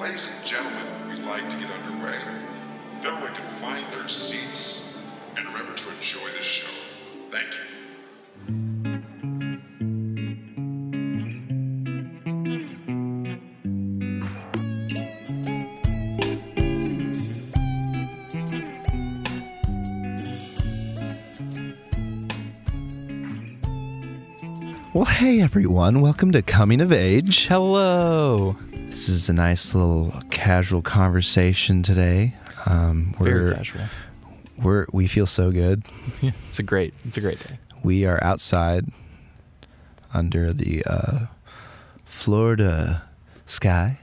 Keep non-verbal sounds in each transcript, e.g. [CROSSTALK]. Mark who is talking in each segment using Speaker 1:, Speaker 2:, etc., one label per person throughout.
Speaker 1: Ladies and gentlemen, we'd like to get underway. Everyone can find their seats and remember to enjoy the show. Thank you.
Speaker 2: Well, hey everyone, welcome to Coming of Age.
Speaker 3: Hello.
Speaker 2: This is a nice little casual conversation today. Um,
Speaker 3: Very
Speaker 2: we're,
Speaker 3: [LAUGHS] casual.
Speaker 2: we're we feel so good.
Speaker 3: It's a great. It's a great day.
Speaker 2: We are outside under the uh, Florida sky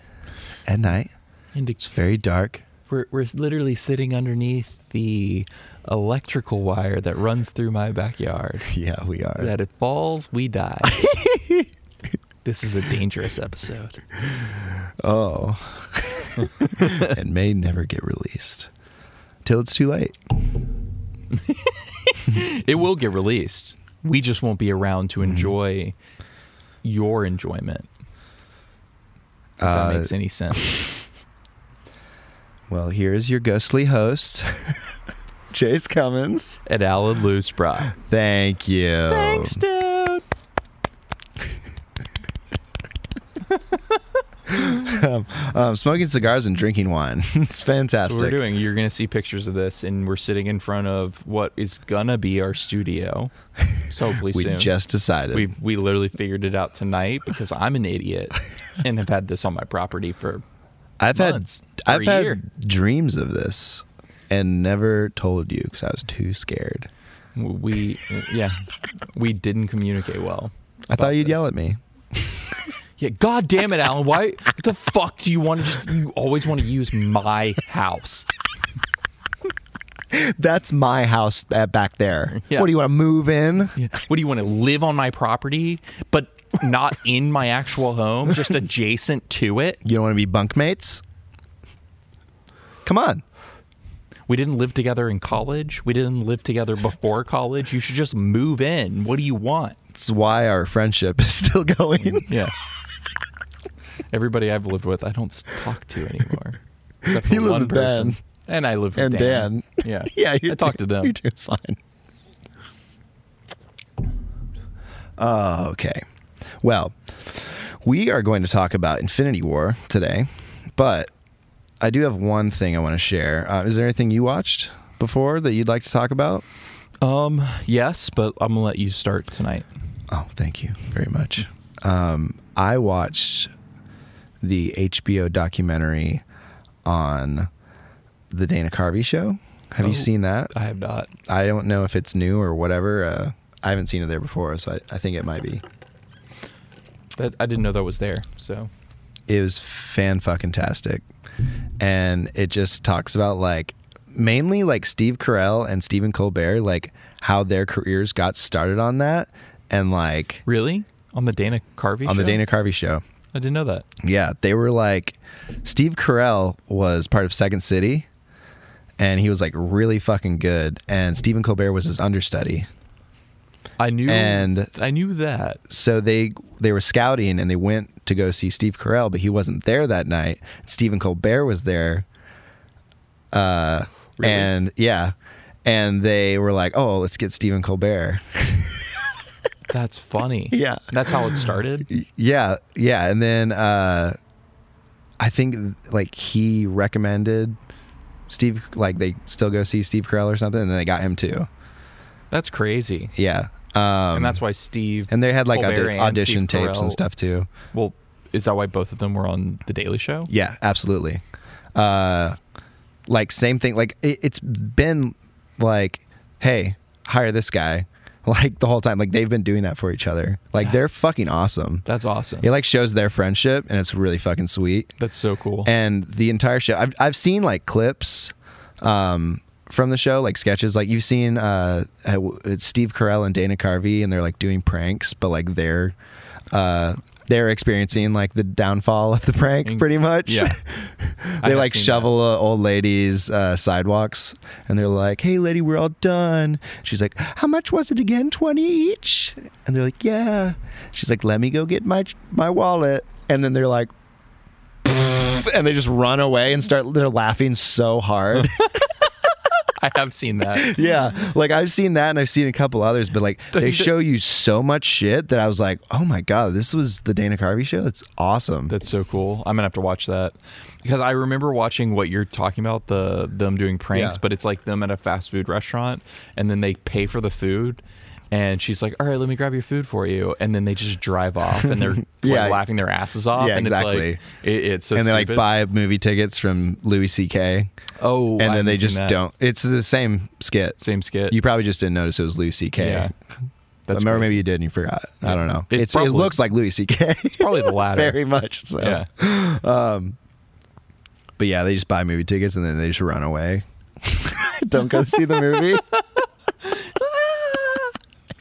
Speaker 2: at night.
Speaker 3: And
Speaker 2: It's very dark.
Speaker 3: we're we're literally sitting underneath the electrical wire that runs through my backyard.
Speaker 2: Yeah, we are.
Speaker 3: That it falls, we [LAUGHS] die. this is a dangerous episode.
Speaker 2: [LAUGHS] Oh, and may never get released till it's too late.
Speaker 3: It will get released. We just won't be around to enjoy your enjoyment. If that
Speaker 2: Uh,
Speaker 3: makes any sense.
Speaker 2: Well, here is your ghostly host, [LAUGHS] Chase Cummins.
Speaker 3: At Alan Loose Bra.
Speaker 2: Thank you.
Speaker 3: Thanks, dude.
Speaker 2: um, um, smoking cigars and drinking wine. [LAUGHS] it's
Speaker 3: So
Speaker 2: fantastic.
Speaker 3: we're doing. You're gonna see pictures of this, and we're sitting in front of what is gonna be our studio. So hopefully [LAUGHS]
Speaker 2: We
Speaker 3: soon.
Speaker 2: just decided.
Speaker 3: we we literally figured it out tonight because I'm an idiot
Speaker 2: [LAUGHS]
Speaker 3: and have had this on my property for.
Speaker 2: I've
Speaker 3: months or
Speaker 2: had I've
Speaker 3: a
Speaker 2: had
Speaker 3: year.
Speaker 2: dreams of this and never told you because I was too scared.
Speaker 3: We yeah, we didn't communicate well.
Speaker 2: I thought
Speaker 3: about
Speaker 2: you'd
Speaker 3: this.
Speaker 2: yell at me.
Speaker 3: Yeah, god damn it, Alan. Why the fuck do you want to just you always want to use my house?
Speaker 2: That's my house uh, back there. [LAUGHS]
Speaker 3: Yeah.
Speaker 2: What do you want to move in?
Speaker 3: What do you want to live on my property but not in my actual home, just adjacent to it?
Speaker 2: You don't want to be bunkmates? Come on.
Speaker 3: We didn't live together in college. We didn't live together before college. You should just move in. What do you want?
Speaker 2: It's why our friendship is still going.
Speaker 3: Yeah. Everybody I've lived with, I don't talk to
Speaker 2: [LAUGHS]
Speaker 3: anymore. Except for
Speaker 2: You live
Speaker 3: one
Speaker 2: with
Speaker 3: person.
Speaker 2: Ben.
Speaker 3: And I live
Speaker 2: [LAUGHS]
Speaker 3: with
Speaker 2: and Dan.
Speaker 3: [LAUGHS] Yeah.
Speaker 2: [LAUGHS] yeah, you
Speaker 3: I talk to them.
Speaker 2: You're doing fine. Uh, okay. Well, we are going to talk about Infinity War today, but I do have one thing I want to share. Uh, is there anything you watched before that you'd like to talk about?
Speaker 3: Um, yes, but I'm going to let you start tonight.
Speaker 2: Oh, thank you very much. Um, I watched the HBO documentary on the Dana Carvey show. Have
Speaker 3: Oh.
Speaker 2: you seen that?
Speaker 3: I have not.
Speaker 2: I don't know if it's new or whatever. Uh, I haven't seen it there before, so I, I think it might be.
Speaker 3: That, I didn't know that was there. So,
Speaker 2: It was fan fucking tastic, and it just talks about like mainly like Steve Carell and Stephen Colbert, like how their careers got started on that, and like
Speaker 3: really? On the Dana Carvey
Speaker 2: on the
Speaker 3: show?
Speaker 2: Dana Carvey show.
Speaker 3: I didn't know that.
Speaker 2: Yeah, they were like Steve Carell was part of Second City, and he was like really fucking good, and Stephen Colbert was his understudy.
Speaker 3: I knew
Speaker 2: And-
Speaker 3: I knew that.
Speaker 2: so they they were scouting and they went to go see Steve Carell, but he wasn't there that night. Stephen Colbert was there, uh,
Speaker 3: Really?
Speaker 2: and yeah, and they were like, "Oh, let's get Stephen Colbert." [LAUGHS]
Speaker 3: That's funny.
Speaker 2: Yeah.
Speaker 3: That's how it started.
Speaker 2: [LAUGHS] yeah, yeah, and then uh, I think like he recommended Steve, like they still go see Steve Carell or something, and then they got him too.
Speaker 3: That's crazy.
Speaker 2: Yeah, um,
Speaker 3: and that's why Steve
Speaker 2: and they had like
Speaker 3: Colbert
Speaker 2: audi-
Speaker 3: and
Speaker 2: audition
Speaker 3: Steve
Speaker 2: tapes
Speaker 3: Carell-
Speaker 2: and stuff too.
Speaker 3: Well, is that why both of them were on the Daily Show?
Speaker 2: Yeah, absolutely. Uh, like same thing. Like it, it's been like, hey, hire this guy. [LAUGHS] Like the whole time. Like they've been doing that for each other. Like they're fucking awesome.
Speaker 3: That's awesome.
Speaker 2: It like shows their friendship, and it's really fucking sweet.
Speaker 3: That's so cool.
Speaker 2: And the entire show, I've I've seen like clips, um, from the show, like sketches. Like you've seen, uh, how- it's Steve Carell and Dana Carvey, and they're like doing pranks, but like they're, uh. They're experiencing like the downfall of the prank,
Speaker 3: And-
Speaker 2: pretty much [LAUGHS]
Speaker 3: yeah. [LAUGHS] I
Speaker 2: they
Speaker 3: have
Speaker 2: like
Speaker 3: seen
Speaker 2: shovel uh, old ladies uh, sidewalks and they're like hey lady we're all done she's like how much was it again 20 each and they're like yeah she's like let me go get my my wallet and then they're like off [LAUGHS] and they just run away and start they're laughing so
Speaker 3: [LAUGHS]
Speaker 2: hard.
Speaker 3: I have seen
Speaker 2: [LAUGHS]
Speaker 3: that.
Speaker 2: yeah. Like I've seen that and I've seen a couple others, but like they show you so much shit that I was like, "Oh my god, this was the Dana Carvey show. It's awesome."
Speaker 3: That's so cool. I'm gonna have to watch that because I remember watching what you're talking about the them doing pranks,
Speaker 2: Yeah.
Speaker 3: but it's like them at a fast food restaurant, and then they pay for the food, and she's like, "All right, let me grab your food for you," and then they just drive off,
Speaker 2: [LAUGHS]
Speaker 3: and they're like,
Speaker 2: Yeah.
Speaker 3: laughing their asses off,
Speaker 2: Yeah,
Speaker 3: and
Speaker 2: exactly.
Speaker 3: it's like it, it's so
Speaker 2: and they like
Speaker 3: stupid.
Speaker 2: buy movie tickets from Louis C.K.
Speaker 3: oh, I
Speaker 2: and then
Speaker 3: haven't
Speaker 2: they
Speaker 3: seen
Speaker 2: just
Speaker 3: that.
Speaker 2: don't. It's the same skit.
Speaker 3: same skit.
Speaker 2: You probably just didn't notice it was Louis C.K.
Speaker 3: Yeah.
Speaker 2: That's
Speaker 3: That's
Speaker 2: remember,
Speaker 3: crazy.
Speaker 2: maybe you did and you forgot. I don't know.
Speaker 3: It
Speaker 2: It's, it
Speaker 3: probably-
Speaker 2: looks like Louis C.K. It's [LAUGHS]
Speaker 3: probably the latter.
Speaker 2: very much. So.
Speaker 3: yeah.
Speaker 2: But yeah, they just buy movie tickets and then they just run away. Don't go see the
Speaker 3: [LAUGHS]
Speaker 2: movie.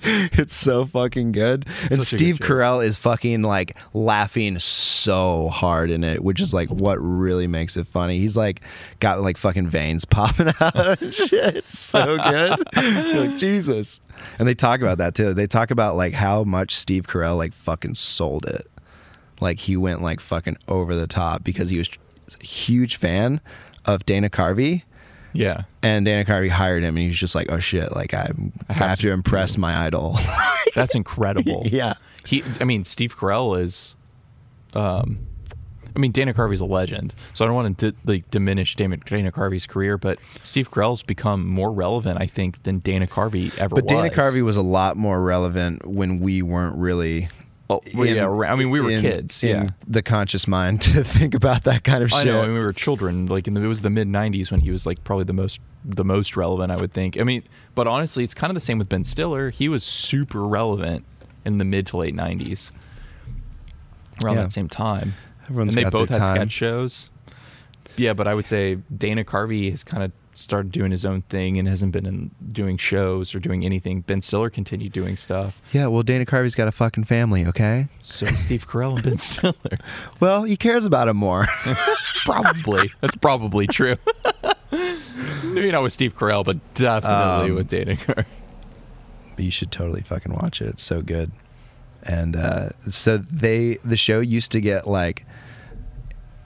Speaker 2: it's so fucking good. and
Speaker 3: such a good
Speaker 2: Steve
Speaker 3: show.
Speaker 2: Carell is fucking like laughing so hard in it, which is like what really makes it funny. He's like got like fucking veins [LAUGHS] popping out and shit. It's so good. You're like, Jesus. And they talk about that too. They talk about like how much Steve Carell like fucking sold it like he went like fucking over the top because he was a huge fan of Dana Carvey
Speaker 3: Yeah.
Speaker 2: and Dana Carvey hired him and he was just like oh shit like I'm, I have to impress my
Speaker 3: [LAUGHS]
Speaker 2: idol
Speaker 3: That's incredible.
Speaker 2: [LAUGHS] Yeah.
Speaker 3: He I mean Steve Carell is um I mean Dana Carvey's a legend. So I don't want to di- like diminish Dana, Dana Carvey's career, but Steve Carell's become more relevant I think than Dana Carvey ever
Speaker 2: but
Speaker 3: was.
Speaker 2: Dana Carvey was a lot more relevant when we weren't really
Speaker 3: oh, well,
Speaker 2: in-
Speaker 3: yeah, ra- I mean we were
Speaker 2: in-
Speaker 3: kids.
Speaker 2: in
Speaker 3: yeah.
Speaker 2: the conscious mind [LAUGHS] to think about that kind of
Speaker 3: I
Speaker 2: shit
Speaker 3: know, I mean, we were children. Like, in the, it was the mid '90s when he was like probably the most the most relevant, I would think. I mean, but honestly, it's kind of the same with Ben Stiller. He was super relevant in the mid to late '90s, around
Speaker 2: Yeah.
Speaker 3: that same time.
Speaker 2: Everyone's
Speaker 3: and they
Speaker 2: got
Speaker 3: both
Speaker 2: their
Speaker 3: had
Speaker 2: time.
Speaker 3: sketch shows. Yeah, but I would say Dana Carvey has kind of started doing his own thing and hasn't been in doing shows or doing anything. Ben Stiller continued doing stuff.
Speaker 2: yeah well Dana Carvey's got a fucking family okay
Speaker 3: So
Speaker 2: [LAUGHS]
Speaker 3: Steve Carell and Ben Stiller,
Speaker 2: well he cares about him
Speaker 3: [LAUGHS]
Speaker 2: more
Speaker 3: probably [LAUGHS] that's probably true. [LAUGHS] Maybe not with Steve Carell, but definitely
Speaker 2: Um,
Speaker 3: with Dana Carvey.
Speaker 2: but you should totally fucking watch it. It's so good. And uh, so they the show used to get like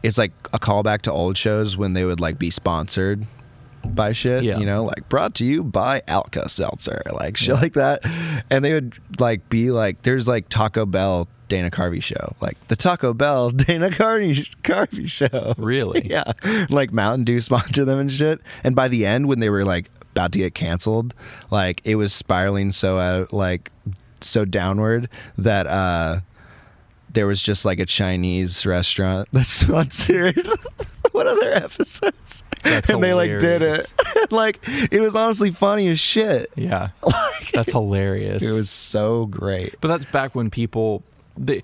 Speaker 2: it's like a callback to old shows when they would like be sponsored by shit,
Speaker 3: Yeah.
Speaker 2: you know, like brought to you by Alka Seltzer, like shit like that. And they would like be like, there's like Taco Bell Dana Carvey show, like the Taco Bell [LAUGHS] Dana Carvey Carvey show.
Speaker 3: Really?
Speaker 2: [LAUGHS] yeah, like Mountain Dew [LAUGHS] sponsor them and shit. And by the end, when they were like about to get canceled, like it was spiraling so out, like so downward that uh there was just like a Chinese restaurant [LAUGHS] that sponsored [LAUGHS] one of their episodes,
Speaker 3: That's
Speaker 2: and they like did [LAUGHS] it. like it was honestly funny as [LAUGHS] shit.
Speaker 3: Yeah, that's hilarious.
Speaker 2: Oh, It was so great.
Speaker 3: But that's back when people they,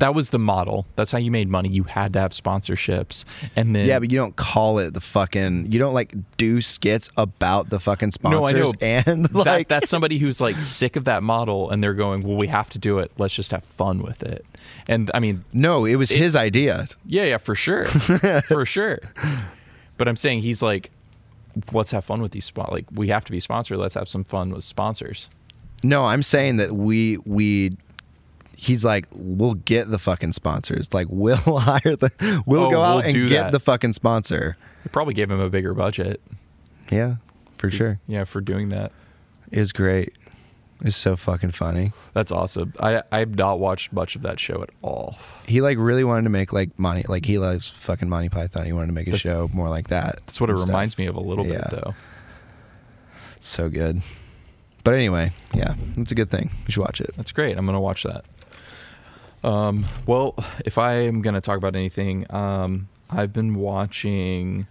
Speaker 3: that was the model. That's how you made money. You had to have sponsorships. And then
Speaker 2: Yeah, but you don't call it the fucking. You don't like do skits about the fucking sponsors.
Speaker 3: No, I know.
Speaker 2: And like
Speaker 3: that, [LAUGHS] that's somebody who's like sick of that model and they're going, "Well, we have to do it. Let's just have fun with it." And I mean,
Speaker 2: no, it was his idea.
Speaker 3: yeah, yeah,
Speaker 2: [LAUGHS]
Speaker 3: for sure. for sure. But I'm saying he's like let's have fun with these spot like we have to be sponsored. Let's have some fun with sponsors.
Speaker 2: No, I'm saying that we we he's like we'll get the fucking sponsors. Like [LAUGHS] we'll hire the we'll
Speaker 3: Oh,
Speaker 2: go out
Speaker 3: we'll
Speaker 2: and
Speaker 3: do
Speaker 2: get
Speaker 3: that.
Speaker 2: the fucking sponsor.
Speaker 3: It probably gave him a bigger budget.
Speaker 2: Yeah, for sure.
Speaker 3: Yeah, for doing that.
Speaker 2: It's great. It's so fucking funny.
Speaker 3: That's awesome. I I've not watched much of that show at all.
Speaker 2: He like really wanted to make like Monty like he loves fucking Monty Python. He wanted to make a show more like that.
Speaker 3: That's what it
Speaker 2: and stuff.
Speaker 3: reminds me of a little
Speaker 2: Yeah.
Speaker 3: bit though.
Speaker 2: It's so good. But anyway, yeah, it's a good thing. You should watch it.
Speaker 3: That's great. I'm gonna watch that. Um, well, if I am gonna talk about anything, um, I've been watching.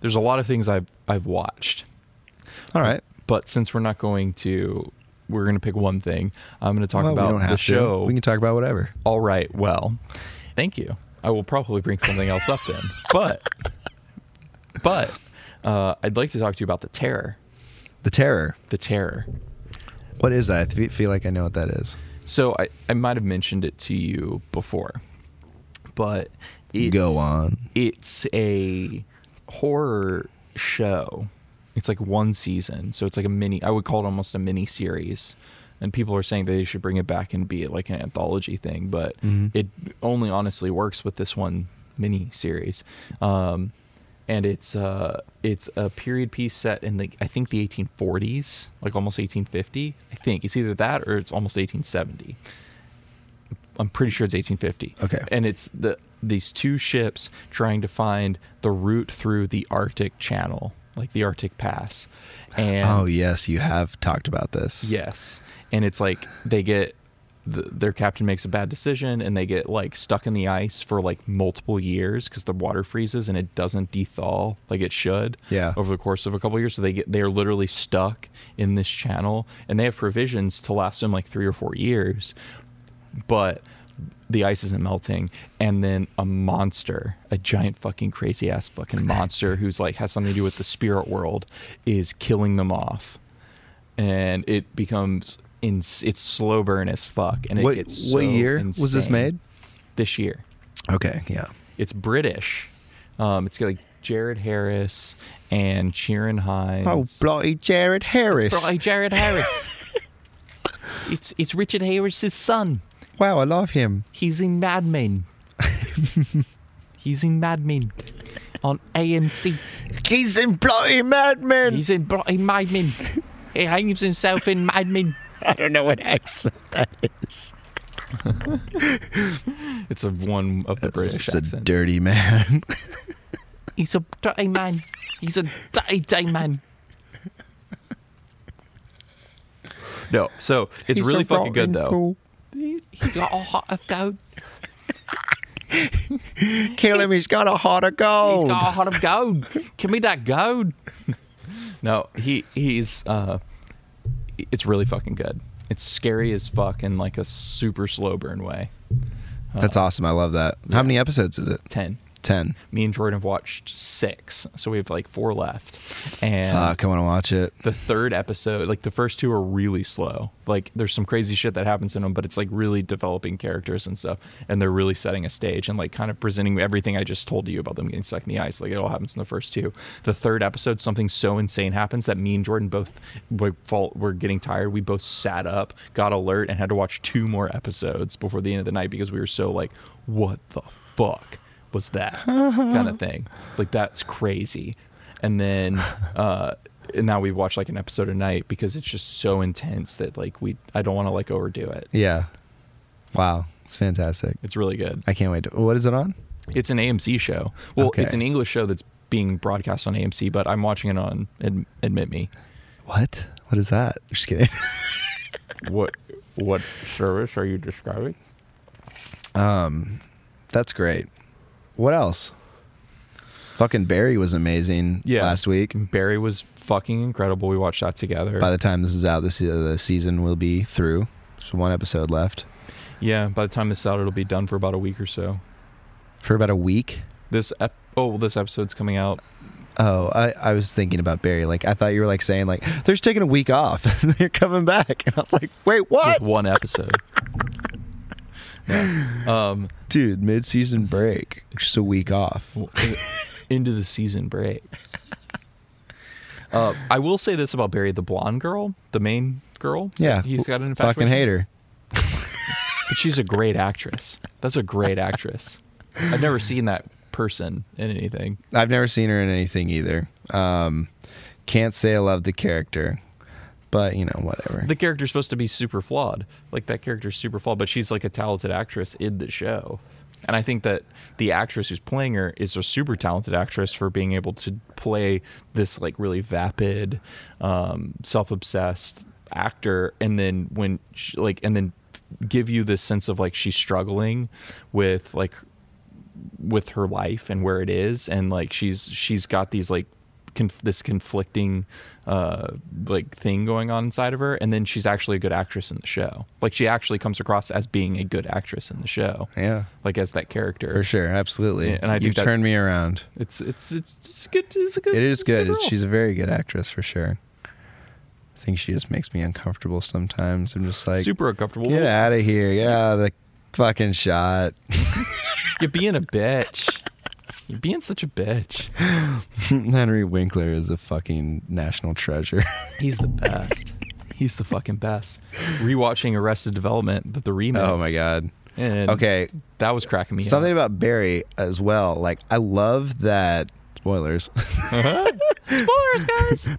Speaker 3: There's a lot of things I've I've watched,
Speaker 2: All right.
Speaker 3: but since we're not going to, we're gonna pick one thing. I'm gonna talk
Speaker 2: Well, we don't
Speaker 3: about
Speaker 2: have
Speaker 3: the
Speaker 2: to.
Speaker 3: show.
Speaker 2: We can talk about whatever.
Speaker 3: All right. Well, thank you. I will probably bring something else up
Speaker 2: [LAUGHS]
Speaker 3: then, but but uh, I'd like to talk to you about the terror.
Speaker 2: The Terror.
Speaker 3: The terror.
Speaker 2: What is that? I fe- feel like I know what that is.
Speaker 3: So I, I might have mentioned it to you before, but it's, E
Speaker 2: Go on.
Speaker 3: It's a horror show. It's like one season, so it's like a mini. I would call it almost a mini series. And people are saying that they should bring it back and be like an anthology thing, but it only honestly works with this one mini series, um, and it's uh, it's a period piece set in the I think the 1840s, like almost 1850. I think it's either that or it's almost 1870. I'm pretty sure it's 1850.
Speaker 2: Okay.
Speaker 3: and it's the these two ships trying to find the route through the Arctic Channel, like the Arctic Pass, and
Speaker 2: oh yes, you have talked about this.
Speaker 3: Yes, and it's like they get the, their captain makes a bad decision, and they get like stuck in the ice for like multiple years because the water freezes and it doesn't dethaw like it should.
Speaker 2: Yeah.
Speaker 3: over the course of a couple years, so they get they are literally stuck in this channel, and they have provisions to last them like three or four years, but the ice isn't melting and then a monster a giant fucking crazy ass
Speaker 2: [LAUGHS]
Speaker 3: fucking monster who's like has something to do with the spirit world is killing them off and it becomes in it's slow burn as fuck and it
Speaker 2: What-
Speaker 3: gets
Speaker 2: what
Speaker 3: so
Speaker 2: year was this
Speaker 3: insane.
Speaker 2: made?
Speaker 3: this year
Speaker 2: Okay. Yeah.
Speaker 3: it's british um it's got like jared harris and
Speaker 2: Oh,
Speaker 3: Sheeran hines
Speaker 2: bloody Jared Harris!
Speaker 3: Bloody
Speaker 2: [LAUGHS]
Speaker 3: jared harris it's it's richard harris's son
Speaker 2: Wow, I love him.
Speaker 3: He's in Mad Men. [LAUGHS] He's in Mad Men on AMC.
Speaker 2: He's in bloody Mad Men.
Speaker 3: He's in bloody Mad Men. He hangs himself in Mad Men.
Speaker 2: I don't know what accent that is.
Speaker 3: It's a one of the British
Speaker 2: It's a
Speaker 3: accents.
Speaker 2: dirty [LAUGHS] man.
Speaker 3: He's a dirty man. He's a dirty, dirty man. No, so it's really fucking good though. He's got a heart of gold.
Speaker 2: Kill him. He's got a heart of gold.
Speaker 3: He's got a heart of gold. Give me that gold. [LAUGHS] No, he he's uh, it's really fucking good. It's scary as fuck in like a super slow burn way.
Speaker 2: That's awesome. I love that. How many episodes is it?
Speaker 3: Ten.
Speaker 2: Ten.
Speaker 3: Me and Jordan have watched six, so we have like four left. And
Speaker 2: Fuck, I want to watch it.
Speaker 3: the third episode, like the first two are really slow. Like there's some crazy shit that happens in them, but it's like really developing characters and stuff. And they're really setting a stage and like kind of presenting everything I just told you about them getting stuck in the ice. Like it all happens in the first two. The third episode, something so insane happens that me and Jordan both we fall, were getting tired. We both sat up, got alert, and had to watch two more episodes before the end of the night because we were so like, what the fuck was that kind of thing? Like that's crazy and then uh and now we watch like an episode a night because it's just so intense that like we I don't want to like overdo it.
Speaker 2: Yeah. Wow, it's fantastic.
Speaker 3: It's really good.
Speaker 2: I can't wait. To, what is it on?
Speaker 3: It's an AMC show. Well,
Speaker 2: Okay.
Speaker 3: it's an English show that's being broadcast on AMC, but I'm watching it on Ad- Admit Me.
Speaker 2: What? What is that? Just kidding. [LAUGHS]
Speaker 3: What what service are you describing?
Speaker 2: Um, That's great. What else? Fucking Barry was amazing
Speaker 3: Yeah.
Speaker 2: last week.
Speaker 3: Barry was fucking incredible. We watched that together.
Speaker 2: By the time this is out, this uh, the season will be through. Just one episode left
Speaker 3: yeah, by the time this is out it'll be done for about a week or so.
Speaker 2: for about a week.
Speaker 3: This ep- oh, well, this episode's coming out.
Speaker 2: Oh, I, I was thinking about Barry. Like I thought you were like saying like they're just taking a week off [LAUGHS] and they're coming back, and I was like, wait, what?
Speaker 3: with one episode. Yeah. Um,
Speaker 2: Dude, mid season break, just a week off.
Speaker 3: w- into the season break. Uh, I will say this about Barry, the blonde girl, the main girl.
Speaker 2: Yeah,
Speaker 3: he's got an
Speaker 2: fucking
Speaker 3: infatuation.
Speaker 2: hater.
Speaker 3: But she's a great actress. That's a great actress. I've never seen that person in anything.
Speaker 2: I've never seen her in anything either. Um, can't say I love the character, but you know whatever.
Speaker 3: The character's supposed to be super flawed. Like that character's super flawed, but she's like a talented actress in the show. And I think that the actress who's playing her is a super talented actress for being able to play this like really vapid, um, self-obsessed actor, and then when she, like and then give you this sense of like she's struggling with like with her life and where it is and like she's she's got these like conf- this conflicting uh like thing going on inside of her and then she's actually a good actress in the show like she actually comes across as being a good actress in the show
Speaker 2: yeah,
Speaker 3: like as that character
Speaker 2: for sure, absolutely.
Speaker 3: Yeah, and I do
Speaker 2: You've
Speaker 3: that-
Speaker 2: turned me around.
Speaker 3: it's it's it's, it's good it's a good
Speaker 2: It is
Speaker 3: it's a good
Speaker 2: good. It's,
Speaker 3: role.
Speaker 2: she's a very good actress for sure. I think she just makes me uncomfortable sometimes. I'm just like,
Speaker 3: super uncomfortable
Speaker 2: get out of here. Get out of the fucking shot. [LAUGHS]
Speaker 3: you're being a bitch you're being such a bitch
Speaker 2: Henry Winkler is a fucking national treasure. [LAUGHS]
Speaker 3: he's the best he's the fucking best rewatching arrested development the, the remake
Speaker 2: oh my god.
Speaker 3: And
Speaker 2: Okay.
Speaker 3: that was cracking me
Speaker 2: Something
Speaker 3: up.
Speaker 2: about Barry as well. Like I love that spoilers.
Speaker 3: Uh-huh. Spoilers, guys.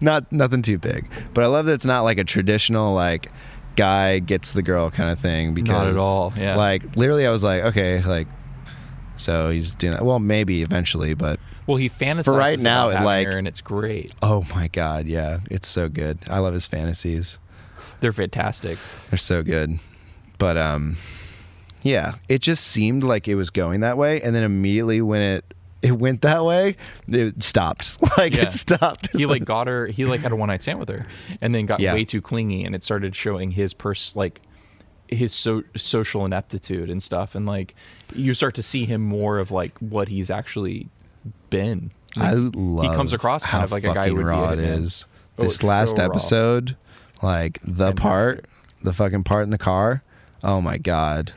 Speaker 2: [LAUGHS] not nothing too big, but I love that it's not like a traditional like guy gets the girl kind of thing because
Speaker 3: at all, yeah.
Speaker 2: Like literally, I was like, okay, like so he's doing that. Well, maybe eventually, but
Speaker 3: Well, he fantasizes
Speaker 2: For right now,
Speaker 3: about
Speaker 2: it,
Speaker 3: having
Speaker 2: like-
Speaker 3: her, and it's great.
Speaker 2: oh my god, yeah, it's so good. I love his fantasies.
Speaker 3: They're fantastic.
Speaker 2: They're so good. But um yeah, it just seemed like it was going that way and then immediately when it it went that way, it stopped. [LAUGHS] Like
Speaker 3: Yeah.
Speaker 2: it stopped.
Speaker 3: He like got her. He like had a one night stand with her, and then got
Speaker 2: Yeah.
Speaker 3: way too clingy, and it started showing his pers like his so- social ineptitude and stuff, and like you start to see him more of like what he's actually been.
Speaker 2: [LAUGHS] I
Speaker 3: Like,
Speaker 2: love
Speaker 3: he comes across kind
Speaker 2: how
Speaker 3: of like a guy who
Speaker 2: fucking
Speaker 3: would
Speaker 2: raw
Speaker 3: be
Speaker 2: it
Speaker 3: a hitman.
Speaker 2: is.
Speaker 3: Oh,
Speaker 2: this
Speaker 3: it's
Speaker 2: last
Speaker 3: so raw.
Speaker 2: episode, like the
Speaker 3: And
Speaker 2: part,
Speaker 3: perfect.
Speaker 2: the fucking part in the car. Oh my god.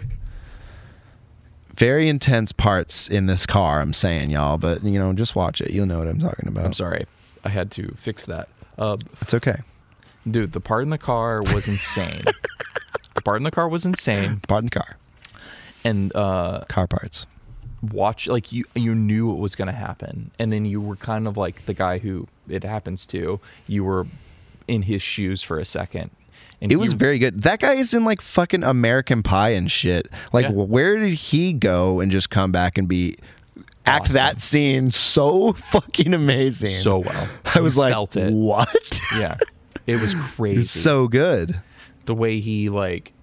Speaker 2: Very intense parts in this car, I'm saying, y'all, but you know, just watch it. You'll know what I'm talking about.
Speaker 3: I'm sorry, I had to fix that. Uh,
Speaker 2: It's okay.
Speaker 3: dude, the part in the car
Speaker 2: [LAUGHS]
Speaker 3: was insane. the part in the car was insane,
Speaker 2: Part in the car.
Speaker 3: and uh,
Speaker 2: Car parts.
Speaker 3: watch like you you knew what was going to happen and then you were kind of like the guy who it happens to you were in his shoes for a second and
Speaker 2: It
Speaker 3: he-
Speaker 2: was very good. That guy is in like fucking American Pie and shit. Like,
Speaker 3: Yeah.
Speaker 2: where did he go and just come back and be act
Speaker 3: Awesome.
Speaker 2: that scene so [LAUGHS] fucking amazing?
Speaker 3: so well
Speaker 2: [LAUGHS] I was
Speaker 3: You
Speaker 2: like,
Speaker 3: felt it
Speaker 2: what?
Speaker 3: [LAUGHS] [LAUGHS] yeah it was
Speaker 2: [LAUGHS]
Speaker 3: crazy
Speaker 2: It's so good.
Speaker 3: the way he like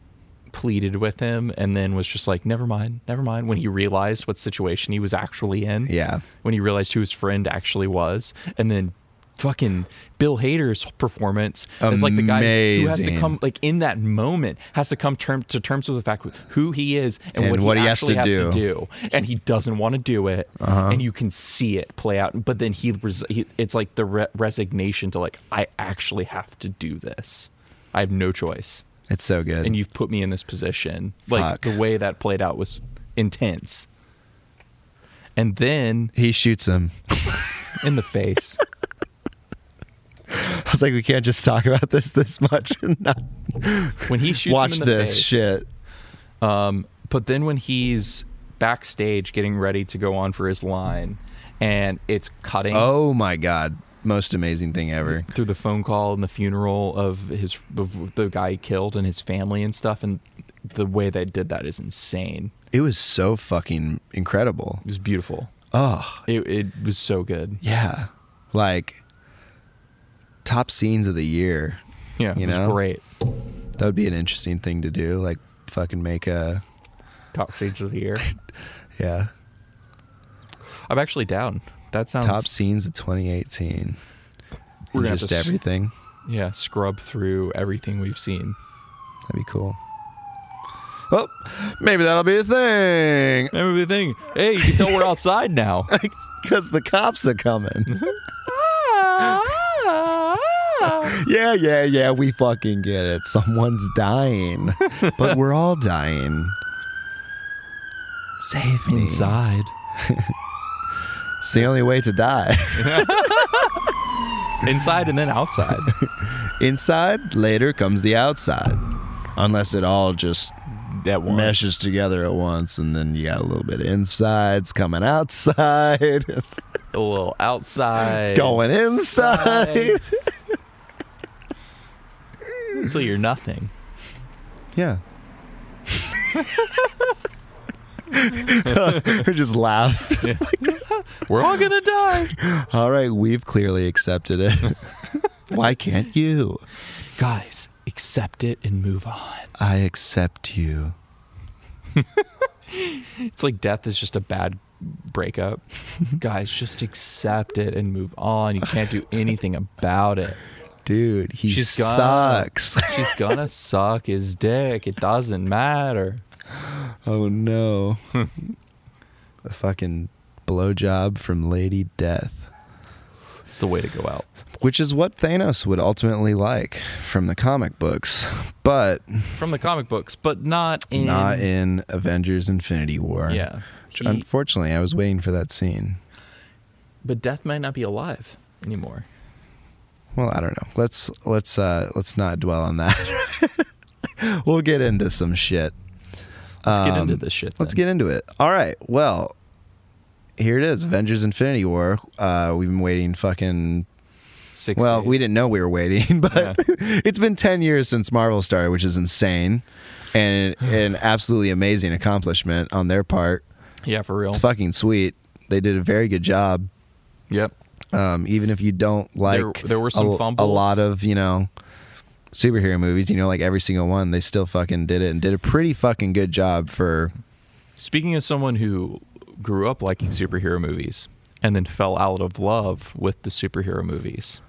Speaker 3: pleaded with him and then was just like never mind never mind when he realized what situation he was actually in
Speaker 2: Yeah.
Speaker 3: when he realized who his friend actually was and then fucking bill hader's performance as like the guy who has to
Speaker 2: Amazing.
Speaker 3: come like in that moment has to come term, to terms with the fact who he is and,
Speaker 2: And
Speaker 3: what,
Speaker 2: what
Speaker 3: he,
Speaker 2: he has
Speaker 3: actually
Speaker 2: to
Speaker 3: has to
Speaker 2: do. Uh-huh.
Speaker 3: do and he doesn't want to do it and you can see it play out but then he, res- he it's like the re- resignation to like i actually have to do this i have no choice
Speaker 2: It's so good.
Speaker 3: and you've put me in this position. Like
Speaker 2: Fuck.
Speaker 3: the way that played out was intense. And then
Speaker 2: he shoots him. [LAUGHS]
Speaker 3: in the face.
Speaker 2: I was like, we can't just talk about this this much [LAUGHS] and not
Speaker 3: When he shoots
Speaker 2: watch
Speaker 3: him in the
Speaker 2: this
Speaker 3: face,
Speaker 2: shit.
Speaker 3: But then when he's backstage getting ready to go on for his line and it's cutting
Speaker 2: Oh my god, most amazing thing ever.
Speaker 3: through the phone call and the funeral of his of the guy he killed and his family and stuff and the way they did that is insane.
Speaker 2: It was so fucking incredible.
Speaker 3: It was beautiful.
Speaker 2: Oh
Speaker 3: It, it was so good.
Speaker 2: yeah, like top scenes of the year.
Speaker 3: Yeah,
Speaker 2: You
Speaker 3: it was
Speaker 2: know?
Speaker 3: great.
Speaker 2: That would be an interesting thing to do. Like fucking make a
Speaker 3: Top stage of
Speaker 2: [LAUGHS]
Speaker 3: the year.
Speaker 2: yeah
Speaker 3: I'm actually down. That sounds
Speaker 2: top scenes of 2018.
Speaker 3: We're gonna have
Speaker 2: Just
Speaker 3: to s-
Speaker 2: everything.
Speaker 3: Yeah, scrub through everything we've seen.
Speaker 2: That'd be cool. Well, Oh, maybe that'll be a thing. [LAUGHS]
Speaker 3: Everything. Hey, you can tell we're outside now. [LAUGHS]
Speaker 2: Because the cops are coming. yeah, yeah, yeah. We fucking get it. Someone's
Speaker 3: [LAUGHS]
Speaker 2: dying. but we're all dying. Save me.
Speaker 3: Inside.
Speaker 2: It's the only way to die. [LAUGHS]
Speaker 3: Inside and then [LAUGHS] outside.
Speaker 2: Inside, later comes the outside. Unless it all just
Speaker 3: That one.
Speaker 2: meshes together at once, and then you got a little bit of insides coming outside, [LAUGHS]
Speaker 3: A little outside.
Speaker 2: going inside.
Speaker 3: Until you're nothing.
Speaker 2: Yeah. [LAUGHS] Or just laugh.
Speaker 3: We're all gonna die.
Speaker 2: All right, we've clearly accepted it. [LAUGHS] Why can't you?
Speaker 3: Guys, accept it and move on.
Speaker 2: I accept you.
Speaker 3: [LAUGHS] It's like death is just a bad [LAUGHS] breakup. Guys, just accept it and move on. You can't do anything about it.
Speaker 2: Dude, he
Speaker 3: She's gone.
Speaker 2: sucks.
Speaker 3: [LAUGHS] She's gonna suck his dick. It doesn't matter.
Speaker 2: [LAUGHS] oh no. [LAUGHS] a fucking blowjob from Lady Death.
Speaker 3: It's the way to go out.
Speaker 2: Which is what Thanos would ultimately like from the comic books, but
Speaker 3: From the comic books, but not in.
Speaker 2: not in Avengers Infinity War.
Speaker 3: Yeah.
Speaker 2: Which,
Speaker 3: He-
Speaker 2: unfortunately, I was waiting for that scene.
Speaker 3: But death might not be alive anymore.
Speaker 2: Well, I don't know. Let's [LAUGHS] let's uh let's not dwell on that. we'll get into some shit.
Speaker 3: Let's get
Speaker 2: Um,
Speaker 3: into this shit.
Speaker 2: Let's
Speaker 3: then.
Speaker 2: get into it. All right. Well, here it is Avengers Infinity War. Uh, we've been waiting fucking.
Speaker 3: six.
Speaker 2: Well,
Speaker 3: days.
Speaker 2: we didn't know we were waiting, [LAUGHS] but it's been 10 years since Marvel started, which is insane
Speaker 3: [SIGHS]
Speaker 2: and an absolutely amazing accomplishment on their part.
Speaker 3: Yeah, for real.
Speaker 2: It's fucking sweet. They did a very good job.
Speaker 3: Yep.
Speaker 2: Um, even if you don't like,
Speaker 3: there were some
Speaker 2: a, a
Speaker 3: fumbles.
Speaker 2: lot of you know superhero movies. You know, like every single one, they still fucking did it and did a pretty fucking good job for
Speaker 3: Speaking as someone who grew up liking superhero movies and then fell out of love with the superhero movies,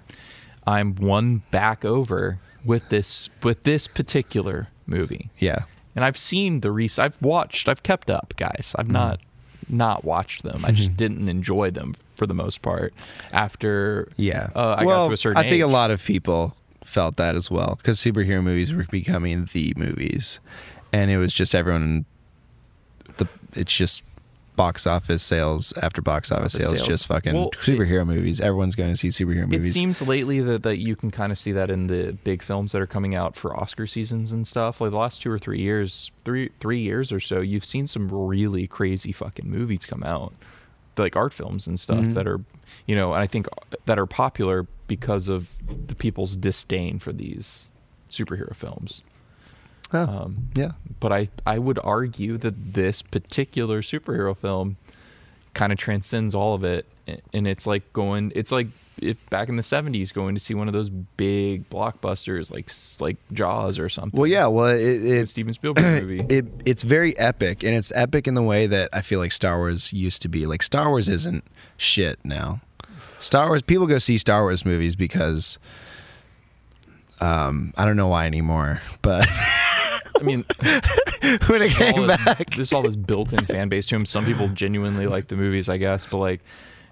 Speaker 3: I'm one back over with this with this particular movie.
Speaker 2: yeah.
Speaker 3: And I've seen the recent. I've watched. I've kept up, guys.
Speaker 2: Mm.
Speaker 3: I've not not watched them.
Speaker 2: [LAUGHS]
Speaker 3: I just didn't enjoy them for the most part. After uh, I
Speaker 2: well,
Speaker 3: got to a certain.
Speaker 2: I think
Speaker 3: age.
Speaker 2: a lot of people felt that as well because superhero movies were becoming the movies, and it was just everyone. The it's just box office sales after box office
Speaker 3: office
Speaker 2: sales,
Speaker 3: sales.
Speaker 2: just fucking
Speaker 3: Well, it-
Speaker 2: superhero movies. Everyone's going to see superhero movies.
Speaker 3: It seems lately that, that you can kind of see that in the big films that are coming out for Oscar seasons and stuff. Like the last two or three years, three three years or so, you've seen some really crazy fucking movies come out, like art films and stuff that are, you know, and I think uh, that are popular because of the people's disdain for these superhero films.
Speaker 2: Huh.
Speaker 3: Um,
Speaker 2: yeah,
Speaker 3: but I I would argue that this particular superhero film kind of transcends all of it, a- and it's like going, it's like if back in the '70s going to see one of those big blockbusters like s- like Jaws or something.
Speaker 2: Well, yeah. Well, it,
Speaker 3: a
Speaker 2: it, [COUGHS]
Speaker 3: Steven Spielberg movie.
Speaker 2: it it's very epic, and it's epic in the way that I feel like Star Wars used to be. Like Star Wars isn't shit now. Star Wars people go see Star Wars movies because um I don't know why anymore, but [LAUGHS]
Speaker 3: I mean,
Speaker 2: when it [LAUGHS]
Speaker 3: all
Speaker 2: came
Speaker 3: this-
Speaker 2: back,
Speaker 3: there's all this built-in fan base to him. Some people genuinely like the movies, I guess, but like.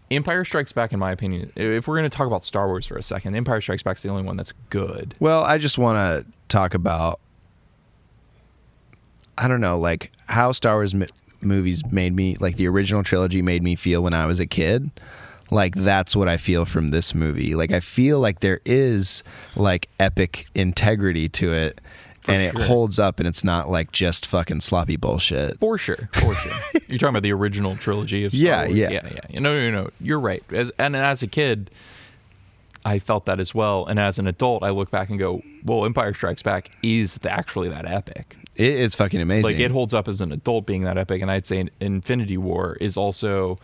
Speaker 3: Empire Strikes Back, in my opinion, i- if we're going to talk about Star Wars for a second, Empire Strikes Back's the only one that's good.
Speaker 2: Well, I just want to talk about I don't know, like how Star Wars m- movies made me like the original trilogy made me feel when I was a kid. Like that's what I feel from this movie. Like I feel like there is like epic integrity to it and
Speaker 3: sure.
Speaker 2: it holds up and it's not like just fucking sloppy bullshit.
Speaker 3: For sure, for sure. You're talking about the original trilogy of Star
Speaker 2: Yeah,
Speaker 3: Wars.
Speaker 2: yeah.
Speaker 3: yeah, yeah. No, no, no. You're right. As, and as a kid, I felt that as well. And as an adult, I look back and go, "Well, Empire Strikes Back is th- actually that epic.
Speaker 2: It is fucking amazing.
Speaker 3: Like it holds up as an adult being that epic." And I'd say Infinity War is also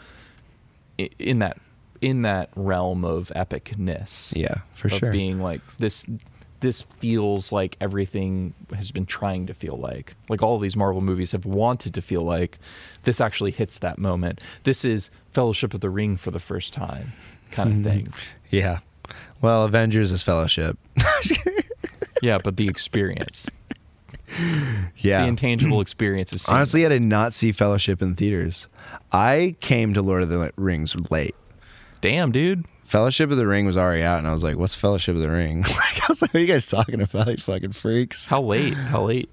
Speaker 3: i- in that in that realm of epicness
Speaker 2: yeah, for
Speaker 3: of
Speaker 2: sure.
Speaker 3: being like this this feels like everything has been trying to feel like like all these marvel movies have wanted to feel like this actually hits that moment this is fellowship of the ring for the first time kind
Speaker 2: Mm-hmm.
Speaker 3: of thing
Speaker 2: yeah. Well, Avengers is fellowship. [LAUGHS]
Speaker 3: yeah but the experience
Speaker 2: yeah.
Speaker 3: the intangible experience of seeing
Speaker 2: Honestly, I did not see Fellowship in theaters. I came to Lord of the Rings late.
Speaker 3: it. damn dude
Speaker 2: Fellowship of the Ring was already out, and I was like, "What's Fellowship of the Ring?" [LAUGHS] like, I was like, "What are you guys talking about, you fucking freaks?"
Speaker 3: how
Speaker 2: [SIGHS]
Speaker 3: late how late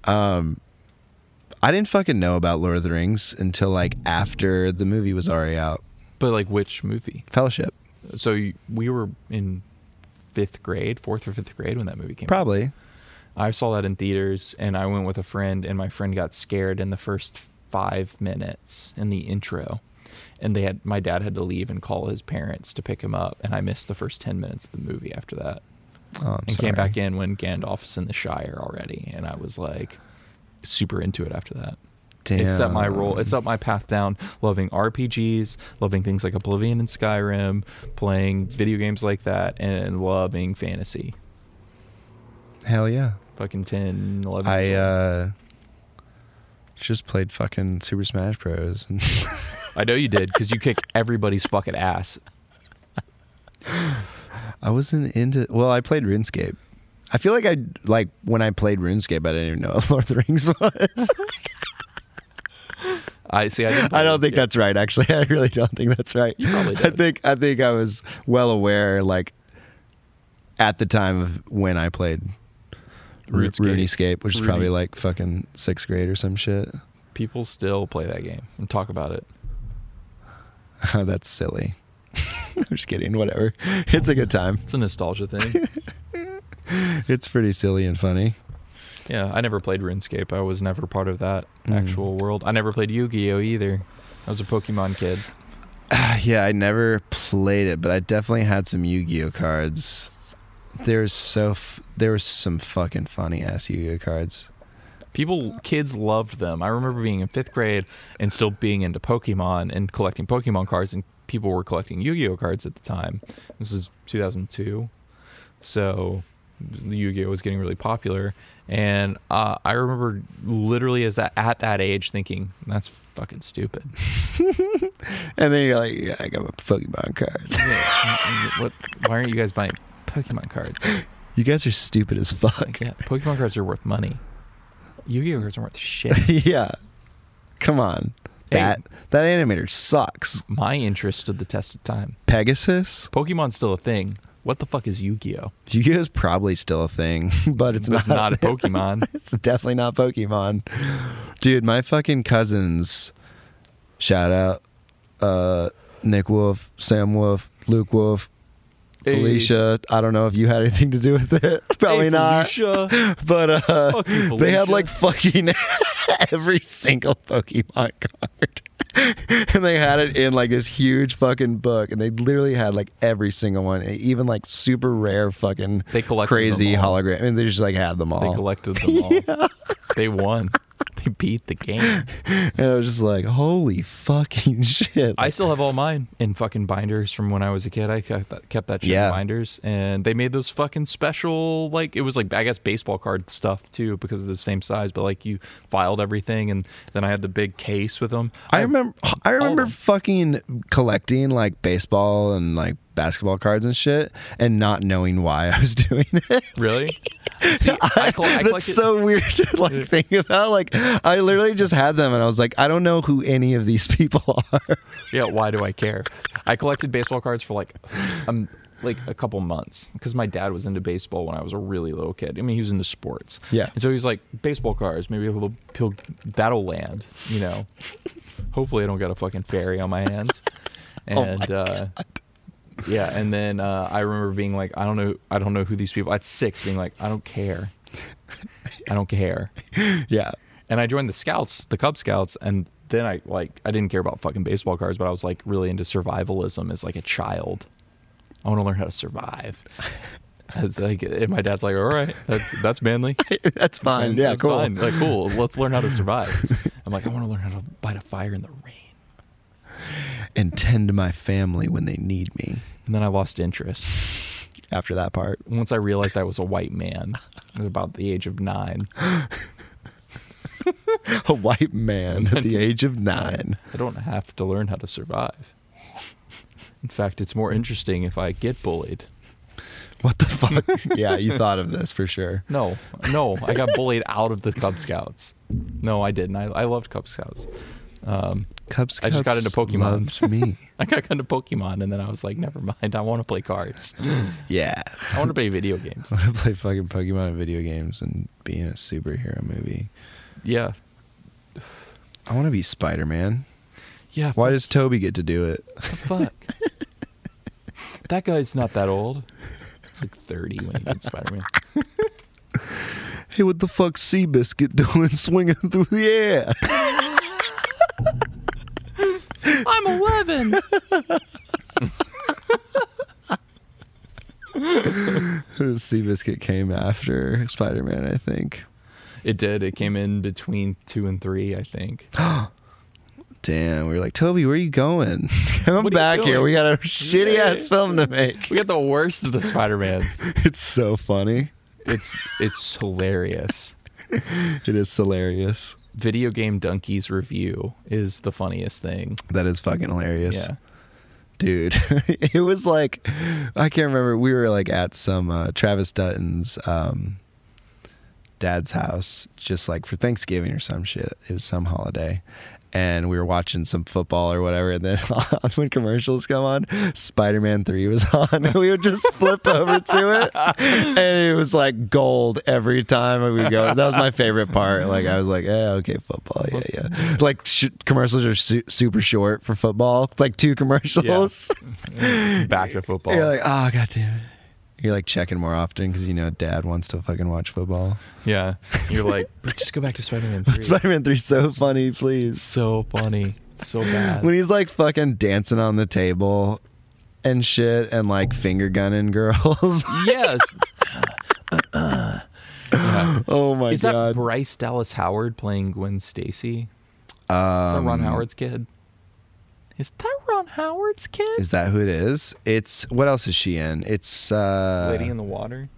Speaker 2: I didn't fucking know about Lord of the Rings until like after the movie was already out.
Speaker 3: but like which movie
Speaker 2: Fellowship,
Speaker 3: so you- we were in fifth grade fourth or fifth grade when that movie came out.
Speaker 2: probably.
Speaker 3: I saw that in theaters, and I went with a friend, and my friend got scared in the first five minutes in the intro, and they had my dad had to leave and call his parents to pick him up, and I missed the first ten minutes of the movie after that,
Speaker 2: Oh, I'm
Speaker 3: and
Speaker 2: sorry.
Speaker 3: came back in when Gandalf's in the Shire already, and I was like, super into it after that. It's up my role. It's up my path down. Loving RPGs, loving things like Oblivion and Skyrim, playing video games like that, and loving fantasy.
Speaker 2: Hell yeah!
Speaker 3: Fucking 10, 11.
Speaker 2: I
Speaker 3: years old.
Speaker 2: uh, just played fucking Super Smash Bros. [LAUGHS] and
Speaker 3: I know you did because you kick everybody's fucking ass.
Speaker 2: I wasn't into. Well, I played RuneScape. I feel like I like when I played RuneScape, I didn't even know [LAUGHS] what Lord of the Rings was.
Speaker 3: [LAUGHS] I see. I, didn't
Speaker 2: I don't think
Speaker 3: play
Speaker 2: that's right. Actually, [LAUGHS] I really don't think that's right.
Speaker 3: You probably
Speaker 2: I
Speaker 3: did.
Speaker 2: think I think I was well aware, like at the time of when I played Ru-
Speaker 3: RuneScape.
Speaker 2: RuneScape, which is probably
Speaker 3: Rune-
Speaker 2: like fucking sixth grade or some shit. [LAUGHS]
Speaker 3: that. People still play that game and talk about it.
Speaker 2: that's silly. [LAUGHS] I'm just kidding. Whatever. [LAUGHS] It's a good time. [LAUGHS]
Speaker 3: It's a nostalgia thing.
Speaker 2: It's pretty silly and funny.
Speaker 3: Yeah, I never played RuneScape. I was never part of that
Speaker 2: Mm.
Speaker 3: actual world. I never played Yu-Gi-Oh either. I was a Pokemon kid.
Speaker 2: [SIGHS] yeah, I never played it, but I definitely had some Yu-Gi-Oh cards. There's so f- there was some fucking funny ass Yu-Gi-Oh cards.
Speaker 3: People, kids loved them. I remember being in fifth grade and still being into Pokemon and collecting Pokemon cards, and people were collecting Yu-Gi-Oh cards at the time. This is 2002, so the Yu-Gi-Oh was getting really popular, and uh, I remember literally as that at that age thinking that's fucking stupid.
Speaker 2: And then you're like, yeah, I got my Pokemon [LAUGHS] cards.
Speaker 3: what, why aren't you guys buying Pokemon cards?
Speaker 2: you guys are stupid as fuck.
Speaker 3: Yeah, Pokemon cards are worth money. Yu-Gi-Oh cards are
Speaker 2: [LAUGHS]
Speaker 3: worth shit.
Speaker 2: [LAUGHS] yeah. Come on.
Speaker 3: Hey.
Speaker 2: That that animator sucks.
Speaker 3: My interest stood the test of time.
Speaker 2: Pegasus?
Speaker 3: Pokemon's still a thing. What the fuck is Yu-Gi-Oh?
Speaker 2: Yu-Gi-Oh is probably still a thing, [LAUGHS] but [LAUGHS] it's
Speaker 3: But
Speaker 2: not.
Speaker 3: it's not a Pokemon.
Speaker 2: it's definitely not Pokemon, dude. My fucking cousins, shout out, uh, Nick Wolf, Sam Wolf, Luke Wolf,
Speaker 3: Hey.
Speaker 2: Felicia. I don't know if you had anything to do with it. [LAUGHS] Probably
Speaker 3: Hey,
Speaker 2: not.
Speaker 3: Felicia.
Speaker 2: [LAUGHS] But uh,
Speaker 3: Fuck you,
Speaker 2: they had
Speaker 3: Felicia.
Speaker 2: like fucking [LAUGHS] every single Pokemon card. [LAUGHS] and they had it in like this huge fucking book, and they literally had like every single one, even like super rare fucking
Speaker 3: They collected
Speaker 2: crazy
Speaker 3: them all.
Speaker 2: hologram. I mean, they just like had them all. [LAUGHS]
Speaker 3: They collected them all. They won. They beat the game.
Speaker 2: and I was just like, holy fucking shit.
Speaker 3: I still have all mine in fucking binders from when I was a kid. I kept that, kept that shit
Speaker 2: Yeah.
Speaker 3: in binders, and they made those fucking special like it was like I guess baseball card stuff too because of the same size. But like you filed everything, and then I had the big case with them.
Speaker 2: I remember I remember
Speaker 3: them.
Speaker 2: fucking collecting like baseball and like basketball cards and shit and not knowing why I was [LAUGHS] doing it. [LAUGHS]
Speaker 3: really. See, I, coll- I
Speaker 2: That's
Speaker 3: collected-
Speaker 2: so weird to like think about. Like I literally just had them and I was like, I don't know who any of these [LAUGHS] people are.
Speaker 3: Yeah, why do I care? I collected baseball cards for like um like a couple months because my dad was into baseball when I was a really little kid. I mean, he was into sports.
Speaker 2: Yeah.
Speaker 3: And so he was like, baseball cards, maybe he'll, he'll that'll land, you know. Hopefully, I don't got a fucking fairy on my hands.
Speaker 2: [LAUGHS] Oh my
Speaker 3: And uh, yeah, and then uh, I remember being like, I don't know, I don't know who these people. At six, being like, I don't care, [LAUGHS] I
Speaker 2: [LAUGHS]
Speaker 3: don't care
Speaker 2: yeah.
Speaker 3: and I joined the Scouts, the Cub Scouts, and then I like I didn't care about fucking baseball cards, but I was like really into survivalism as like a child. I want to learn how
Speaker 2: [LAUGHS]
Speaker 3: to survive. It's like, and my dad's like, all right, that's,
Speaker 2: [LAUGHS]
Speaker 3: that's manly.
Speaker 2: That's fine.
Speaker 3: And
Speaker 2: Yeah,
Speaker 3: it's
Speaker 2: cool.
Speaker 3: fine. Like, cool. Let's learn how to survive.
Speaker 2: [LAUGHS]
Speaker 3: I'm like, "Oh." I want to learn how to light a fire in the rain.
Speaker 2: And tend to my family when they need me.
Speaker 3: And then I lost interest
Speaker 2: After that part. [LAUGHS]
Speaker 3: once I realized I was a white man at about the age of nine.
Speaker 2: A white man at the age of nine.
Speaker 3: I don't have to learn how to survive. [LAUGHS] In fact, it's more interesting if I get bullied.
Speaker 2: What the
Speaker 3: [LAUGHS]
Speaker 2: fuck? yeah, you thought of this for sure.
Speaker 3: No, no, I got bullied out of the Cub Scouts. No, I didn't. I, I loved Cub Scouts. Um,
Speaker 2: Cub Scouts
Speaker 3: I just got into Pokemon.
Speaker 2: loved me.
Speaker 3: [LAUGHS] I got into Pokemon, and then I was like, never mind. I want to play cards.
Speaker 2: yeah. [LAUGHS]
Speaker 3: I want to play video games.
Speaker 2: I want to play fucking Pokemon and video games and be in a superhero movie.
Speaker 3: Yeah,
Speaker 2: I want to be Spider Man.
Speaker 3: yeah.
Speaker 2: Why does Toby get to do it?
Speaker 3: fuck? that guy's not that old. He's like thirty when he did Spider Man.
Speaker 2: Hey, what the fuck, Seabiscuit [LAUGHS] doing swinging through the air?
Speaker 3: I'm eleven.
Speaker 2: [LAUGHS] Seabiscuit came after Spider Man, I think.
Speaker 3: It did. It came in between two and three, I think.
Speaker 2: Damn, we were like, Toby, where you going? [LAUGHS] Come
Speaker 3: What are you
Speaker 2: back here.
Speaker 3: doing?
Speaker 2: We got [LAUGHS] a shitty
Speaker 3: Yeah.
Speaker 2: ass film to make. [LAUGHS]
Speaker 3: We got the worst of the Spider [LAUGHS] Mans.
Speaker 2: It's so funny.
Speaker 3: It's it's hilarious.
Speaker 2: It is hilarious.
Speaker 3: video game donkeys review is the funniest thing.
Speaker 2: That is fucking hilarious.
Speaker 3: Yeah.
Speaker 2: dude [LAUGHS] it was like i can't remember we were like at some uh, travis dutton's um dad's house just like for thanksgiving or some shit it was some holiday and we were watching some football or whatever and then [LAUGHS] when commercials come on spider-man 3 was on [LAUGHS] and we would just flip over to it and it was like gold every time we would go that was my favorite part like i was like yeah okay football yeah yeah like sh- commercials are su- super short for [LAUGHS] football it's like two commercials
Speaker 3: Back to football.
Speaker 2: you're like, oh god damn it. You're like checking more often because you know dad wants to fucking watch football.
Speaker 3: Yeah. You're [LAUGHS] like, "Bro, just go back to Spider Man 3.
Speaker 2: Spider Man 3 so funny, please.
Speaker 3: [LAUGHS] so funny. So bad.
Speaker 2: when he's like fucking dancing on the table and shit and like finger gunning [LAUGHS] girls.
Speaker 3: yes. [LAUGHS] Yeah.
Speaker 2: oh my
Speaker 3: Is that
Speaker 2: god.
Speaker 3: Bryce Dallas Howard playing Gwen Stacy? Is that
Speaker 2: Um,
Speaker 3: Ron Howard's kid? Is that Ron Howard's kid?
Speaker 2: Is that who it is? It's what else is she in? It's uh
Speaker 3: Lady in the Water?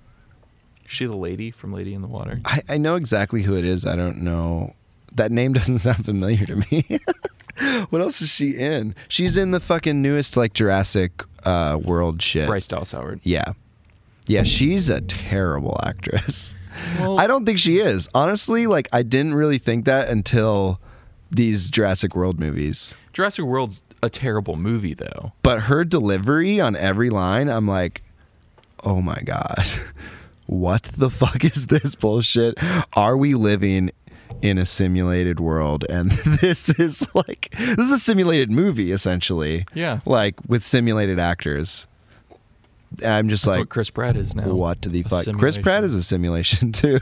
Speaker 3: Is she the lady from Lady in the Water?
Speaker 2: I, I know exactly who it is. I don't know. That name [LAUGHS] doesn't sound familiar to me. [LAUGHS] what else is she in? She's in the fucking newest like Jurassic uh, World shit.
Speaker 3: [LAUGHS] Bryce Dallas Howard.
Speaker 2: Yeah. Yeah, she's a terrible actress.
Speaker 3: Well-
Speaker 2: I don't think she is. Honestly, like I didn't really think that until these Jurassic World movies.
Speaker 3: Jurassic World's a terrible movie, though.
Speaker 2: But her delivery on every line, I'm like, "Oh my god. [LAUGHS] What the fuck is this bullshit? Are we living in a simulated world and [LAUGHS] this is like this is a simulated movie essentially.
Speaker 3: Yeah.
Speaker 2: Like with simulated actors. I'm just
Speaker 3: That's
Speaker 2: like
Speaker 3: what Chris Pratt is now.
Speaker 2: What the
Speaker 3: A
Speaker 2: fuck? Chris Pratt
Speaker 3: simulation.
Speaker 2: is a simulation [LAUGHS] too.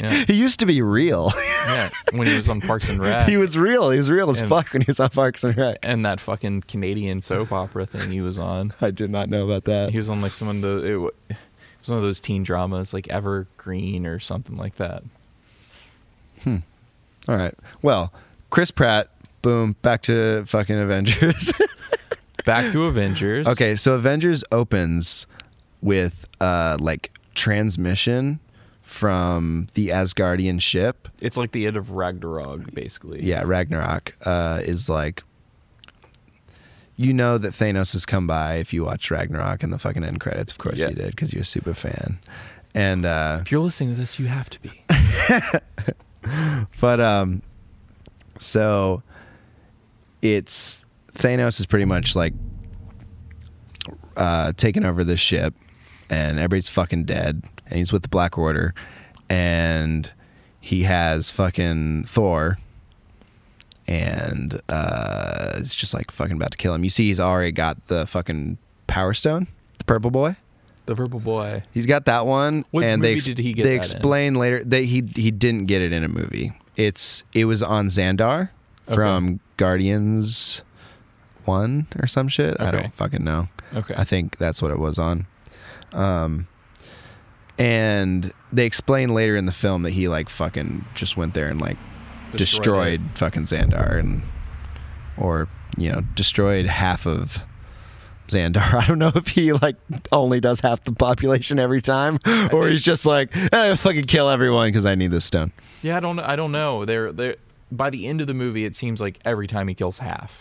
Speaker 3: Yeah.
Speaker 2: he used to be real.
Speaker 3: [LAUGHS]
Speaker 2: [LAUGHS]
Speaker 3: yeah, when he was on Parks and Rec.
Speaker 2: he was real. He was real as
Speaker 3: And-
Speaker 2: fuck when he was on Parks and Rec.
Speaker 3: and that fucking Canadian soap opera thing he was on.
Speaker 2: I did not know about that.
Speaker 3: He was on like some of the it, wa- it was one of those teen dramas like Evergreen or something like that.
Speaker 2: All right. Well, Chris Pratt. Boom. Back to fucking Avengers. [LAUGHS]
Speaker 3: Back to Avengers.
Speaker 2: okay, so Avengers opens with uh like transmission from the Asgardian ship.
Speaker 3: It's like the end of Ragnarok, basically.
Speaker 2: yeah, Ragnarok uh, is like you know that Thanos has come by if you watch Ragnarok and the fucking end credits. Of course
Speaker 3: Yeah.
Speaker 2: you did because you're a super fan. And uh,
Speaker 3: If you're listening to this, you have
Speaker 2: [LAUGHS]
Speaker 3: to be.
Speaker 2: but um, so it's Thanos is pretty much like uh, taking over this ship, and everybody's fucking dead, and he's with the Black Order, and he has fucking Thor, and uh, it's just like fucking about to kill him. You see, he's already got the fucking Power Stone, the Purple Boy.
Speaker 3: The Purple Boy.
Speaker 2: He's got that one,
Speaker 3: What
Speaker 2: and they
Speaker 3: movie did he get
Speaker 2: they
Speaker 3: that in?
Speaker 2: explain later that he he didn't get it in a movie. It's it was on Xandar from Guardians One or some shit. I
Speaker 3: Okay.
Speaker 2: don't fucking know.
Speaker 3: Okay.
Speaker 2: I think that's what it was on. Um, and they explain later in the film that he like fucking just went there and like destroyed,
Speaker 3: Destroyed
Speaker 2: fucking Xandar and or you know destroyed half of Xandar. [LAUGHS] I don't know if he like only does half the population every time, or he's just like eh, fucking kill everyone because I need this stone.
Speaker 3: Yeah, I don't. I don't know. They're they. By the end of the movie, it seems like every time he kills half.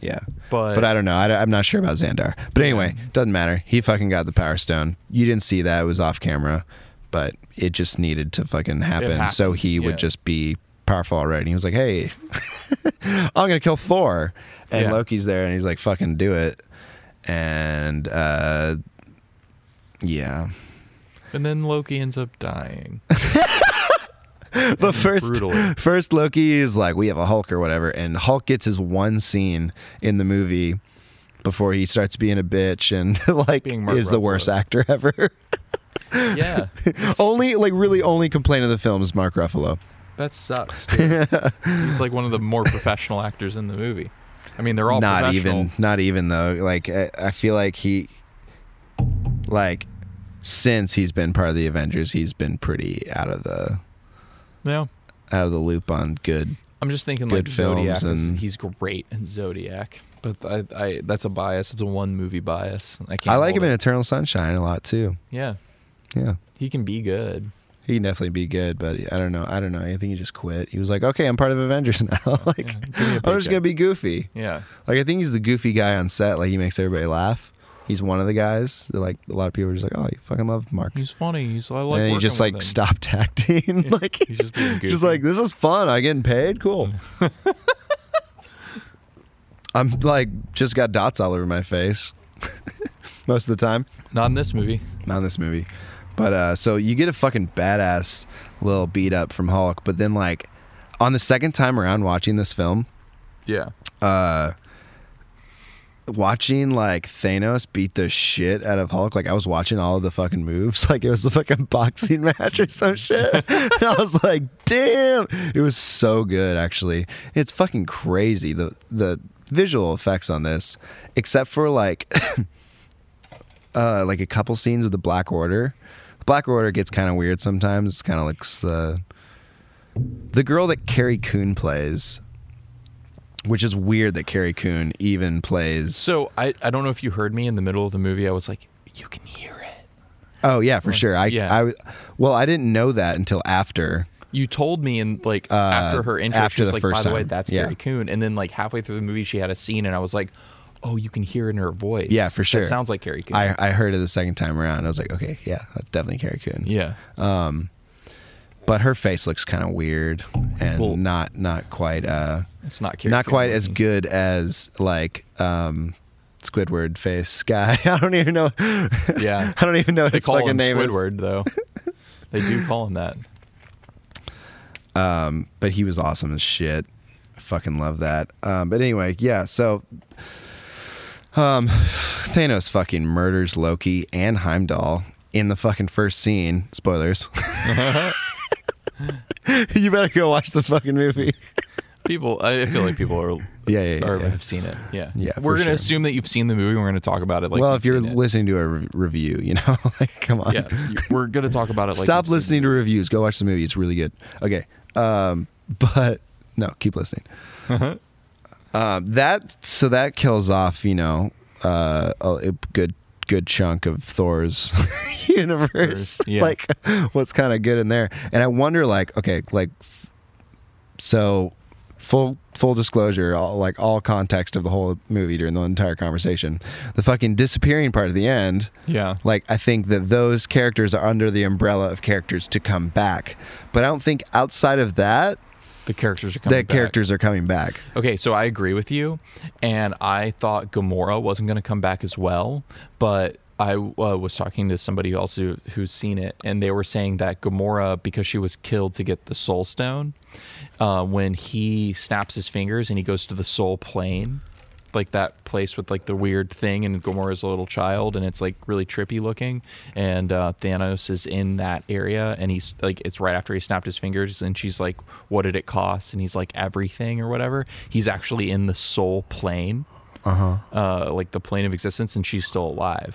Speaker 2: Yeah,
Speaker 3: But-
Speaker 2: but I don't know. I, am not sure about Xandar. But anyway, doesn't matter. He fucking got the power stone. You didn't see that; it was off camera, but it just needed to fucking happen.
Speaker 3: happened,
Speaker 2: So he
Speaker 3: yeah.
Speaker 2: would just be powerful already. He was like, "Hey, [LAUGHS] I'm gonna kill Thor," and
Speaker 3: Yeah.
Speaker 2: Loki's there, and he's like, "Fucking do it!" And uh, yeah,
Speaker 3: And then Loki ends up dying.
Speaker 2: but first,
Speaker 3: brutally.
Speaker 2: [LAUGHS] first Loki is like, "We have a Hulk or whatever," and Hulk gets his one scene in the movie before he starts being a bitch and [LAUGHS] like
Speaker 3: Being Mark
Speaker 2: is the
Speaker 3: Ruffalo.
Speaker 2: worst actor [LAUGHS]
Speaker 3: [LAUGHS]
Speaker 2: ever.
Speaker 3: [LAUGHS] yeah,
Speaker 2: only like really only complaint of the film is Mark Ruffalo.
Speaker 3: that sucks. Dude.
Speaker 2: [LAUGHS]
Speaker 3: He's like one of the more professional actors in the movie. I mean, they're all
Speaker 2: not
Speaker 3: professional.
Speaker 2: even, not even though. Like I, I feel like he, like, since he's been part of the Avengers, he's been pretty out of the
Speaker 3: Yeah.
Speaker 2: out of the loop on good.
Speaker 3: I'm just thinking
Speaker 2: good
Speaker 3: like Zodiac.
Speaker 2: films
Speaker 3: is-
Speaker 2: and-
Speaker 3: He's great in Zodiac, but I, I that's a bias. It's a one movie bias. I can't.
Speaker 2: I like
Speaker 3: hold
Speaker 2: him in
Speaker 3: it.
Speaker 2: Eternal Sunshine a lot too.
Speaker 3: Yeah,
Speaker 2: Yeah.
Speaker 3: he can be good.
Speaker 2: He can definitely be good, but I don't know. I don't know. I think he just quit. He was like, "Okay, I'm part of Avengers [LAUGHS] now. like,
Speaker 3: give me a
Speaker 2: I'm just
Speaker 3: paycheck.
Speaker 2: gonna be goofy."
Speaker 3: Yeah,
Speaker 2: Like, I think he's the goofy guy on set. Like, he makes everybody laugh. He's one of the guys that, like, a lot of people are just like, "Oh, you fucking love Mark."
Speaker 3: he's funny. He's I like.
Speaker 2: and then he
Speaker 3: working
Speaker 2: just
Speaker 3: with
Speaker 2: like
Speaker 3: him.
Speaker 2: stopped [LAUGHS] acting. like [LAUGHS]
Speaker 3: he's just being goofy.
Speaker 2: like this is fun. I getting paid. Cool. [LAUGHS]
Speaker 3: [LAUGHS]
Speaker 2: I'm like just got dots all over my face [LAUGHS] most of the time.
Speaker 3: Not in this movie.
Speaker 2: Not in this movie, but uh, so you get a fucking badass little beat up from Hulk, but then like on the second time around watching this film,
Speaker 3: Yeah.
Speaker 2: uh, watching like Thanos beat the shit out of Hulk, like I was watching all of the fucking moves, [LAUGHS] like it was a fucking boxing [LAUGHS] match or some shit. [LAUGHS] and I was like, damn, it was so good actually. It's fucking crazy the the visual effects on this, except for like uh like a couple scenes with the Black Order. Black Order gets kind of weird sometimes. It's kind of looks uh, the girl that Carrie Coon plays. Which is weird that Carrie Coon even plays
Speaker 3: So I, I don't know if you heard me in the middle of the movie. I was like, you can hear it.
Speaker 2: Oh yeah, for sure. I,
Speaker 3: yeah.
Speaker 2: I, well, I didn't know that until after.
Speaker 3: You told me in like after her intro,
Speaker 2: Uh, after
Speaker 3: she was
Speaker 2: the
Speaker 3: like,
Speaker 2: first
Speaker 3: by the way,
Speaker 2: time.
Speaker 3: that's
Speaker 2: Yeah.
Speaker 3: Gary Coon. And then like halfway through the movie, she had a scene, and I was like, oh, you can hear it in her voice.
Speaker 2: Yeah, for sure.
Speaker 3: That sounds like Gary Coon.
Speaker 2: I, I heard it the second time around. I was like, okay, yeah, that's definitely Carrie Coon.
Speaker 3: yeah.
Speaker 2: uh, But her face looks kind of weird and
Speaker 3: Well-
Speaker 2: not not quite uh
Speaker 3: it's not Carrie
Speaker 2: not
Speaker 3: Coon
Speaker 2: quite
Speaker 3: to
Speaker 2: as
Speaker 3: me.
Speaker 2: good as like um Squidward face guy. [LAUGHS] I don't even know.
Speaker 3: Yeah.
Speaker 2: [LAUGHS] I don't even know what
Speaker 3: They
Speaker 2: his
Speaker 3: call
Speaker 2: fucking
Speaker 3: him
Speaker 2: name is.
Speaker 3: Squidward,
Speaker 2: [LAUGHS]
Speaker 3: though. they do call him that.
Speaker 2: but he was awesome as shit. I fucking love that. Um, but anyway, yeah. So, um, [SIGHS] Thanos fucking murders Loki and Heimdall in the fucking first scene.
Speaker 3: [LAUGHS]
Speaker 2: Spoilers. [LAUGHS] you better go watch the fucking movie.
Speaker 3: People, I I feel like people are.
Speaker 2: Yeah, yeah, yeah,
Speaker 3: or
Speaker 2: yeah.
Speaker 3: have seen it. Yeah,
Speaker 2: Yeah,
Speaker 3: We're
Speaker 2: for
Speaker 3: gonna
Speaker 2: sure.
Speaker 3: assume that you've seen the movie. We're gonna talk about it. Like,
Speaker 2: well, if
Speaker 3: you've
Speaker 2: you're
Speaker 3: seen it.
Speaker 2: listening to a re- review, you know, [LAUGHS] like, come on.
Speaker 3: yeah, you- we're gonna talk about it. Like
Speaker 2: Stop
Speaker 3: you've seen it.
Speaker 2: listening to reviews. Go watch the movie. It's really good. Okay. Um, [LAUGHS] but no, keep listening. Um, that so that kills off, you know, uh, a a good good chunk of Thor's [LAUGHS] universe.
Speaker 3: Thor's, yeah.
Speaker 2: Like what's kind of good in there. And I wonder like, okay, like f- so full full disclosure, all, like all context of the whole movie during the entire conversation. The fucking disappearing part at the end
Speaker 3: [LAUGHS] Yeah,
Speaker 2: like I think that those characters are under the umbrella of characters to come back. But I don't think outside of that
Speaker 3: the characters are coming.
Speaker 2: that
Speaker 3: back.
Speaker 2: characters are coming back.
Speaker 3: Okay, so I agree with you, and I thought Gamora wasn't going to come back as well, but I uh, was talking to somebody else who, who's seen it, and they were saying that Gamora, because she was killed to get the Soul Stone, uh, when he snaps his fingers and he goes to the Soul Plane, like that place with like the weird thing, and Gamora's a little child, and it's like really trippy looking, and uh, Thanos is in that area, and he's like, it's right after he snapped his fingers, and she's like, "What did it cost?" And he's like, "Everything" or whatever. He's actually in the Soul Plane
Speaker 2: Uh-huh.
Speaker 3: uh, like the plane of existence and she's still alive.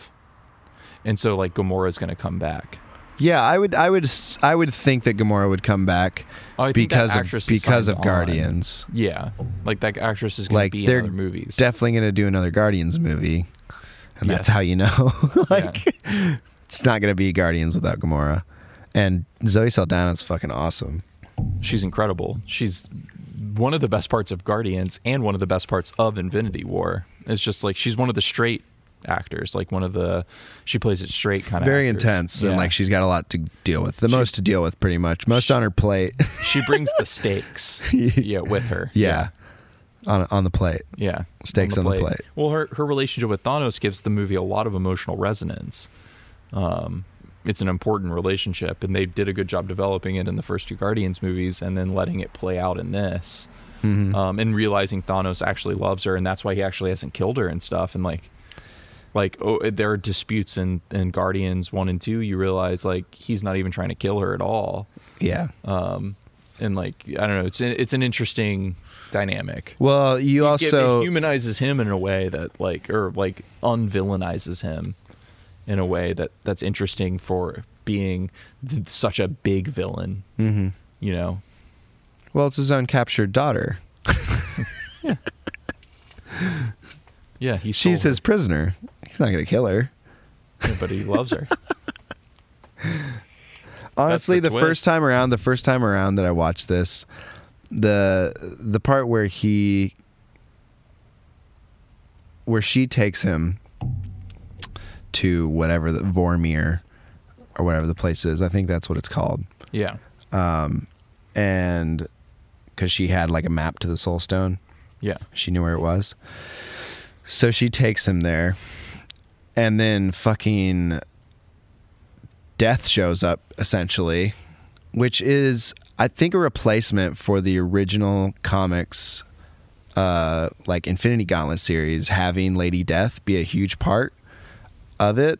Speaker 3: And so like Gamora's going to come back.
Speaker 2: Yeah, I would I would s- I would think that Gamora would come back
Speaker 3: Oh, I think that
Speaker 2: because of
Speaker 3: actress is
Speaker 2: because
Speaker 3: signed
Speaker 2: of
Speaker 3: on.
Speaker 2: Guardians.
Speaker 3: Yeah. Like that actress is going
Speaker 2: Like
Speaker 3: to be
Speaker 2: they're
Speaker 3: in other movies.
Speaker 2: definitely going to do another Guardians movie. And that's
Speaker 3: Yes.
Speaker 2: how you know. [LAUGHS] like it's not going to be Guardians without Gamora. And Zoe Saldana's fucking awesome.
Speaker 3: she's incredible. She's one of the best parts of Guardians and one of the best parts of Infinity War. It's just like she's one of the straight actors, like one of the she plays it straight kind of
Speaker 2: Very intense and like she's got a lot to deal with. The most to deal with pretty much. Most on her plate. [LAUGHS]
Speaker 3: she brings the stakes yeah with her.
Speaker 2: Yeah. On on the plate.
Speaker 3: Yeah.
Speaker 2: Steaks on the plate.
Speaker 3: Well, her, her relationship with Thanos gives the movie a lot of emotional resonance. Um, it's an important relationship, and they did a good job developing it in the first two Guardians movies and then letting it play out in this.
Speaker 2: Mm-hmm.
Speaker 3: Um, and realizing Thanos actually loves her, and that's why he actually hasn't killed her and stuff. And like, like oh, there are disputes in, in Guardians 1 and 2. You realize, like, he's not even trying to kill her at all.
Speaker 2: Yeah.
Speaker 3: And like, I don't know, it's, an- it's an interesting dynamic.
Speaker 2: well, you,
Speaker 3: It-
Speaker 2: also
Speaker 3: it humanizes him in a way that like or like unvillainizes him in a way that that's interesting for being th- such a big villain mm-hmm. you know
Speaker 2: well, it's his own captured daughter.
Speaker 3: yeah he
Speaker 2: She's
Speaker 3: stole
Speaker 2: his prisoner. He's not going to kill her.
Speaker 3: her, but he
Speaker 2: [LAUGHS]
Speaker 3: loves her
Speaker 2: Honestly, the,
Speaker 3: the twist.
Speaker 2: first time around, the first time around that I watched this, the the part where he where she takes him to whatever the Vormir or whatever the place is. I think that's what it's called.
Speaker 3: yeah
Speaker 2: And cuz she had like a map to the Soul Stone.
Speaker 3: yeah
Speaker 2: She knew where it was. So she takes him there. And then fucking Death shows up, essentially, which is, I think, a replacement for the original comics uh, like Infinity Gauntlet series having Lady Death be a huge part of it,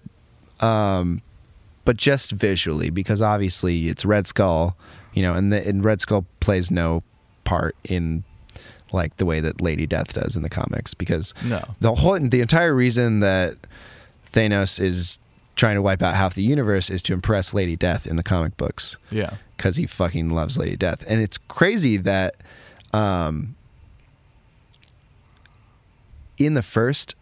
Speaker 2: um, but just visually because obviously it's Red Skull, you know, and the, and Red Skull plays no part in like the way that Lady Death does in the comics because
Speaker 3: No.
Speaker 2: the whole the entire reason that Thanos is trying to wipe out half the universe is to impress Lady Death in the comic books
Speaker 3: Yeah.
Speaker 2: because he fucking loves Lady Death. And it's crazy that um, in the first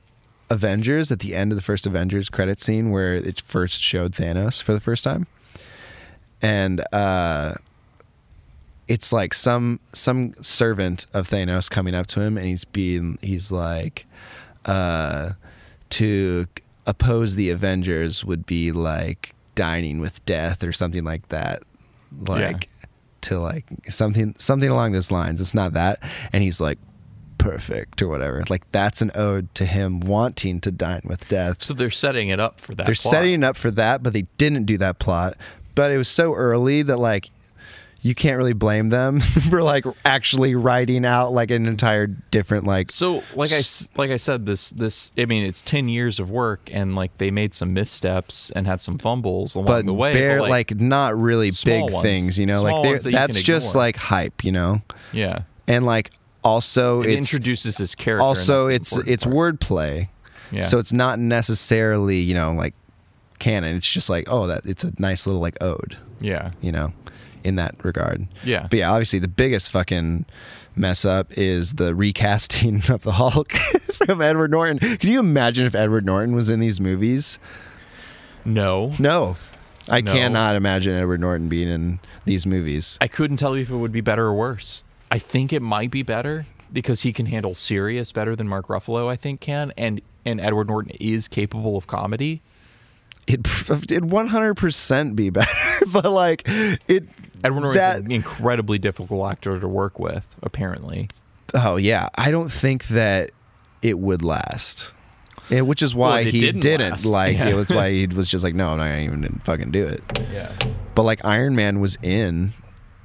Speaker 2: Avengers, at the end of the first Avengers credit scene where it first showed Thanos for the first time, and uh, it's like some some servant of Thanos coming up to him and he's being he's like uh, to oppose the Avengers would be like dining with death or something like that like to like something something along those lines it's not that and he's like perfect or whatever like that's an ode to him wanting to dine with death
Speaker 3: So they're setting it up for that.
Speaker 2: they're
Speaker 3: plot.
Speaker 2: setting up for that, but they didn't do that plot. But it was so early that like you can't really blame them [LAUGHS] for like actually writing out like an entire different like
Speaker 3: So, like I s- like I said, this this I mean, it's ten years of work, and like they made some missteps and had some fumbles along
Speaker 2: but
Speaker 3: the way.
Speaker 2: bare
Speaker 3: but,
Speaker 2: like, not really
Speaker 3: small
Speaker 2: big
Speaker 3: ones.
Speaker 2: things, you know.
Speaker 3: Small
Speaker 2: like
Speaker 3: ones that
Speaker 2: they're-
Speaker 3: you can
Speaker 2: that's just
Speaker 3: ignore.
Speaker 2: like hype, you know.
Speaker 3: yeah,
Speaker 2: And like also
Speaker 3: it
Speaker 2: it's
Speaker 3: introduces his character. and
Speaker 2: also
Speaker 3: that's
Speaker 2: it's
Speaker 3: the important
Speaker 2: it's
Speaker 3: part.
Speaker 2: wordplay.
Speaker 3: Yeah.
Speaker 2: So it's not necessarily, you know, like canon. It's just like, oh, that it's a nice little like ode.
Speaker 3: yeah,
Speaker 2: you know, in that regard.
Speaker 3: Yeah.
Speaker 2: But yeah, obviously the biggest fucking mess up is the recasting [LAUGHS] of the Hulk from Edward Norton. Can you imagine if Edward Norton was in these movies?
Speaker 3: no,
Speaker 2: No. I
Speaker 3: No.
Speaker 2: cannot imagine Edward Norton being in these movies.
Speaker 3: I couldn't tell you if it would be better or worse. I think it might be better because he can handle serious better than Mark Ruffalo. I think can and and Edward Norton is capable of comedy.
Speaker 2: It [LAUGHS] it 100% be [LAUGHS] better, but like it
Speaker 3: Edward Norton's
Speaker 2: that,
Speaker 3: an incredibly difficult actor to work with, apparently.
Speaker 2: Oh yeah, I don't think that it would last. And which is why
Speaker 3: Well, it
Speaker 2: he
Speaker 3: didn't
Speaker 2: didn't,
Speaker 3: last.
Speaker 2: like
Speaker 3: Yeah.
Speaker 2: it was
Speaker 3: [LAUGHS]
Speaker 2: why he was just like no, I'm not even gonna fucking do it.
Speaker 3: Yeah.
Speaker 2: But like Iron Man was in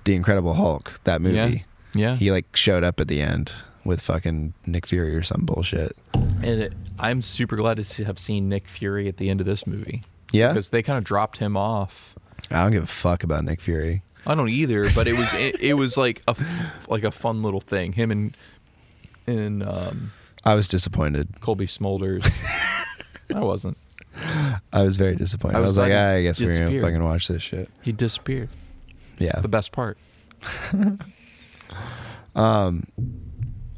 Speaker 2: The Incredible Hulk, that movie.
Speaker 3: Yeah.
Speaker 2: He like showed up at the end with fucking Nick Fury or some bullshit.
Speaker 3: And it, I'm super glad to see, have seen Nick Fury at the end of this movie.
Speaker 2: Yeah?
Speaker 3: Because they kind of dropped him off.
Speaker 2: I don't give a fuck about Nick Fury.
Speaker 3: I don't either, but it was it, it was like a like a fun little thing. Him and and um,
Speaker 2: I was disappointed.
Speaker 3: Colby
Speaker 2: [LAUGHS]
Speaker 3: Smulders. I wasn't.
Speaker 2: I was very disappointed.
Speaker 3: I
Speaker 2: I
Speaker 3: was
Speaker 2: was, like,
Speaker 3: glad
Speaker 2: "Ah,
Speaker 3: he
Speaker 2: I guess we're gonna
Speaker 3: disappeared.
Speaker 2: fucking watch this shit.
Speaker 3: He disappeared.
Speaker 2: Yeah.
Speaker 3: The best part.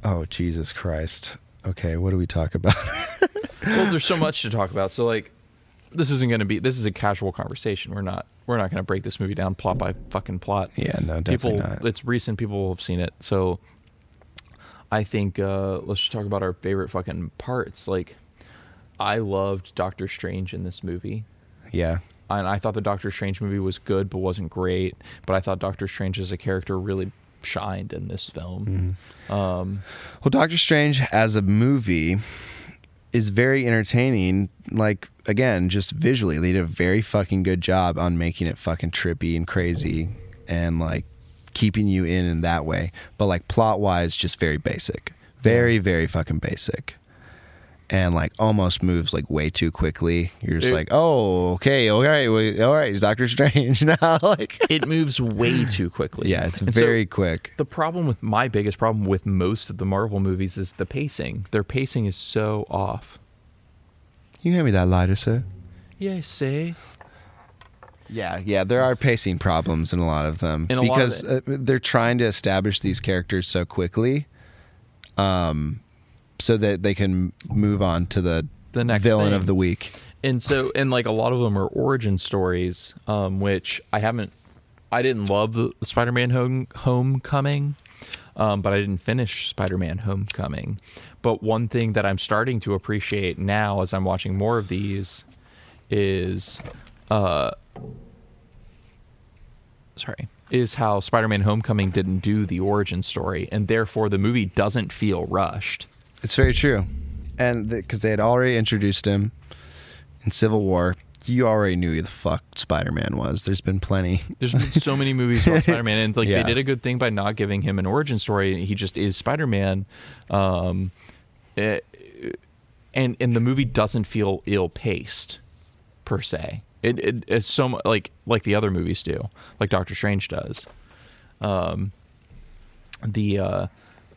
Speaker 2: Oh Jesus Christ. Okay, what do we talk about? [LAUGHS]
Speaker 3: Well, there's so much to talk about. So like, this isn't going to be. This is a casual conversation. We're not. We're not going to break this movie down plot by fucking plot.
Speaker 2: yeah, no, definitely
Speaker 3: people.
Speaker 2: not.
Speaker 3: It's recent. People have seen it. So, I think uh, let's just talk about our favorite fucking parts. Like, I loved Doctor Strange in this movie.
Speaker 2: yeah.
Speaker 3: And I thought the Doctor Strange movie was good, but wasn't great. But I thought Doctor Strange as a character really shined in this
Speaker 2: Mm-hmm.
Speaker 3: film. Um,
Speaker 2: Well, Doctor Strange as a movie is very entertaining. Like again, just visually, they did a very fucking good job on making it fucking trippy and crazy, and like keeping you in in that way. But like plot wise, just very basic, very very fucking basic, and like almost moves like way too quickly. You're just
Speaker 3: It-
Speaker 2: like, oh, okay, all right, wait, all right, it's Doctor Strange [LAUGHS] now. like,
Speaker 3: it moves
Speaker 2: [GASPS]
Speaker 3: way too quickly.
Speaker 2: yeah, it's
Speaker 3: And so-
Speaker 2: very quick.
Speaker 3: The problem with my biggest problem with most of the Marvel movies is the pacing. Their pacing is so off.
Speaker 2: Can you hand me that lighter, sir?
Speaker 3: Yeah, say.
Speaker 2: Yeah, yeah, there are pacing problems in a lot of them
Speaker 3: In a lot of
Speaker 2: because
Speaker 3: it.
Speaker 2: uh, they're trying to establish these characters so quickly, um, so that they can move on to the
Speaker 3: The next
Speaker 2: villain
Speaker 3: thing.
Speaker 2: of the week.
Speaker 3: And so, and like a lot of them are origin stories, um, which I haven't, I didn't love the Spider-Man home, Homecoming, um, but I didn't finish Spider-Man Homecoming. But one thing that I'm starting to appreciate now as I'm watching more of these is, uh, sorry, is how Spider-Man Homecoming didn't do the origin story, and therefore the movie doesn't feel rushed.
Speaker 2: It's very true, and because they had already introduced him in Civil War, you already knew who the fuck Spider Man was. There's been plenty.
Speaker 3: There's been so many
Speaker 2: [LAUGHS]
Speaker 3: movies about Spider-Man, and like
Speaker 2: Yeah.
Speaker 3: they did a good thing by not giving him an origin story. He just is Spider-Man, um, eh, and and the movie doesn't feel ill-paced per se. It it is so mu- like like the other movies do, like Doctor Strange does. Um, the uh,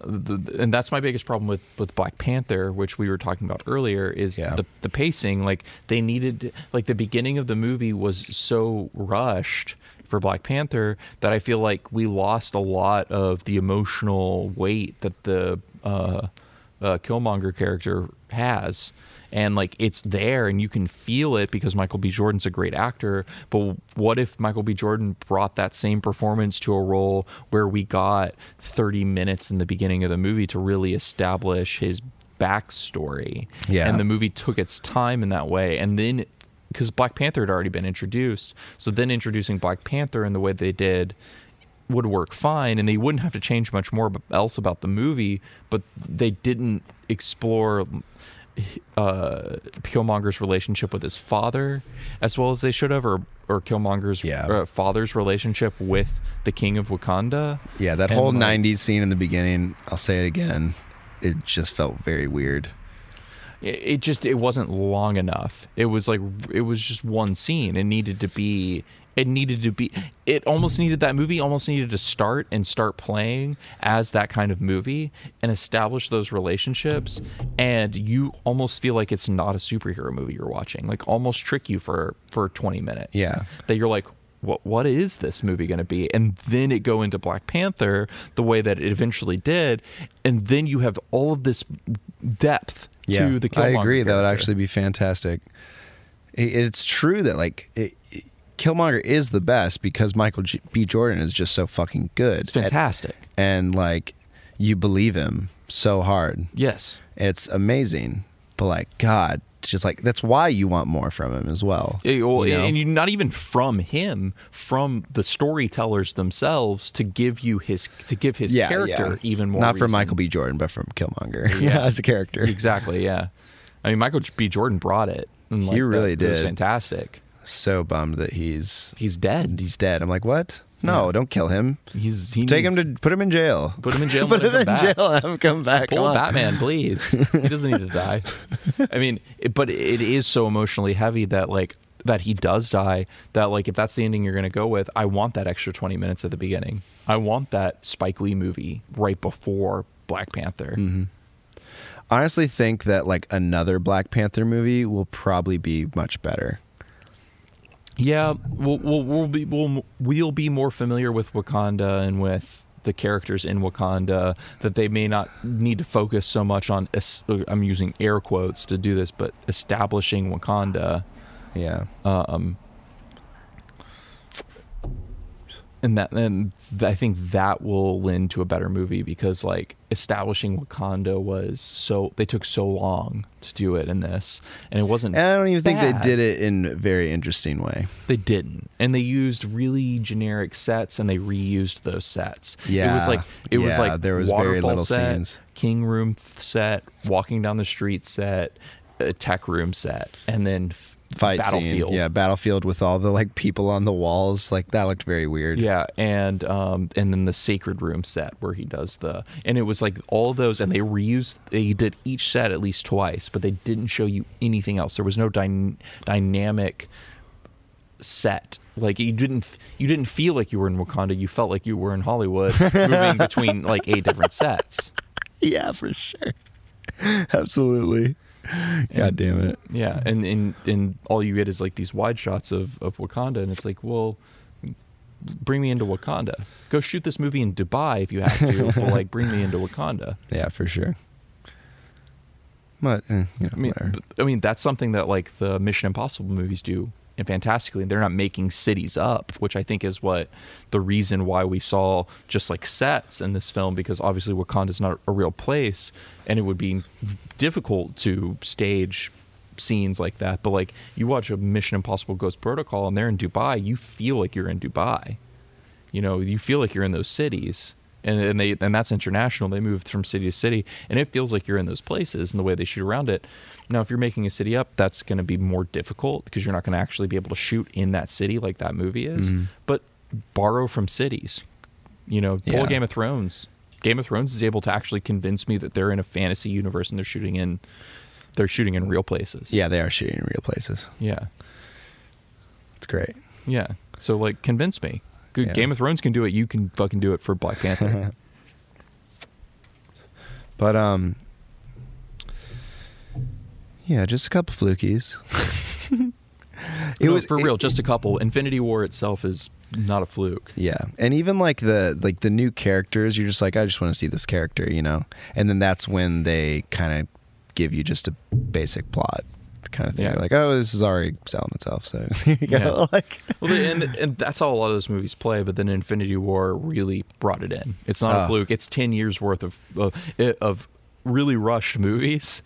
Speaker 3: the, the- and that's my biggest problem with with Black Panther, which we were talking about earlier, is
Speaker 2: Yeah.
Speaker 3: the the pacing. Like they needed, like the beginning of the movie was so rushed for Black Panther that I feel like we lost a lot of the emotional weight that the uh, uh, Killmonger character has. And like it's there, and you can feel it because Michael B. Jordan's a great actor. But what if Michael B. Jordan brought that same performance to a role where we got 30 minutes in the beginning of the movie to really establish his backstory?
Speaker 2: Yeah.
Speaker 3: And the movie took its time in that way. And then, because Black Panther had already been introduced, so then introducing Black Panther in the way they did would work fine, and they wouldn't have to change much more ab- else about the movie. But they didn't explore uh, Killmonger's relationship with his father as well as they should have, or or Killmonger's
Speaker 2: Yeah.
Speaker 3: uh, father's relationship with the King of Wakanda.
Speaker 2: Yeah, that
Speaker 3: And,
Speaker 2: whole
Speaker 3: like,
Speaker 2: '90s scene in the beginning. I'll say it again. It just felt very weird.
Speaker 3: it- it just it wasn't long enough it was like it was just one scene it needed to be it needed to be it almost needed that movie almost needed to start and start playing as that kind of movie and establish those relationships and you almost feel like it's not a superhero movie you're watching like almost trick you for for 20 minutes
Speaker 2: Yeah.
Speaker 3: that you're like what what is this movie going to be and then it go into black panther the way that it eventually did and then you have all of this depth
Speaker 2: yeah,
Speaker 3: to the
Speaker 2: I
Speaker 3: Killmonger
Speaker 2: agree. That would
Speaker 3: character.
Speaker 2: actually be fantastic. I- It's true that like it, it- Killmonger is the best because Michael G- B. Jordan is just so fucking good.
Speaker 3: It's fantastic.
Speaker 2: and, and like you believe him so hard.
Speaker 3: yes.
Speaker 2: It's amazing. But like God, it's just like that's why you want more from him as well.
Speaker 3: Yeah, Eh, well,
Speaker 2: you know?
Speaker 3: And you not even from him, from the storytellers themselves to give you his to give his character
Speaker 2: yeah.
Speaker 3: even more.
Speaker 2: Not from
Speaker 3: reason.
Speaker 2: Michael B. Jordan, but from Killmonger.
Speaker 3: Yeah.
Speaker 2: [LAUGHS] as a character.
Speaker 3: Exactly. Yeah. I mean, Michael B. Jordan brought it. And like,
Speaker 2: He
Speaker 3: that-
Speaker 2: really
Speaker 3: It was
Speaker 2: did.
Speaker 3: fantastic.
Speaker 2: So bummed that he's
Speaker 3: He's dead.
Speaker 2: he's dead. I'm like, what? No, don't kill him.
Speaker 3: He's he
Speaker 2: Take him
Speaker 3: needs-
Speaker 2: to put him in jail.
Speaker 3: Put him
Speaker 2: [LAUGHS]
Speaker 3: in jail and
Speaker 2: put
Speaker 3: let
Speaker 2: him
Speaker 3: him
Speaker 2: in
Speaker 3: come back.
Speaker 2: jail and have him come back.
Speaker 3: Pull
Speaker 2: Come
Speaker 3: a
Speaker 2: on. [LAUGHS]
Speaker 3: Batman, please. He doesn't need to die. I mean, it, but it is so emotionally heavy that like that he does die. That like if that's the ending you're gonna go with, I want that extra 20 minutes at the beginning. I want that Spike Lee movie right before Black Panther.
Speaker 2: Mm-hmm. Honestly, think that like another Black Panther movie will probably be much better.
Speaker 3: Yeah, we'll, we'll we'll be we'll we'll be more familiar with Wakanda and with the characters in Wakanda that they may not need to focus so much on. es- I'm using air quotes to do this, but establishing Wakanda.
Speaker 2: Yeah.
Speaker 3: um and that and th- i think that will lend to a better movie because like establishing wakanda was so they took so long to do it in this and it wasn't
Speaker 2: and I don't even think
Speaker 3: bad.
Speaker 2: they did it in a very interesting way.
Speaker 3: they didn't and they used really generic sets and they reused those sets it
Speaker 2: Yeah,
Speaker 3: was like it was
Speaker 2: yeah,
Speaker 3: like
Speaker 2: there was very
Speaker 3: waterfall
Speaker 2: little
Speaker 3: set,
Speaker 2: scenes.
Speaker 3: king room th- set walking down the street set a tech room set and then f-
Speaker 2: Fight
Speaker 3: battlefield
Speaker 2: scene. Yeah, battlefield with all the like people on the walls. Like that looked very weird.
Speaker 3: Yeah, and um, and then the sacred room set where he does the and it was like all those and they reused they did each set at least twice, but they didn't show you anything else. There was no dyn- dynamic set. Like you didn't you didn't feel like you were in Wakanda. You felt like you were in Hollywood, moving between like eight different sets.
Speaker 2: Yeah, for sure. [LAUGHS] Absolutely. God damn it.
Speaker 3: Yeah, and and and all you get is like these wide shots of of Wakanda, and it's like, well, bring me into Wakanda. Go shoot this movie in Dubai if you have to, but like bring me into Wakanda.
Speaker 2: Yeah, for sure. But eh, you know,
Speaker 3: I mean,
Speaker 2: whatever.
Speaker 3: but- I mean that's something that like the Mission Impossible movies do, and fantastically, they're not making cities up, which I think is what the reason why we saw just like sets in this film, because obviously Wakanda's not a real place, and it would be difficult to stage scenes like that. But like you watch a Mission Impossible Ghost Protocol, and they're in Dubai, you feel like you're in Dubai. You know, you feel like you're in those cities. and, and they and that's international. They moved from city to city, and it feels like you're in those places and the way they shoot around it. Now, if you're making a city up, that's going to be more difficult because you're not going to actually be able to shoot in that city like that movie is.
Speaker 2: Mm-hmm.
Speaker 3: But borrow from cities, you know, pull
Speaker 2: Yeah.
Speaker 3: a Game of Thrones. Game of Thrones is able to actually convince me that they're in a fantasy universe and they're shooting in they're shooting in real places.
Speaker 2: Yeah, they are shooting in real places.
Speaker 3: Yeah.
Speaker 2: It's great.
Speaker 3: Yeah. So like convince me. Good
Speaker 2: Yeah.
Speaker 3: Game of Thrones can do it, you can fucking do it for
Speaker 2: [LAUGHS]
Speaker 3: Black Panther.
Speaker 2: But um Yeah, just a couple flukies. [LAUGHS]
Speaker 3: it was
Speaker 2: was-
Speaker 3: for
Speaker 2: it-
Speaker 3: real, just a couple. Infinity War itself is not a fluke.
Speaker 2: Yeah. And even like the like the new characters, you're just like, I just want to see this character, you know? And then that's when they kind of give you just a basic plot kind of thing.
Speaker 3: Yeah.
Speaker 2: Like, oh, this is already selling itself, so [LAUGHS] there you go.
Speaker 3: Yeah.
Speaker 2: Like
Speaker 3: Well, they- and, and that's how a lot of those movies play. But then Infinity War really brought it in. It's not a
Speaker 2: Oh.
Speaker 3: fluke. It's ten years worth of of, of really rushed movies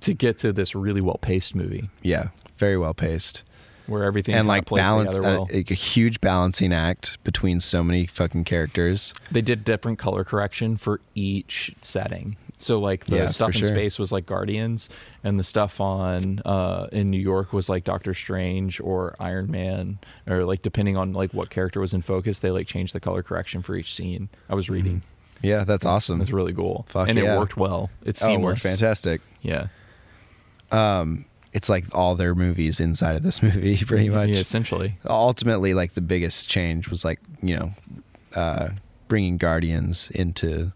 Speaker 3: to get to this really well paced movie
Speaker 2: [LAUGHS] Yeah. Very well paced.
Speaker 3: where everything
Speaker 2: And
Speaker 3: kinda
Speaker 2: like
Speaker 3: plays
Speaker 2: balance,
Speaker 3: together
Speaker 2: uh,
Speaker 3: well.
Speaker 2: a, a huge balancing act between so many fucking characters.
Speaker 3: they did different color correction for each setting. So like the
Speaker 2: Yeah,
Speaker 3: stuff
Speaker 2: for
Speaker 3: in
Speaker 2: sure.
Speaker 3: space was like Guardians, and the stuff on uh, in New York was like Doctor Strange or Iron Man, or like depending on like what character was in focus, they like changed the color correction for each scene. I was reading.
Speaker 2: Yeah, that's awesome.
Speaker 3: It's really cool.
Speaker 2: Mm-hmm. Fuck
Speaker 3: and it
Speaker 2: yeah.
Speaker 3: worked well. It
Speaker 2: oh,
Speaker 3: seamless.
Speaker 2: it worked fantastic.
Speaker 3: Yeah.
Speaker 2: It's like all their movies inside of this [LAUGHS] movie, pretty much.
Speaker 3: Yeah, essentially.
Speaker 2: Ultimately, like the biggest change was like you know, uh, bringing Guardians into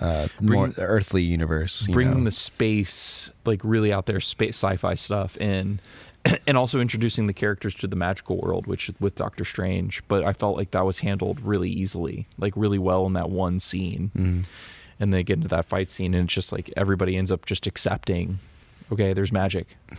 Speaker 2: uh, more
Speaker 3: Bring-
Speaker 2: the earthly universe. you
Speaker 3: Bringing
Speaker 2: know.
Speaker 3: the space, like really out there space sci-fi stuff in [CLEARS THROAT] and also introducing the characters to the magical world, which with Doctor Strange, but I felt like that was handled really easily, like really well in that one scene.
Speaker 2: Mm-hmm.
Speaker 3: And they get into that fight scene and it's just like everybody ends up just accepting, okay, there's magic. [LAUGHS]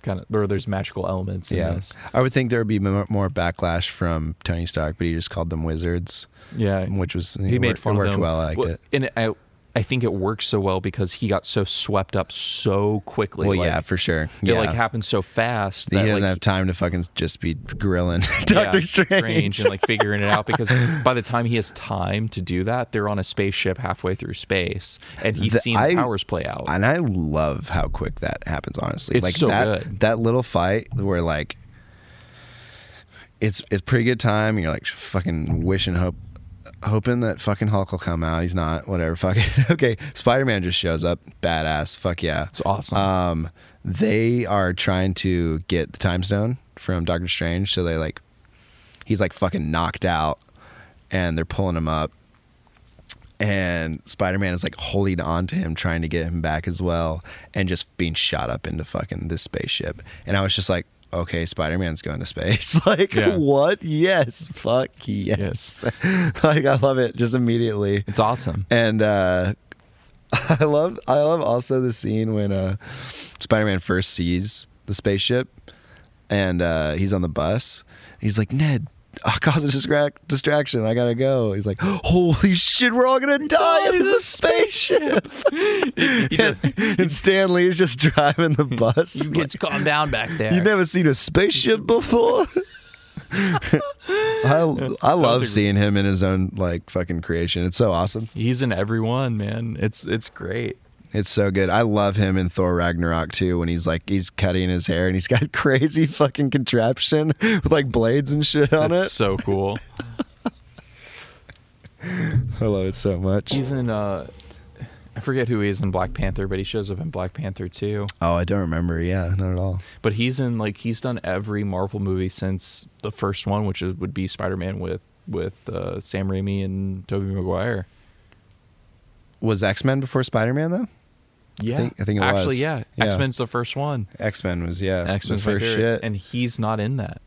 Speaker 3: Kind of or there's magical elements in
Speaker 2: yeah.
Speaker 3: this.
Speaker 2: I would think there would be mo- more backlash from Tony Stark, but he just called them wizards.
Speaker 3: Yeah,
Speaker 2: which was-
Speaker 3: he
Speaker 2: it
Speaker 3: made
Speaker 2: worked-
Speaker 3: fun
Speaker 2: it
Speaker 3: of
Speaker 2: worked
Speaker 3: them.
Speaker 2: well, I liked it.
Speaker 3: And I, I think it worked so well because he got so swept up so quickly.
Speaker 2: Well,
Speaker 3: like,
Speaker 2: yeah, for sure.
Speaker 3: It
Speaker 2: Yeah,
Speaker 3: like happened so fast
Speaker 2: he
Speaker 3: that
Speaker 2: doesn't
Speaker 3: like,
Speaker 2: have time to fucking just be grilling [LAUGHS]
Speaker 3: [LAUGHS] yeah,
Speaker 2: Doctor Strange.
Speaker 3: and like figuring it
Speaker 2: [LAUGHS]
Speaker 3: out because by the time he has time to do that, they're on a spaceship halfway through space, and he's
Speaker 2: The-
Speaker 3: seen the
Speaker 2: I-
Speaker 3: powers play out.
Speaker 2: and I love how quick that happens. Honestly,
Speaker 3: It's
Speaker 2: like
Speaker 3: so
Speaker 2: that
Speaker 3: good.
Speaker 2: that little fight where like it's it's pretty good time. And you're like fucking wishing hope. Hoping that fucking Hulk will come out. He's not. Whatever. [LAUGHS] Fuck it. okay. Spider Man just shows up. Badass. Fuck yeah.
Speaker 3: it's awesome.
Speaker 2: Um, they are trying to get the time stone from Doctor Strange, so they like he's like fucking knocked out, and they're pulling him up, and Spider Man is like holding on to him, trying to get him back as well, and just being shot up into fucking this spaceship, and I was just like. Okay, Spider Man's going to space. [LAUGHS] like
Speaker 3: Yeah.
Speaker 2: what? Yes, fuck yes. [LAUGHS] like I love it just immediately. [LAUGHS]
Speaker 3: it's awesome.
Speaker 2: And uh, I love I love also the scene when uh, Spider-Man first sees the spaceship and uh, he's on the bus. He's like, Ned, [LAUGHS] I caused a distrac- distraction. I gotta go. He's like, [GASPS] Holy shit, we're all gonna die. It is a spaceship. [LAUGHS] and, and Stan Lee is just [LAUGHS] driving the bus.
Speaker 3: You kids calm
Speaker 2: [LAUGHS]
Speaker 3: down back there.
Speaker 2: You've never seen a spaceship before. [LAUGHS] I I
Speaker 3: a-
Speaker 2: love seeing him in his own like fucking creation. It's so awesome.
Speaker 3: he's in everyone, man. It's it's great.
Speaker 2: It's so good. I love him in Thor Ragnarok too when he's like he's cutting his hair and he's [LAUGHS] got crazy fucking contraption with like blades and shit on
Speaker 3: It's
Speaker 2: it.
Speaker 3: so cool.
Speaker 2: I love it so much.
Speaker 3: He's in uh I forget who he is in Black Panther, but he shows up in Black Panther too.
Speaker 2: oh, I don't remember. Yeah, not at all.
Speaker 3: But he's in like he's done every Marvel movie since the first one, which is, would be Spider-Man with with uh, Sam Raimi and Tobey Maguire.
Speaker 2: Was X Men before Spider Man though?
Speaker 3: Yeah,
Speaker 2: think- I think it
Speaker 3: actually,
Speaker 2: was.
Speaker 3: yeah.
Speaker 2: Yeah.
Speaker 3: X Men's the first one.
Speaker 2: X Men was yeah.
Speaker 3: X Men's
Speaker 2: the first shit.
Speaker 3: and he's not in that.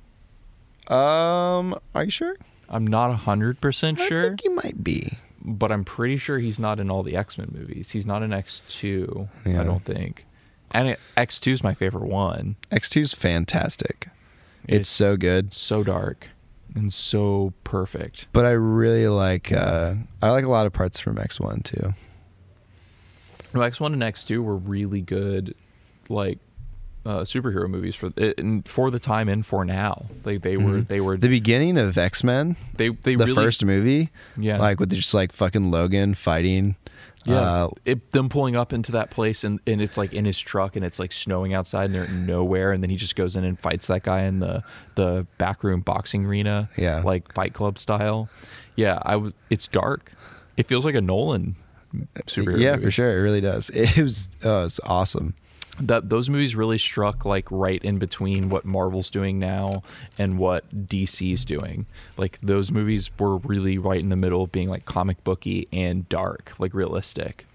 Speaker 2: um, are you sure?
Speaker 3: I'm not hundred percent
Speaker 2: I
Speaker 3: sure,
Speaker 2: think he might be.
Speaker 3: but I'm pretty sure he's not in all the X Men movies. He's not in X two. I
Speaker 2: Yeah.
Speaker 3: don't think. And X two is my favorite one.
Speaker 2: X 2s fantastic. It's,
Speaker 3: It's-
Speaker 2: so good.
Speaker 3: So dark and so perfect.
Speaker 2: But I really like uh I like a lot of parts from X One too.
Speaker 3: Well, X1 and X2 were really good, like uh, superhero movies for and for the time and for now. Like they were they were
Speaker 2: Mm-hmm. The beginning of X Men,
Speaker 3: they they
Speaker 2: the
Speaker 3: really
Speaker 2: first movie,
Speaker 3: Yeah.
Speaker 2: like with just like fucking Logan fighting,
Speaker 3: yeah
Speaker 2: uh,
Speaker 3: it, them pulling up into that place and and it's like in his truck and it's like snowing outside and they're nowhere and then he just goes in and fights that guy in the the backroom boxing arena
Speaker 2: Yeah.
Speaker 3: like Fight Club style. Yeah, I was. It's dark. It feels like a Nolan superhero.
Speaker 2: yeah,
Speaker 3: movie.
Speaker 2: for sure, it really does. [LAUGHS] It was, oh, it's awesome.
Speaker 3: that those movies really struck like right in between what Marvel's doing now and what DC's doing. Like those movies were really right in the middle of being like comic booky and dark, like realistic.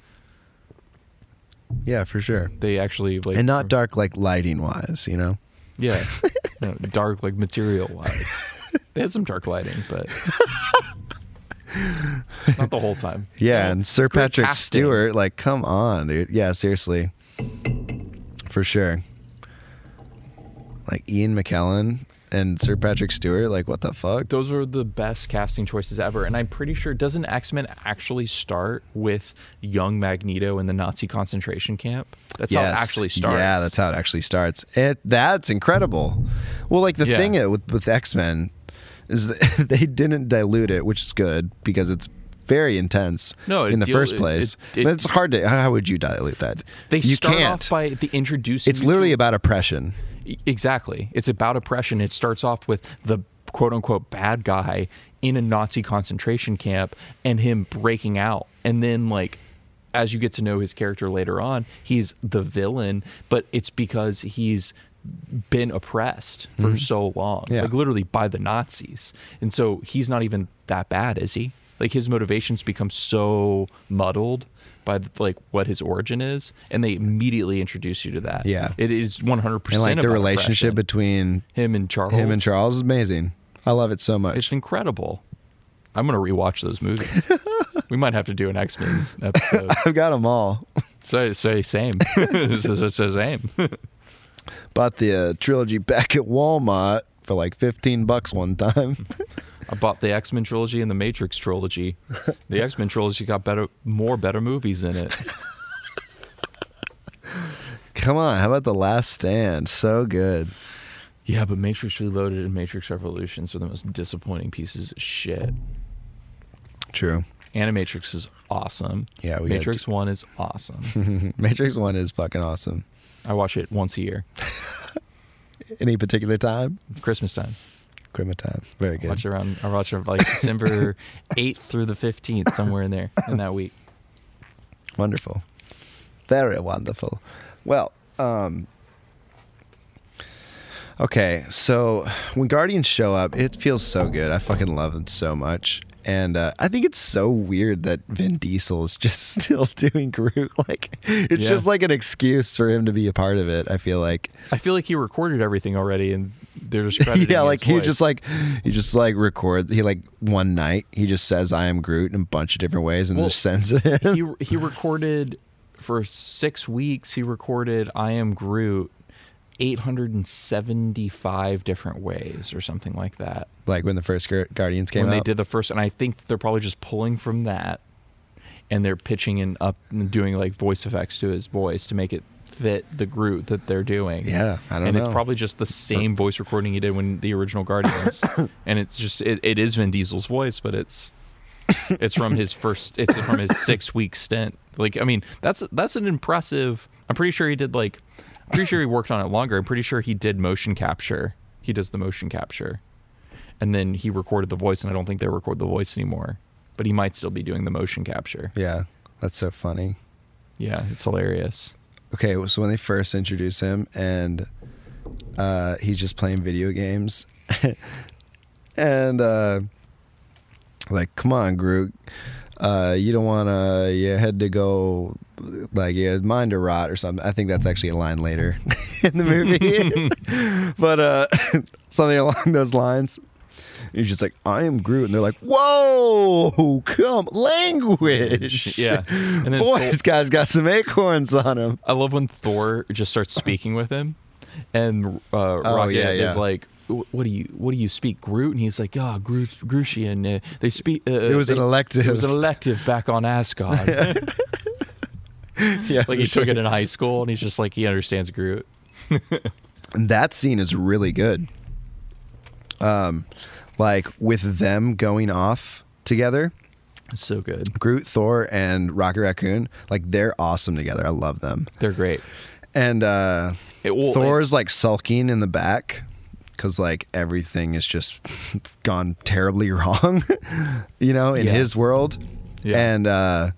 Speaker 2: Yeah, for sure,
Speaker 3: They actually like
Speaker 2: and not dark like lighting wise, you know.
Speaker 3: yeah, No, dark like material
Speaker 2: [LAUGHS]
Speaker 3: wise. they had some dark lighting, but not the whole time.
Speaker 2: Yeah, and Sir
Speaker 3: great
Speaker 2: Patrick
Speaker 3: casting.
Speaker 2: Stewart, like, come on, dude. Yeah, seriously, for sure. Like Ian McKellen and Sir Patrick Stewart, like, what the fuck?
Speaker 3: those are the best casting choices ever. And I'm pretty sure doesn't X Men actually start with young Magneto in the Nazi concentration camp? That's how it
Speaker 2: Yes.
Speaker 3: actually starts.
Speaker 2: Yeah, that's how it actually starts. It that's incredible. Well, like the
Speaker 3: Yeah.
Speaker 2: thing it- with with X Men is [LAUGHS] that they didn't dilute it, which is good because it's very intense.
Speaker 3: No, it
Speaker 2: in the
Speaker 3: deal-
Speaker 2: first
Speaker 3: it-
Speaker 2: place,
Speaker 3: it- it-
Speaker 2: but it's hard to. How would you dilute that?
Speaker 3: they
Speaker 2: you
Speaker 3: start
Speaker 2: can't.
Speaker 3: off by the introducing.
Speaker 2: it's
Speaker 3: you
Speaker 2: literally
Speaker 3: to-
Speaker 2: about oppression.
Speaker 3: E- exactly. It's about oppression. It starts off with the quote unquote bad guy in a Nazi concentration camp and him breaking out, and then like. As you get to know his character later on, he's the villain, but it's because he's been oppressed for so long.
Speaker 2: Mm-hmm. Yeah.
Speaker 3: Like literally by the Nazis. And so he's not even that bad, is he? Like his motivations become so muddled by like what his origin is, and they immediately introduce you to that.
Speaker 2: Yeah.
Speaker 3: It is 100%
Speaker 2: And like the
Speaker 3: about
Speaker 2: relationship
Speaker 3: oppression.
Speaker 2: between
Speaker 3: him and Charles.
Speaker 2: him and Charles is amazing. I love it so much.
Speaker 3: It's incredible. I'm gonna rewatch those movies. we might have to do an X Men
Speaker 2: [LAUGHS]
Speaker 3: episode.
Speaker 2: [LAUGHS] I've got them all.
Speaker 3: so, so same. [LAUGHS] so, so, so same.
Speaker 2: Bought the uh, trilogy back at Walmart for like fifteen bucks one time. [LAUGHS]
Speaker 3: I bought the X Men trilogy and the Matrix trilogy.
Speaker 2: [LAUGHS]
Speaker 3: The X Men trilogy got better, more better movies in it.
Speaker 2: Come on, how about the Last Stand? So good.
Speaker 3: Yeah, but Matrix Reloaded and Matrix Revolutions are the most disappointing pieces of shit.
Speaker 2: True.
Speaker 3: Animatrix is awesome.
Speaker 2: Yeah, we gotta
Speaker 3: Matrix One is awesome.
Speaker 2: [LAUGHS] Matrix One is fucking awesome.
Speaker 3: I watch it once a year,
Speaker 2: Any particular time?
Speaker 3: Christmas time.
Speaker 2: Grima time. Very good.
Speaker 3: Watch around. I watch around like December [LAUGHS] eighth through the fifteenth, somewhere in there in that week.
Speaker 2: Wonderful. Very wonderful. Well, um Okay, so when Guardians show up, it feels so good. I fucking love it so much. And uh, I think it's so weird that Vin Diesel is just [LAUGHS] still doing Groot. Like, it's
Speaker 3: Yeah.
Speaker 2: just like an excuse for him to be a part of it. I feel like,
Speaker 3: I feel like he recorded everything already, and they're [LAUGHS] just crediting
Speaker 2: yeah,
Speaker 3: his
Speaker 2: like he
Speaker 3: voice.
Speaker 2: just like he just like record. He like one night he just says I am Groot in a bunch of different ways and
Speaker 3: Well,
Speaker 2: just sends it. [LAUGHS] In.
Speaker 3: he he recorded for six weeks. He recorded "I Am Groot" eight hundred and seventy five different ways, or something like that.
Speaker 2: like when the first Gu- Guardians came
Speaker 3: when
Speaker 2: out.
Speaker 3: they did the first, and I think they're probably just pulling from that, and they're pitching and up and doing like voice effects to his voice to make it fit the Groot that they're doing.
Speaker 2: Yeah, I don't
Speaker 3: and it's
Speaker 2: know.
Speaker 3: probably just the same voice recording he did when the
Speaker 2: [COUGHS]
Speaker 3: original Guardians, and it's just it, it is Vin Diesel's voice, but it's it's from his first, it's from his six week stint. Like I mean, that's that's an impressive. I'm pretty sure he did like, I'm pretty sure he worked on it longer. I'm pretty sure he did motion capture. He does the motion capture and then he recorded the voice and i don't think they record the voice anymore but he might still be doing the motion capture
Speaker 2: yeah, that's so funny.
Speaker 3: yeah it's hilarious
Speaker 2: Okay, so when they first introduce him and uh, he's just playing video games, [LAUGHS] and uh, like, come on, Groot, uh, you don't want to your head to go like your mind to rot or something. I think that's actually a line later [LAUGHS] in the movie, [LAUGHS] but uh, something along those lines. He's just like, I am Groot, and they're like, "Whoa, come language!"
Speaker 3: Yeah. And
Speaker 2: [LAUGHS]
Speaker 3: then
Speaker 2: boy,
Speaker 3: Thor-
Speaker 2: this guy's got some acorns on him.
Speaker 3: i love when thor just
Speaker 2: [LAUGHS]
Speaker 3: starts speaking with him and uh, rocket
Speaker 2: Oh, yeah, yeah.
Speaker 3: is like "Wh- what do you what do you speak groot and he's like oh groot grootian uh, they speak uh,
Speaker 2: It was an
Speaker 3: they-
Speaker 2: elective."
Speaker 3: it was an elective back on asgard
Speaker 2: [LAUGHS]
Speaker 3: [LAUGHS]
Speaker 2: Yeah, [LAUGHS]
Speaker 3: like he took it in high school and he's just like he understands groot
Speaker 2: And that scene is really good. Um, like with them going off together,
Speaker 3: so good.
Speaker 2: Groot, Thor, and Rocket Raccoon, like they're awesome together. I love them.
Speaker 3: They're great.
Speaker 2: And uh,
Speaker 3: It will-
Speaker 2: Thor's like sulking in the back because like everything is just [LAUGHS] gone terribly [LAUGHS] wrong, you know, in
Speaker 3: Yeah.
Speaker 2: his world.
Speaker 3: Yeah.
Speaker 2: And uh,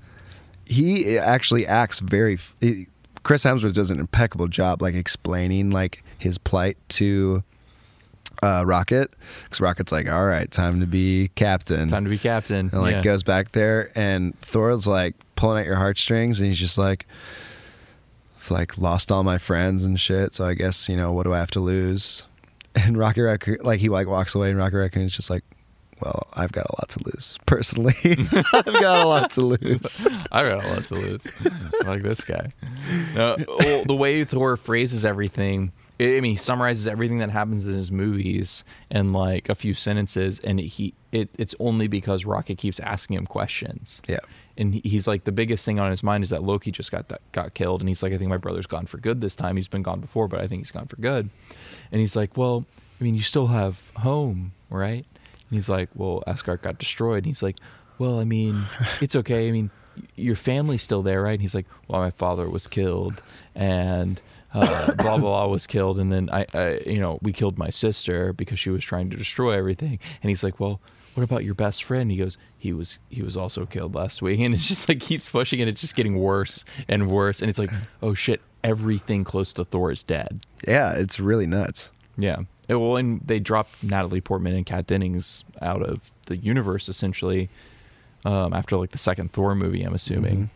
Speaker 2: he actually acts very. f- He, Chris Hemsworth does an impeccable job like explaining like his plight to uh, Rocket because Rocket's like, all right, time to be captain
Speaker 3: Time to be captain.
Speaker 2: and like
Speaker 3: yeah.
Speaker 2: goes back there and Thor's like pulling at your heartstrings and he's just like "I've, like lost all my friends and shit so I guess you know what do I have to lose [LAUGHS] and Rocket Raccoon like he like walks away and Rocket Raccoon's just like well I've got a lot to lose [LAUGHS] personally I've got a lot to
Speaker 3: [LAUGHS]
Speaker 2: lose
Speaker 3: I got a lot to lose. I [LAUGHS] like this guy. No, well, the way Thor phrases everything, I I mean, he summarizes everything that happens in his movies in like a few sentences, and he it, it's only because Rocket keeps asking him questions.
Speaker 2: Yeah.
Speaker 3: and he- he's like the biggest thing on his mind is that Loki just got got killed, and he's like, I think my brother's gone for good this time. He's been gone before, but I think he's gone for good. And he's like, Well, I mean, you still have home, right? And he's like, Well, Asgard got destroyed. And he's like, Well, I mean, it's okay. I mean, y- your family's still there, right? And he's like, Well, my father was killed, and uh, blah blah blah was killed, and then I, I, you know, we killed my sister because she was trying to destroy everything. And he's like, Well what about your best friend? He goes, he was he was also killed last week, [LAUGHS] and it's just like keeps pushing, and it's just getting worse and worse, and it's like, oh shit, everything close to Thor is dead.
Speaker 2: yeah it's really nuts
Speaker 3: Yeah. It- well, and they dropped Natalie Portman and Kat Dennings out of the universe essentially um, after like the second Thor movie. I'm assuming.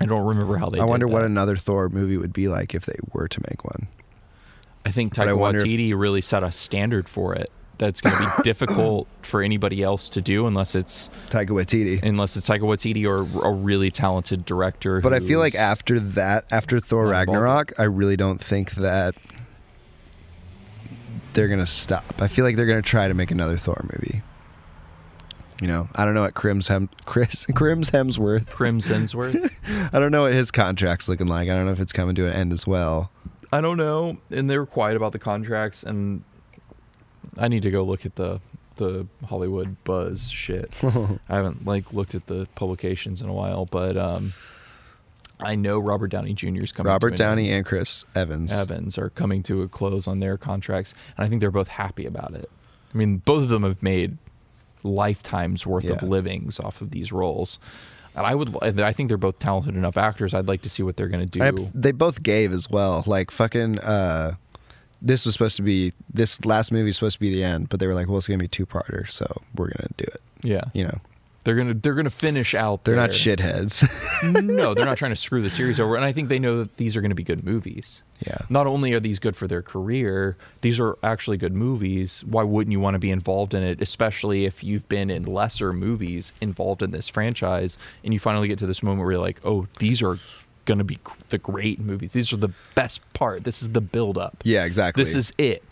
Speaker 3: I don't remember how they.
Speaker 2: Mm-hmm. I
Speaker 3: did
Speaker 2: wonder what
Speaker 3: that.
Speaker 2: another Thor movie would be like if they were to make one
Speaker 3: I think
Speaker 2: But I
Speaker 3: Taika
Speaker 2: wonder if-
Speaker 3: Waititi really set a standard for it. That's going
Speaker 2: [COUGHS]
Speaker 3: to be difficult for anybody else to do unless it's
Speaker 2: Taika Waititi
Speaker 3: unless it's Taika Waititi or a really talented director.
Speaker 2: But I feel like
Speaker 3: who's-
Speaker 2: after that, after Thor
Speaker 3: Not involved.
Speaker 2: Ragnarok, I really don't think that they're gonna stop. I feel like they're gonna try to make another Thor movie. You know, I don't know what Crims Hem [LAUGHS] Chris Crims Hemsworth. [LAUGHS]
Speaker 3: Crimson's worth.
Speaker 2: I don't know what his contract's looking like. I don't know if it's coming to an end as well.
Speaker 3: I don't know, and they were quiet about the contracts, and I need to go look at the the Hollywood
Speaker 2: [LAUGHS]
Speaker 3: Buzz shit. I haven't like looked at the publications in a while, but um, I know Robert Downey Jr. is coming.
Speaker 2: Robert
Speaker 3: to an end.
Speaker 2: Downey and Chris Evans.
Speaker 3: Evans are coming to a close on their contracts, and I think they're both happy about it. I mean, both of them have made lifetimes worth of
Speaker 2: Yeah.
Speaker 3: livings off of these roles. And I would, and I think they're both talented enough actors. I'd like to see what they're going to
Speaker 2: I-
Speaker 3: do.
Speaker 2: they both gave as well. Like fucking. uh this was supposed to be this last movie was supposed to be the end, but they were like, "Well, it's gonna be two parter, so we're gonna do it."
Speaker 3: yeah,
Speaker 2: You know,
Speaker 3: they're gonna they're gonna finish out.
Speaker 2: They're not
Speaker 3: their-
Speaker 2: shitheads. [LAUGHS]
Speaker 3: [LAUGHS] no, they're not trying to screw the series over. And I think they know that these are going to be good movies.
Speaker 2: Yeah.
Speaker 3: Not only are these good for their career, these are actually good movies. Why wouldn't you want to be involved in it, especially if you've been in lesser movies involved in this franchise and you finally get to this moment where you're like, oh, these are going to be gr- the great movies. These are the best part. This is the build up.
Speaker 2: yeah, exactly.
Speaker 3: This is it.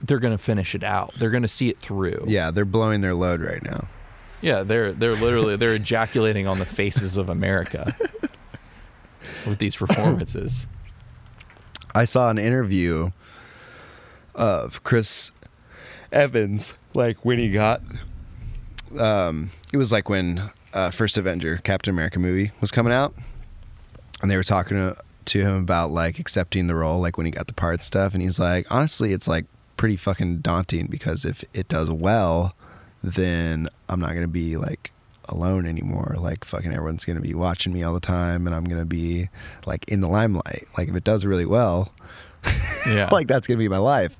Speaker 3: They're going to finish it out. They're going to see it through.
Speaker 2: yeah, they're blowing their load right now.
Speaker 3: Yeah, they're they're literally they're ejaculating on the faces of America with these
Speaker 2: [LAUGHS]
Speaker 3: performances.
Speaker 2: I saw an interview of Chris Evans, like when he got, um, it was like when uh, first Avenger Captain America movie was coming out, and they were talking to, to him about like accepting the role, like when he got the part and stuff, and he's like, honestly, it's like pretty fucking daunting because if it does well, then I'm not gonna be like alone anymore. Like fucking everyone's gonna be watching me all the time, and I'm gonna be like in the limelight. Like if it does really well,
Speaker 3: Yeah,
Speaker 2: like that's gonna be my life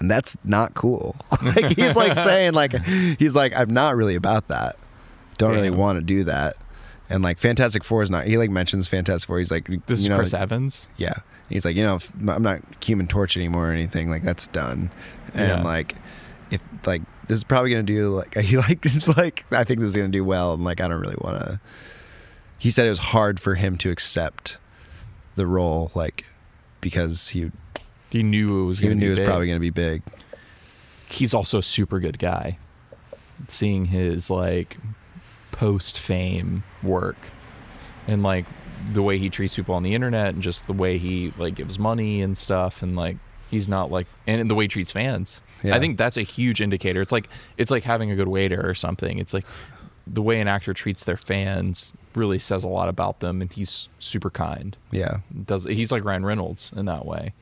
Speaker 2: and that's not cool [LAUGHS] like he's like saying like he's like i'm not really about that don't really
Speaker 3: Damn.
Speaker 2: want to do that and like fantastic four is not he like mentions fantastic four he's like
Speaker 3: this
Speaker 2: you
Speaker 3: is
Speaker 2: know,
Speaker 3: Chris Evans.
Speaker 2: yeah he's like you know if i'm not human torch anymore or anything like that's done and
Speaker 3: Yeah.
Speaker 2: like if like this is probably gonna do like [LAUGHS] he like it's like i think this is gonna do well and like i don't really want to he said it was hard for him to accept the role like because he
Speaker 3: He knew it was
Speaker 2: you
Speaker 3: going to be.
Speaker 2: knew it was
Speaker 3: big.
Speaker 2: probably going to be big.
Speaker 3: He's also a super good guy. Seeing his like post fame work and like the way he treats people on the internet and just the way he like gives money and stuff and like he's not like and the way he treats fans.
Speaker 2: Yeah.
Speaker 3: I think that's a huge indicator. It's like it's like having a good waiter or something. It's like the way an actor treats their fans really says a lot about them and he's super kind.
Speaker 2: Yeah.
Speaker 3: Does he's like Ryan Reynolds in that way.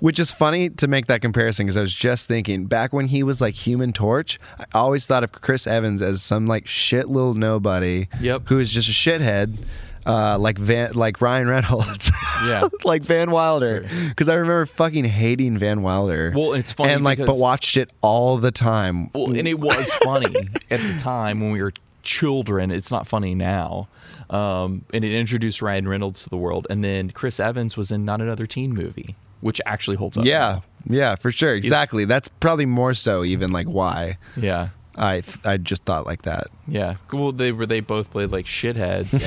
Speaker 2: Which is funny to make that comparison because I was just thinking back when he was like Human Torch, I always thought of Chris Evans as some like shit little nobody
Speaker 3: Yep.
Speaker 2: who is just a shithead, uh, like Van, like Ryan Reynolds,
Speaker 3: Yeah.
Speaker 2: [LAUGHS] like Van Wilder. Because I remember fucking hating Van Wilder.
Speaker 3: Well, it's funny
Speaker 2: and like, but
Speaker 3: because-
Speaker 2: watched it all the time.
Speaker 3: Well, and it was funny at the time when we were children. It's not funny now. Um, and it introduced Ryan Reynolds to the world. And then Chris Evans was in Not Another Teen Movie, which actually holds up.
Speaker 2: yeah, yeah, for sure, exactly. That's probably more so even like why
Speaker 3: Yeah.
Speaker 2: I th- I just thought like that
Speaker 3: Yeah. Well, they were they both played like shitheads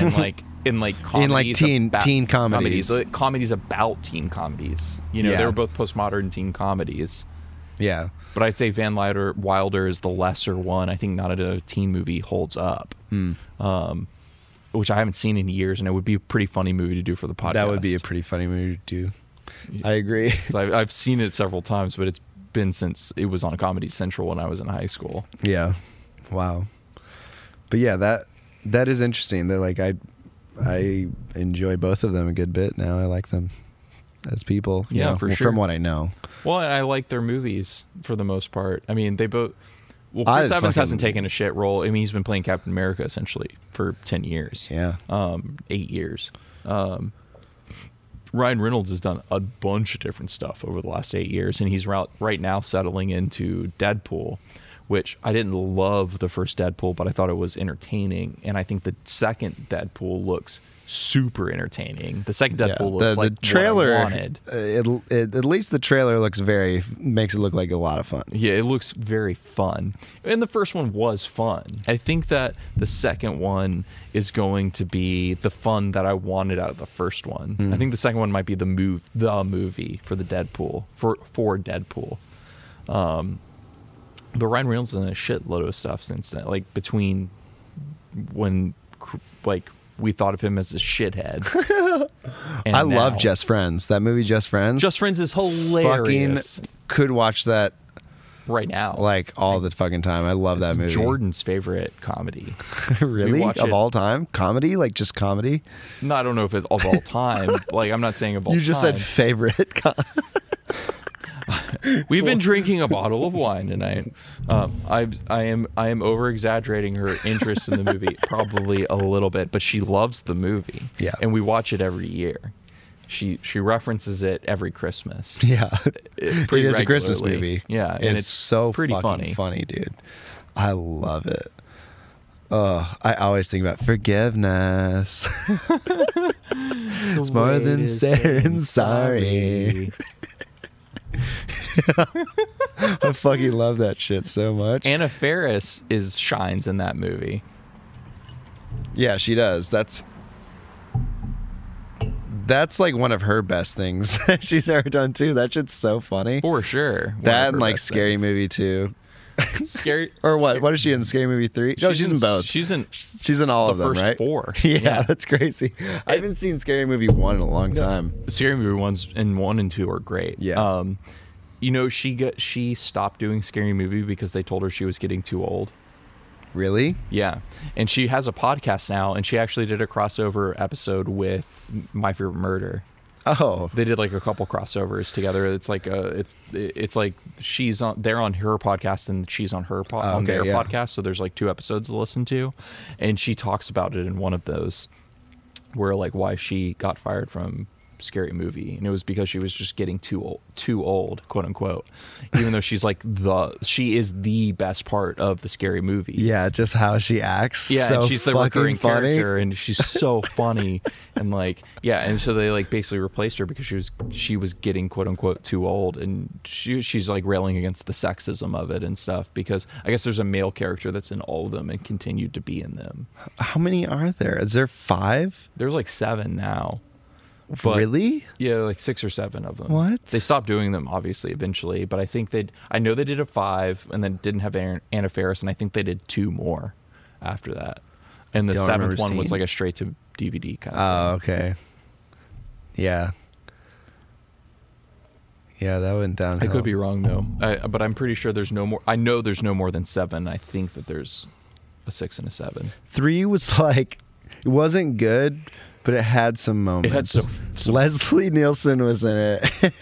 Speaker 2: [LAUGHS]
Speaker 3: and like in like comedies
Speaker 2: In, like, teen-
Speaker 3: about-
Speaker 2: teen comedies.
Speaker 3: like, comedies about teen comedies. You know,
Speaker 2: Yeah.
Speaker 3: they were both postmodern teen comedies.
Speaker 2: yeah.
Speaker 3: But I'd say Van Wilder, Wilder is the lesser one. I think not a teen movie holds up,
Speaker 2: Hmm.
Speaker 3: um, which I haven't seen in years, and it would be a pretty funny movie to do for the podcast.
Speaker 2: That would be a pretty funny movie to do. I
Speaker 3: [LAUGHS]
Speaker 2: agree. [LAUGHS]
Speaker 3: 'Cause I've, I've seen it several times, but it's been since it was on Comedy Central when I was in high school.
Speaker 2: Yeah. Wow. But yeah, that that is interesting. That like I I enjoy both of them a good bit now. I like them as people. you
Speaker 3: Yeah,
Speaker 2: know,
Speaker 3: for
Speaker 2: well,
Speaker 3: sure.
Speaker 2: From what I know.
Speaker 3: Well, and I like their movies for the most part. I mean, they both. Well,
Speaker 2: I
Speaker 3: Chris Evans
Speaker 2: fucking-
Speaker 3: hasn't taken a shit role. I mean, he's been playing Captain America essentially for ten years.
Speaker 2: Yeah.
Speaker 3: um, eight years. Um, Ryan Reynolds has done a bunch of different stuff over the last eight years, and he's rout- right now settling into Deadpool, which I didn't love the first Deadpool, but I thought it was entertaining, and I think the second Deadpool looks super entertaining. The second Deadpool looks
Speaker 2: The,
Speaker 3: like
Speaker 2: the trailer,
Speaker 3: what I wanted.
Speaker 2: uh, it, it, at least the trailer looks very makes it look like a lot of fun.
Speaker 3: Yeah, it looks very fun. And the first one was fun. I think that the second one is going to be the fun that I wanted out of the first one.
Speaker 2: Hmm.
Speaker 3: I think the second one might be the move the movie for the Deadpool for for Deadpool. Um but Ryan Reynolds has done a shitload of stuff since then. Like between when cr- like we thought of him as a shithead.
Speaker 2: [LAUGHS]
Speaker 3: and
Speaker 2: I love
Speaker 3: now-
Speaker 2: Just Friends. That movie Just Friends.
Speaker 3: Just Friends is
Speaker 2: fucking
Speaker 3: hilarious
Speaker 2: could watch that
Speaker 3: right now.
Speaker 2: like all the fucking time. I love that movie.
Speaker 3: Jordan's favorite comedy.
Speaker 2: [LAUGHS] really
Speaker 3: watch
Speaker 2: of
Speaker 3: it-
Speaker 2: all time comedy like just comedy.
Speaker 3: No, I don't know if it's
Speaker 2: [LAUGHS]
Speaker 3: of all time. like I'm not saying of all
Speaker 2: You just [LAUGHS]
Speaker 3: time.
Speaker 2: said favorite. co-
Speaker 3: We've been drinking a bottle
Speaker 2: [LAUGHS]
Speaker 3: of wine tonight. Um, I I am I am over exaggerating her interest in the movie
Speaker 2: [LAUGHS]
Speaker 3: probably a little bit, but she loves the movie.
Speaker 2: Yeah.
Speaker 3: And we watch it every year. She she references it
Speaker 2: [LAUGHS]
Speaker 3: every Christmas.
Speaker 2: Yeah,
Speaker 3: [LAUGHS] It- pretty
Speaker 2: it is a Christmas
Speaker 3: regularly.
Speaker 2: movie.
Speaker 3: Yeah,
Speaker 2: and,
Speaker 3: and
Speaker 2: it's,
Speaker 3: it's
Speaker 2: so
Speaker 3: pretty
Speaker 2: fucking funny.
Speaker 3: funny.
Speaker 2: dude. I love it. Oh, I always think about forgiveness. [LAUGHS]
Speaker 3: It's
Speaker 2: more than saying [LAUGHS] sorry. I fucking love that shit so much.
Speaker 3: Anna Faris is shines in that movie.
Speaker 2: yeah, she does. That's that's like one of her best things [LAUGHS] that she's ever done too. That shit's so funny.
Speaker 3: For sure. One of
Speaker 2: that
Speaker 3: her
Speaker 2: and like
Speaker 3: best
Speaker 2: scary
Speaker 3: things.
Speaker 2: movie too.
Speaker 3: Scary
Speaker 2: Or what? What is she in? Scary Movie three? No, she's, in both.
Speaker 3: She's in
Speaker 2: She's in all
Speaker 3: the
Speaker 2: of them,
Speaker 3: first
Speaker 2: right?
Speaker 3: four.
Speaker 2: [LAUGHS] Yeah,
Speaker 3: Yeah.
Speaker 2: that's crazy. I haven't seen Scary Movie one in a long time.
Speaker 3: Scary Movie ones and one and two are great.
Speaker 2: Yeah.
Speaker 3: Um, you know she got she stopped doing Scary Movie because they told her she was getting too old.
Speaker 2: Really?
Speaker 3: Yeah, and she has a podcast now, and she actually did a crossover episode with My Favorite Murder.
Speaker 2: Oh,
Speaker 3: They did like a couple crossovers together. It's like a it's it's like she's on they're on her podcast and she's on her po- on
Speaker 2: Oh, okay,
Speaker 3: their
Speaker 2: yeah.
Speaker 3: podcast. So there's like two episodes to listen to, and she talks about it in one of those where like why she got fired from scary movie and it was because she was just getting too old too old quote unquote even though she's like the she is the best part of the scary movie
Speaker 2: yeah, just how she acts.
Speaker 3: yeah,
Speaker 2: so
Speaker 3: and she's the
Speaker 2: fucking
Speaker 3: recurring
Speaker 2: funny.
Speaker 3: character, and she's
Speaker 2: [LAUGHS]
Speaker 3: so funny, and like, yeah, and so they like basically replaced her because she was she was getting quote unquote too old, and she she's like railing against the sexism of it and stuff because I guess there's a male character that's in all of them and continued to be in them.
Speaker 2: How many are there? Is there five?
Speaker 3: There's like seven now, but
Speaker 2: really?
Speaker 3: yeah, like six or seven of them.
Speaker 2: What?
Speaker 3: They stopped doing them obviously eventually, but I think they I know they did a five and then didn't have Aaron, Anna Faris, and I think they did two more after that. And the
Speaker 2: Don't remember
Speaker 3: seventh one was
Speaker 2: seeing-
Speaker 3: like a straight to DVD kind
Speaker 2: Oh,
Speaker 3: of.
Speaker 2: okay. Yeah. Yeah, that went
Speaker 3: thing.
Speaker 2: downhill.
Speaker 3: I could be wrong though, I, but I'm pretty sure there's no more. I know there's no more than seven. I think that there's a six and a seven.
Speaker 2: Three was like, it wasn't good, but it had some moments.
Speaker 3: some- some-
Speaker 2: Leslie Nielsen was in it, [LAUGHS]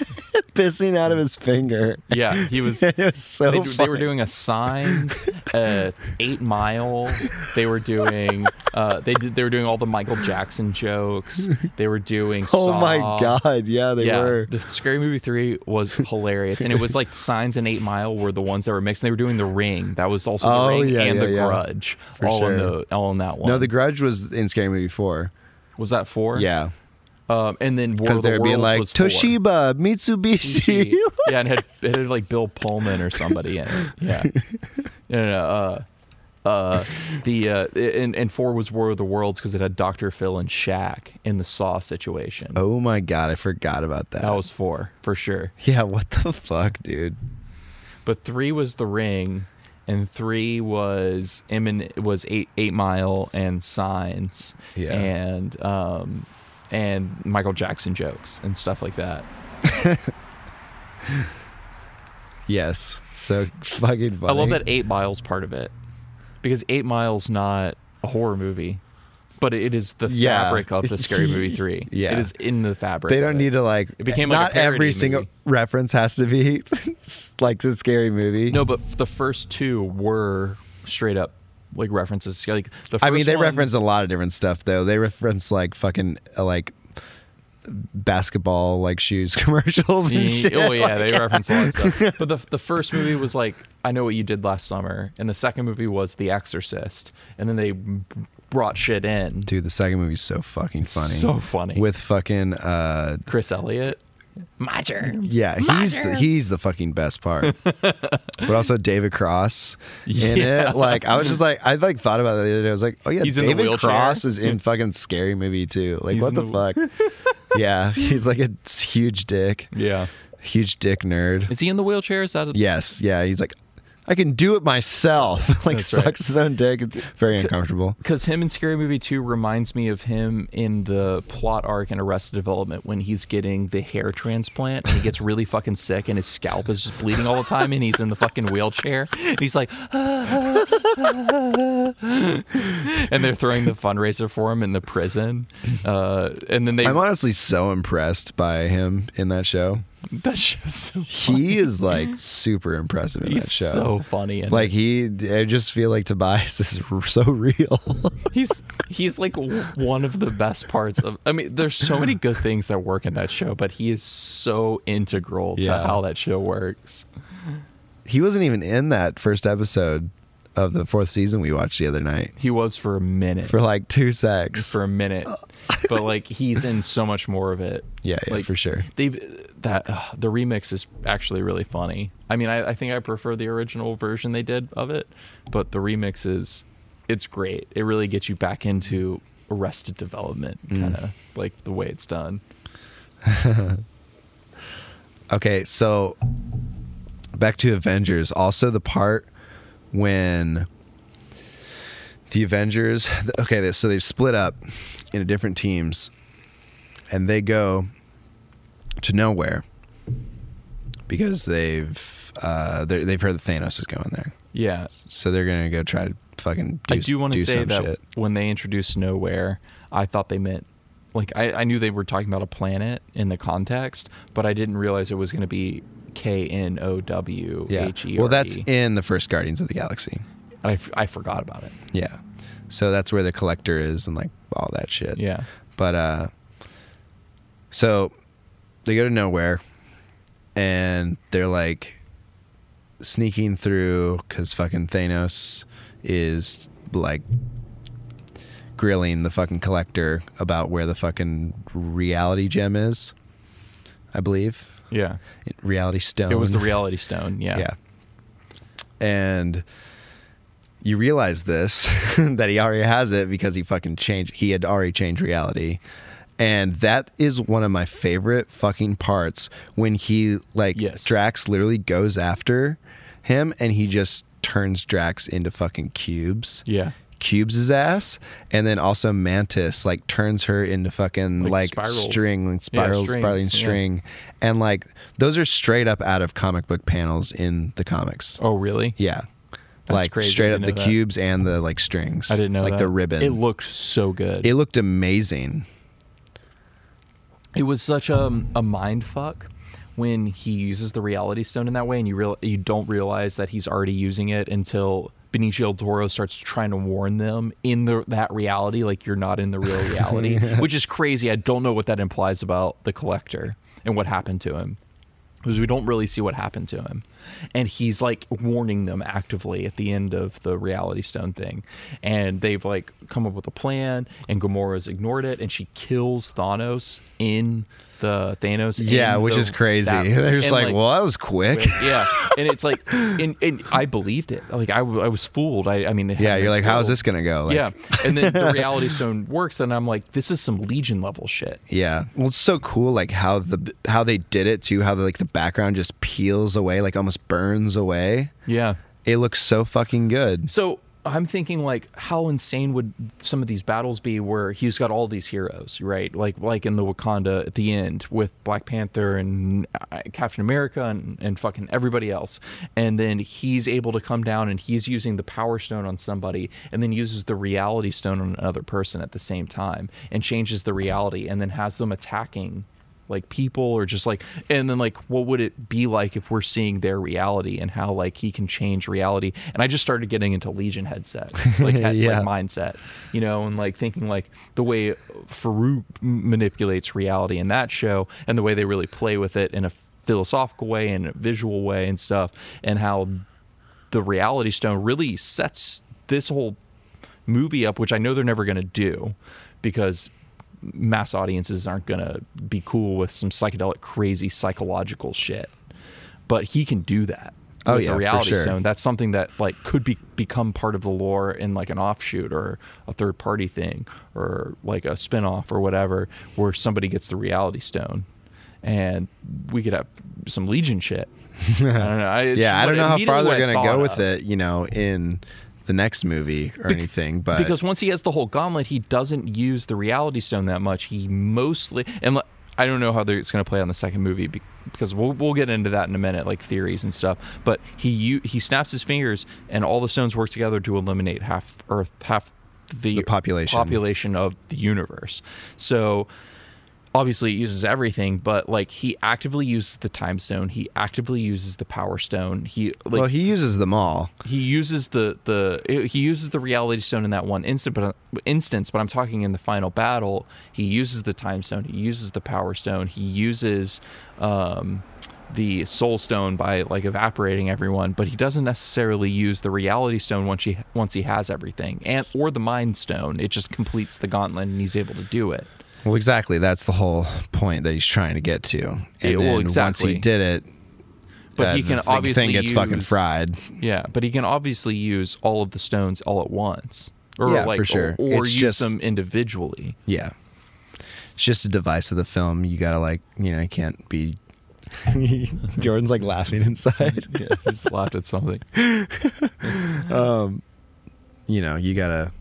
Speaker 2: pissing out of his finger. [LAUGHS]
Speaker 3: Yeah, he was.
Speaker 2: it was so
Speaker 3: they, do- they were
Speaker 2: funny.
Speaker 3: doing a signs, uh, eight mile. They were doing uh, they did they were doing all the Michael Jackson jokes. They were doing
Speaker 2: [LAUGHS] Oh
Speaker 3: Saw.
Speaker 2: my god! Yeah, they
Speaker 3: yeah,
Speaker 2: were.
Speaker 3: the Scary Movie three was hilarious, and it was like Signs and Eight Mile were the ones that were mixed. And they were doing The Ring, that was also
Speaker 2: Oh,
Speaker 3: The Ring
Speaker 2: yeah,
Speaker 3: and
Speaker 2: yeah,
Speaker 3: The
Speaker 2: yeah.
Speaker 3: Grudge,
Speaker 2: For
Speaker 3: all in
Speaker 2: sure.
Speaker 3: the all in that one.
Speaker 2: No, The Grudge was in Scary Movie Four.
Speaker 3: was that four?
Speaker 2: Yeah,
Speaker 3: um, and then War
Speaker 2: because
Speaker 3: of the
Speaker 2: they were being
Speaker 3: Worlds
Speaker 2: like
Speaker 3: was four.
Speaker 2: Toshiba, [LAUGHS] Mitsubishi.
Speaker 3: yeah, and had it had like Bill Pullman or somebody
Speaker 2: [LAUGHS]
Speaker 3: in it. Yeah. No, no, no, uh, uh, the uh, and and four was War of the Worlds because it had Doctor Phil and Shaq in the Saw situation.
Speaker 2: oh my god! I forgot about that.
Speaker 3: That was four for sure.
Speaker 2: yeah. What the fuck, dude?
Speaker 3: But three was The Ring, and three was Emin was eight Eight Mile and Signs.
Speaker 2: Yeah.
Speaker 3: And um, and Michael Jackson jokes and stuff like that.
Speaker 2: Yes. So fucking funny.
Speaker 3: I love that Eight Miles part of it because Eight Miles not a horror movie, but it is the
Speaker 2: Yeah.
Speaker 3: fabric of the
Speaker 2: [LAUGHS]
Speaker 3: Scary Movie Three.
Speaker 2: Yeah.
Speaker 3: it is in the fabric.
Speaker 2: They
Speaker 3: of
Speaker 2: don't
Speaker 3: it.
Speaker 2: need to like.
Speaker 3: It became like a
Speaker 2: not every
Speaker 3: parody
Speaker 2: single
Speaker 3: movie.
Speaker 2: reference has to be [LAUGHS] like the scary movie.
Speaker 3: No, but the first two were straight up like references. Like the
Speaker 2: I mean
Speaker 3: first
Speaker 2: they
Speaker 3: one-
Speaker 2: reference a lot of different stuff though. They reference like fucking uh, like basketball like shoes [LAUGHS] commercials and
Speaker 3: Yeah,
Speaker 2: shit.
Speaker 3: [LAUGHS] Oh yeah,
Speaker 2: Like,
Speaker 3: they reference a lot
Speaker 2: [LAUGHS]
Speaker 3: of stuff. But the the first movie was like I know what you did last summer, and the second movie was The Exorcist, and then they brought shit in.
Speaker 2: Dude, the second movie's so fucking funny.
Speaker 3: so funny.
Speaker 2: With fucking uh
Speaker 3: Chris Elliott. My germs.
Speaker 2: yeah, he's the, he's the fucking best
Speaker 3: [LAUGHS]
Speaker 2: part. but also David Cross in
Speaker 3: Yeah.
Speaker 2: it. Like I was just like I like thought about that the other day. I was like, oh yeah,
Speaker 3: He's in the
Speaker 2: David
Speaker 3: wheelchair.
Speaker 2: Cross is
Speaker 3: [LAUGHS]
Speaker 2: in fucking scary movie too. Like
Speaker 3: He's
Speaker 2: what
Speaker 3: in
Speaker 2: the,
Speaker 3: the-
Speaker 2: fuck?
Speaker 3: [LAUGHS]
Speaker 2: yeah, he's like a huge dick,
Speaker 3: Yeah.
Speaker 2: huge dick nerd.
Speaker 3: Is he in the wheelchair? Is that a,
Speaker 2: Yes, yeah. He's like, I can do it myself. [LAUGHS] like
Speaker 3: That's
Speaker 2: sucks
Speaker 3: right.
Speaker 2: his own dick. Very uncomfortable.
Speaker 3: Because him in Scary Movie 2 reminds me of him in the plot arc in Arrested Development when he's getting the hair transplant and he gets really fucking sick and his scalp is just bleeding all the time and he's in the fucking wheelchair. And he's like, [LAUGHS] "Ah, ah, ah." and they're throwing the fundraiser for him in the prison. Uh, and then they,
Speaker 2: I'm honestly so impressed by him in that show.
Speaker 3: that's just so funny.
Speaker 2: He is like super impressive in
Speaker 3: He's
Speaker 2: that show.
Speaker 3: so funny. in
Speaker 2: like he, I just feel like Tobias [LAUGHS] is r- so real. [LAUGHS]
Speaker 3: He's he's like w- one of the best parts of. I mean, there's so many good things that work in that show, but he is so integral
Speaker 2: Yeah.
Speaker 3: to how that show works.
Speaker 2: he wasn't even in that first episode of the fourth season we watched the other night
Speaker 3: He was for a minute,
Speaker 2: for
Speaker 3: for,
Speaker 2: like two secs.
Speaker 3: a minute, but like he's in so much more of it.
Speaker 2: yeah, yeah,
Speaker 3: like,
Speaker 2: for sure.
Speaker 3: They that uh, the remix is actually really funny. I mean, I, I think I prefer the original version they did of it, but the remix is it's great. It really gets you back into Arrested Development,
Speaker 2: Mm.
Speaker 3: kind of like the way it's done.
Speaker 2: Okay, so back to Avengers. Also, the part when the Avengers. Okay, they- so they've split up into different teams, and they go to nowhere because they've uh, they're- they've heard that Thanos is going there,
Speaker 3: Yeah,
Speaker 2: so they're gonna go try to fucking. Do,
Speaker 3: I do want to say
Speaker 2: some
Speaker 3: that
Speaker 2: shit.
Speaker 3: when they introduced nowhere, I thought they meant like I, I knew they were talking about a planet in the context, but I didn't realize it was going to be K N O W
Speaker 2: Yeah.
Speaker 3: H E.
Speaker 2: well, that's in the first Guardians of the Galaxy.
Speaker 3: And I, f- I forgot about it.
Speaker 2: Yeah. So that's where the collector is and like all that shit.
Speaker 3: Yeah.
Speaker 2: But uh so they go to nowhere and they're like sneaking through cuz fucking Thanos is like grilling the fucking collector about where the fucking reality gem is. I believe.
Speaker 3: Yeah,
Speaker 2: Reality stone.
Speaker 3: it was the Reality Stone. Yeah,
Speaker 2: Yeah. And you realize this [LAUGHS] that he already has it because he fucking changed he had already changed reality. And that is one of my favorite fucking parts when he like
Speaker 3: Yes.
Speaker 2: Drax literally goes after him and he just turns Drax into fucking cubes.
Speaker 3: yeah.
Speaker 2: cubes his ass, and then also Mantis like turns her into fucking
Speaker 3: Like
Speaker 2: like,
Speaker 3: spirals.
Speaker 2: string and
Speaker 3: Yeah,
Speaker 2: spirals,
Speaker 3: strings,
Speaker 2: spiraling
Speaker 3: yeah.
Speaker 2: string, and like those are straight up out of comic book panels in the comics.
Speaker 3: Oh, really?
Speaker 2: Yeah,
Speaker 3: That's
Speaker 2: like
Speaker 3: crazy. I
Speaker 2: straight up
Speaker 3: didn't
Speaker 2: the
Speaker 3: know that.
Speaker 2: cubes and the like strings.
Speaker 3: I didn't know
Speaker 2: like
Speaker 3: that.
Speaker 2: the ribbon.
Speaker 3: It looked so good.
Speaker 2: it looked amazing.
Speaker 3: it was such a, a mind fuck when he uses the reality stone in that way and you real you don't realize that he's already using it until Benicio del Toro starts trying to warn them in the that reality like you're not in the real reality which is crazy I don't know what that implies about the collector and what happened to him because we don't really see what happened to him and he's like warning them actively at the end of the reality stone thing and they've like come up with a plan and Gamora's ignored it and she kills Thanos in the Thanos in
Speaker 2: Yeah, which
Speaker 3: the-
Speaker 2: is crazy. [LAUGHS]
Speaker 3: that-
Speaker 2: They're just
Speaker 3: and,
Speaker 2: like, well, that was quick.
Speaker 3: yeah and it's like and, and I believed it like I, w- I was fooled I, I mean it
Speaker 2: [LAUGHS] Yeah,
Speaker 3: had
Speaker 2: you're
Speaker 3: me
Speaker 2: like, how is
Speaker 3: fooled.
Speaker 2: this gonna go? Like,
Speaker 3: yeah and
Speaker 2: [LAUGHS]
Speaker 3: then the reality stone works and I'm like this is some legion level shit
Speaker 2: Yeah. Well, it's so cool, like how the how they did it too. How the, like the background just peels away, like almost burns away.
Speaker 3: yeah
Speaker 2: It looks so fucking good.
Speaker 3: So I'm thinking like how insane would some of these battles be where he's got all these heroes, right? Like like in the Wakanda at the end with Black Panther and uh, Captain America and, and fucking everybody else. And then he's able to come down and he's using the power stone on somebody and then uses the reality stone on another person at the same time and changes the reality and then has them attacking like people or just like and then like what would it be like if we're seeing their reality and how like he can change reality and i just started getting into legion headset like, head,
Speaker 2: Yeah.
Speaker 3: like mindset you know and like thinking like the way farouk m- manipulates reality in that show and the way they really play with it in a philosophical way and a visual way and stuff and how the reality stone really sets this whole movie up, which I know they're never going to do because mass audiences aren't going to be cool with some psychedelic, crazy psychological shit. But he can do that.
Speaker 2: Oh,
Speaker 3: with
Speaker 2: yeah,
Speaker 3: the
Speaker 2: for
Speaker 3: reality
Speaker 2: sure.
Speaker 3: stone. That's something that like could be become part of the lore in like an offshoot or a third party thing or like a spin-off or whatever where somebody gets the reality stone and we could have some legion
Speaker 2: [LAUGHS]
Speaker 3: shit. I don't know. I, it's
Speaker 2: Yeah, I
Speaker 3: what-
Speaker 2: don't know how
Speaker 3: immediately
Speaker 2: far
Speaker 3: what
Speaker 2: they're
Speaker 3: I
Speaker 2: gonna
Speaker 3: thought
Speaker 2: go
Speaker 3: of.
Speaker 2: with it, you know, in the next movie or anything. But
Speaker 3: because once he has the whole gauntlet, he doesn't use the reality stone that much. He mostly and l- I don't know how they're- it's going to play on the second movie be- because we'll we'll get into that in a minute, like theories and stuff. But he u- he snaps his fingers, and all the stones work together to eliminate half Earth, half the,
Speaker 2: The population.
Speaker 3: population of the universe. So obviously it uses everything but like he actively uses the time stone he actively uses the power stone he like
Speaker 2: well, he uses them all.
Speaker 3: he uses the the he uses the reality stone in that one instant but instance but i'm talking in the final battle he uses the time stone he uses the power stone he uses um the soul stone by like evaporating everyone but he doesn't necessarily use the reality stone once he once he has everything and or the mind stone it just completes the gauntlet and he's able to do it
Speaker 2: Well, exactly. That's the whole point that he's trying to get to. And
Speaker 3: Yeah, well,
Speaker 2: then once
Speaker 3: exactly.
Speaker 2: he did it,
Speaker 3: But
Speaker 2: uh,
Speaker 3: he can
Speaker 2: the thing-
Speaker 3: obviously
Speaker 2: thing gets fucking
Speaker 3: use-
Speaker 2: fried.
Speaker 3: Yeah, but he can obviously use all of the stones all at once, or
Speaker 2: Yeah,
Speaker 3: like
Speaker 2: for sure.
Speaker 3: or, or
Speaker 2: It's
Speaker 3: use
Speaker 2: just-
Speaker 3: them individually.
Speaker 2: Yeah. It's just a device of the film. You gotta like, you know, you can't be. [LAUGHS] Jordan's like laughing inside.
Speaker 3: yeah, he's laughed at something.
Speaker 2: [LAUGHS] you know, you gotta,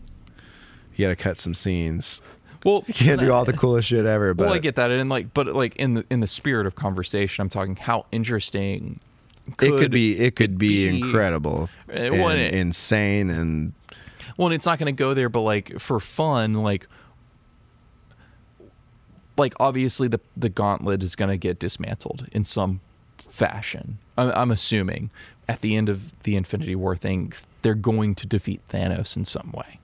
Speaker 2: you gotta cut some
Speaker 3: [LAUGHS]
Speaker 2: scenes.
Speaker 3: Well,
Speaker 2: You can't do all the coolest shit ever. But
Speaker 3: well, I get that, and like, but like in the in the spirit of conversation, I'm talking how interesting
Speaker 2: it could be, it could be,
Speaker 3: be-
Speaker 2: incredible,
Speaker 3: It
Speaker 2: and
Speaker 3: wouldn't.
Speaker 2: insane, and
Speaker 3: Well, and it's not going to go there, but like for fun, like like obviously the the gauntlet is going to get dismantled in some fashion. I'm, I'm assuming at the end of the Infinity War thing, they're going to defeat Thanos in some way.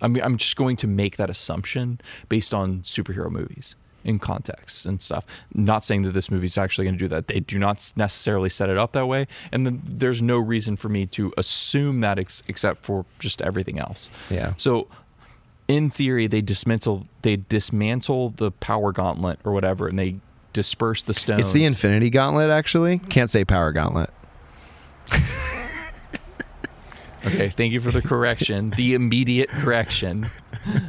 Speaker 3: I'm I'm just going to make that assumption based on superhero movies in context and stuff. Not saying that this movie's actually going to do that. They do not s- necessarily set it up that way, and then there's no reason for me to assume that ex- except for just everything else.
Speaker 2: Yeah.
Speaker 3: So in theory, they dismantle they dismantle the power gauntlet or whatever, and they disperse the stones.
Speaker 2: it's the Infinity Gauntlet. Actually, can't say Power Gauntlet.
Speaker 3: okay. Thank you for the correction, the immediate correction.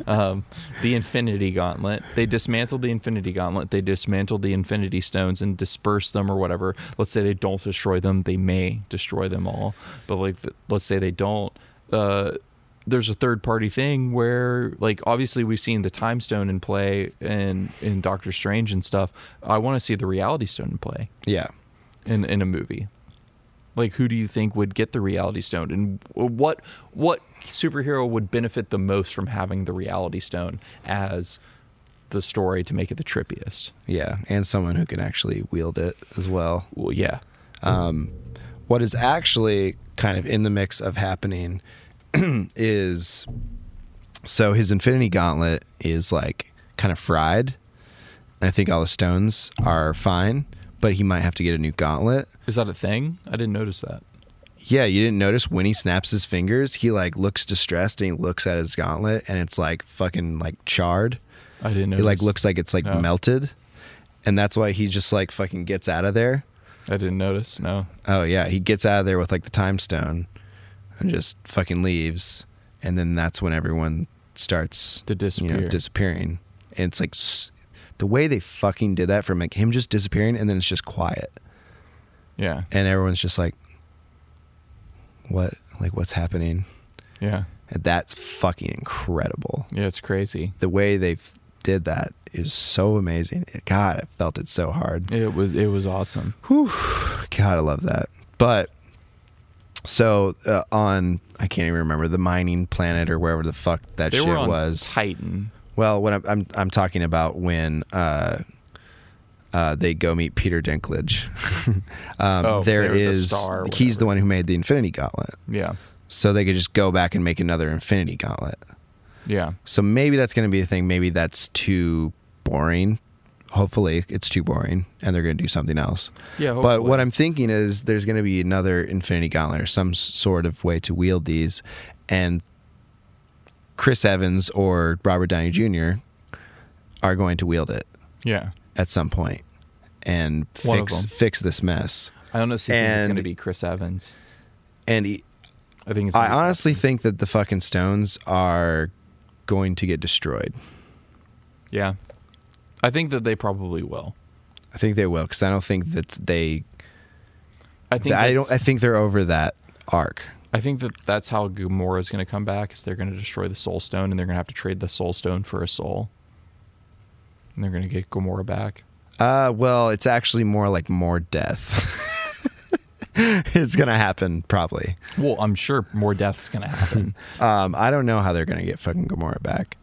Speaker 3: Um, the Infinity Gauntlet. They dismantled the Infinity Gauntlet. They dismantled the Infinity Stones and dispersed them or whatever. Let's say they don't destroy them. They may destroy them all, but like, th- let's say they don't. Uh, there's a third party thing where like obviously we've seen the time stone in play and in Doctor Strange and stuff. I want to see the reality stone in play
Speaker 2: Yeah.
Speaker 3: in in a movie. Like who do you think would get the reality stone and what what superhero would benefit the most from having the reality stone as the story to make it the trippiest?
Speaker 2: Yeah. And someone who can actually wield it as well.
Speaker 3: Well, yeah.
Speaker 2: what is actually kind of in the mix of happening [CLEARS THROAT] is so his infinity gauntlet is like kind of fried and i think all the stones are fine but he might have to get a new gauntlet
Speaker 3: Is that a thing? I didn't notice that.
Speaker 2: yeah you didn't notice when he snaps his fingers he like looks distressed and he looks at his gauntlet and it's like fucking like charred
Speaker 3: I didn't
Speaker 2: it
Speaker 3: notice.
Speaker 2: like looks like it's like
Speaker 3: No.
Speaker 2: melted and that's why he just like fucking gets out of there
Speaker 3: I didn't notice. No.
Speaker 2: Oh yeah, he gets out of there with like the time stone and just fucking leaves, and then that's when everyone starts
Speaker 3: To disappear.
Speaker 2: disappearing. And it's like s- the way they fucking did that from like him just disappearing, and then it's just quiet,
Speaker 3: Yeah.
Speaker 2: and everyone's just like, "What? Like what's happening?"
Speaker 3: Yeah.
Speaker 2: And that's fucking incredible.
Speaker 3: Yeah, it's crazy.
Speaker 2: The way they f- did that is so amazing. God, I felt it so hard.
Speaker 3: It was it was awesome.
Speaker 2: God, I love that. But so uh, on, I can't even remember the mining planet or wherever the fuck that
Speaker 3: They
Speaker 2: shit
Speaker 3: were on
Speaker 2: was.
Speaker 3: Titan.
Speaker 2: Well, when I'm, I'm I'm talking about when uh, uh, they go meet Peter Dinklage. [LAUGHS] um,
Speaker 3: Oh,
Speaker 2: there
Speaker 3: they were the
Speaker 2: is
Speaker 3: star or
Speaker 2: he's the
Speaker 3: whatever.
Speaker 2: one who made the Infinity Gauntlet,
Speaker 3: Yeah.
Speaker 2: so they could just go back and make another Infinity Gauntlet.
Speaker 3: Yeah.
Speaker 2: So maybe that's going to be a thing. Maybe that's too boring. Hopefully, it's too boring, and they're going to do something else.
Speaker 3: Yeah,
Speaker 2: But what
Speaker 3: hopefully.
Speaker 2: I'm thinking is there's going to be another Infinity Gauntlet or some s- sort of way to wield these, and Chris Evans or Robert Downey
Speaker 3: Mm-hmm.
Speaker 2: Jr. are going to wield it
Speaker 3: Yeah.
Speaker 2: at some point and
Speaker 3: One of
Speaker 2: fix
Speaker 3: them.
Speaker 2: fix this mess.
Speaker 3: I honestly think it's
Speaker 2: And-
Speaker 3: gonna be Chris Evans.
Speaker 2: And he,
Speaker 3: I think it's
Speaker 2: I
Speaker 3: gonna be-
Speaker 2: honestly think that the fucking stones are going to get destroyed.
Speaker 3: Yeah. I think that they probably will.
Speaker 2: I think they will because I don't think that they.
Speaker 3: I think
Speaker 2: I don't.
Speaker 3: that's-
Speaker 2: I think they're over that arc.
Speaker 3: I think that that's how Gamora is going to come back. Is they're going to destroy the Soul Stone and they're going to have to trade the Soul Stone for a soul, and they're going to get Gamora back.
Speaker 2: Uh, well, it's actually more like more death. [LAUGHS] it's gonna happen probably.
Speaker 3: Well, I'm sure more death is going
Speaker 2: [LAUGHS]
Speaker 3: to happen.
Speaker 2: Um, I don't know how they're gonna get fucking Gamora back.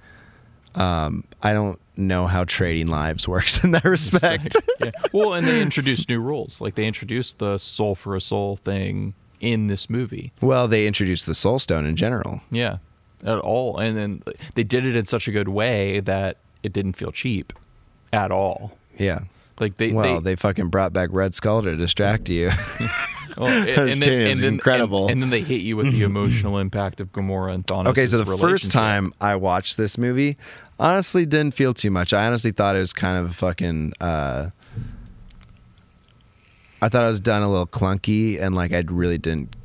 Speaker 2: Um, I don't know how trading lives works in that respect.
Speaker 3: Yeah. Well, and they introduced new rules. Like they introduced the soul for a soul thing in this movie.
Speaker 2: [LAUGHS] well, they introduced the Soul Stone in general.
Speaker 3: Yeah, at all. And then they did it in such a good way that it didn't feel cheap at all.
Speaker 2: Yeah.
Speaker 3: Like they,
Speaker 2: Well,
Speaker 3: they
Speaker 2: they, fucking brought back Red Skull to distract you. [LAUGHS]
Speaker 3: Well, and,
Speaker 2: was
Speaker 3: and
Speaker 2: kidding,
Speaker 3: then,
Speaker 2: it's
Speaker 3: and then,
Speaker 2: incredible.
Speaker 3: And, and then they hit you with
Speaker 2: [LAUGHS]
Speaker 3: the emotional impact of Gamora and Thanos.
Speaker 2: okay, so the first time I watched this movie, honestly didn't feel too much. I honestly thought it was kind of fucking. Uh, I thought it was done a little clunky, and like I really didn't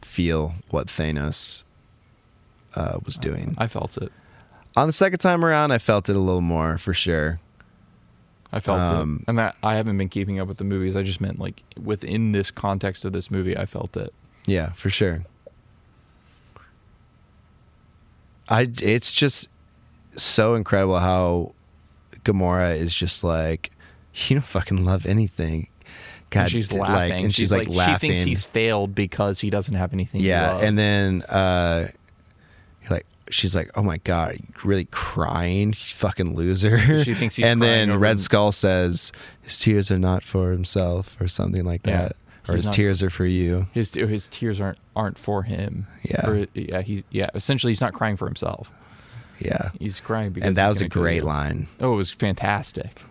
Speaker 2: feel what Thanos uh, was doing.
Speaker 3: I felt it.
Speaker 2: On the second time around, I felt it a little more for sure.
Speaker 3: I felt
Speaker 2: Um,
Speaker 3: it. And that I haven't been keeping up with the movies. I just meant like within this context of this movie, I felt it.
Speaker 2: Yeah, for sure. I it's just so incredible how Gamora is just like [LAUGHS] you don't fucking love anything. God,
Speaker 3: and she's
Speaker 2: d-
Speaker 3: laughing.
Speaker 2: like, and she's, like, laughing.
Speaker 3: She thinks he's failed because he doesn't have anything. he
Speaker 2: yeah,
Speaker 3: loves.
Speaker 2: and then uh, you're like she's like, oh my god, are you really crying, you fucking loser.
Speaker 3: She thinks
Speaker 2: [LAUGHS]
Speaker 3: he's
Speaker 2: and
Speaker 3: crying
Speaker 2: then
Speaker 3: over
Speaker 2: Red
Speaker 3: him.
Speaker 2: Skull says his tears are not for himself or something like
Speaker 3: Yeah.
Speaker 2: that, or
Speaker 3: He's
Speaker 2: his
Speaker 3: not-
Speaker 2: tears are for you.
Speaker 3: his his tears aren't aren't for him.
Speaker 2: Yeah.
Speaker 3: Or, yeah. He yeah. Essentially, he's not crying for himself.
Speaker 2: Yeah,
Speaker 3: He's crying because.
Speaker 2: and that
Speaker 3: he's
Speaker 2: was a
Speaker 3: gonna go to
Speaker 2: great
Speaker 3: jail.
Speaker 2: line.
Speaker 3: Oh, it was fantastic.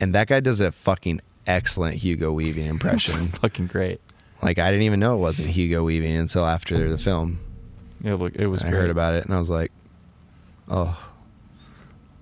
Speaker 2: and that guy does a fucking excellent Hugo Weaving impression.
Speaker 3: [LAUGHS] Fucking great.
Speaker 2: like I didn't even know it wasn't Hugo Weaving until after
Speaker 3: Mm.
Speaker 2: the film.
Speaker 3: Yeah, look, it was.
Speaker 2: I heard about it and I was like, oh,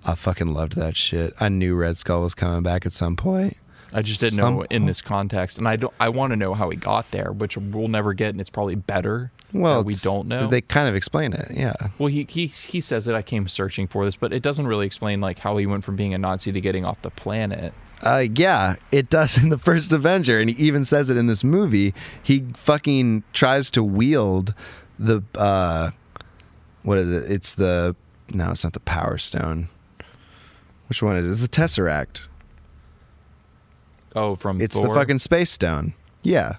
Speaker 2: I fucking loved that shit. I knew Red Skull was coming back at some point.
Speaker 3: I just didn't
Speaker 2: Some-
Speaker 3: know in this context, and I don't. I want to know how he got there, which we'll never get, and it's probably better.
Speaker 2: Well,
Speaker 3: that we
Speaker 2: it's-
Speaker 3: don't know.
Speaker 2: They kind of explain it. Yeah,
Speaker 3: well, he, he he says that I came searching for this, but it doesn't really explain like how he went from being a Nazi to getting off the planet.
Speaker 2: uh, yeah, it does in the first Avenger, and he even says it in this movie. He fucking tries to wield the uh, what is it? It's the no, it's not the Power Stone. Which one is it? It's the Tesseract.
Speaker 3: Oh, from
Speaker 2: It's the
Speaker 3: Thor?
Speaker 2: fucking Space Stone. Yeah.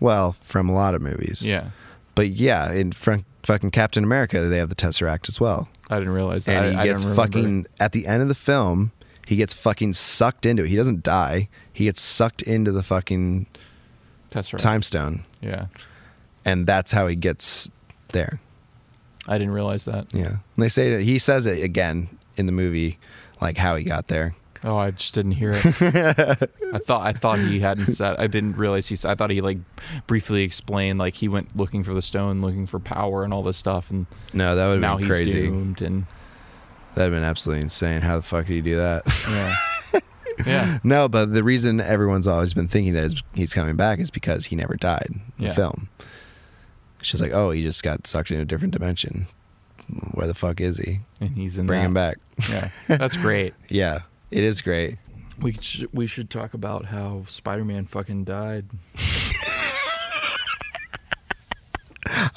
Speaker 2: Well, from a lot of movies.
Speaker 3: yeah.
Speaker 2: But yeah, in front fucking Captain America, they have the Tesseract as well.
Speaker 3: I didn't realize that.
Speaker 2: And
Speaker 3: I-
Speaker 2: he
Speaker 3: I
Speaker 2: gets
Speaker 3: don't remember.
Speaker 2: fucking at the end of the film, he gets fucking sucked into it. He doesn't die. He gets sucked into the fucking
Speaker 3: Tesseract.
Speaker 2: time stone.
Speaker 3: Yeah,
Speaker 2: And that's how he gets there.
Speaker 3: I didn't realize that.
Speaker 2: Yeah. And they say that he says it again in the movie, like how he got there.
Speaker 3: Oh, I just didn't hear
Speaker 2: [LAUGHS]
Speaker 3: it. I thought I thought he hadn't said. I didn't realize he. said- I thought he like briefly explained like he went looking for the stone, looking for power and all this stuff, and
Speaker 2: No, that would
Speaker 3: now
Speaker 2: have
Speaker 3: he's
Speaker 2: been crazy.
Speaker 3: doomed. And
Speaker 2: That'd have been absolutely insane. How the fuck did he do that? [LAUGHS]
Speaker 3: yeah, yeah,
Speaker 2: no, but the reason everyone's always been thinking that is he's coming back is because he never died in
Speaker 3: Yeah.
Speaker 2: the film. She's like, oh, he just got sucked into a different dimension. Where the fuck is he?
Speaker 3: and he's in.
Speaker 2: Bring
Speaker 3: that.
Speaker 2: him back. [LAUGHS]
Speaker 3: Yeah, that's great.
Speaker 2: Yeah, it is great.
Speaker 3: We sh- we should talk about how Spider-Man fucking died.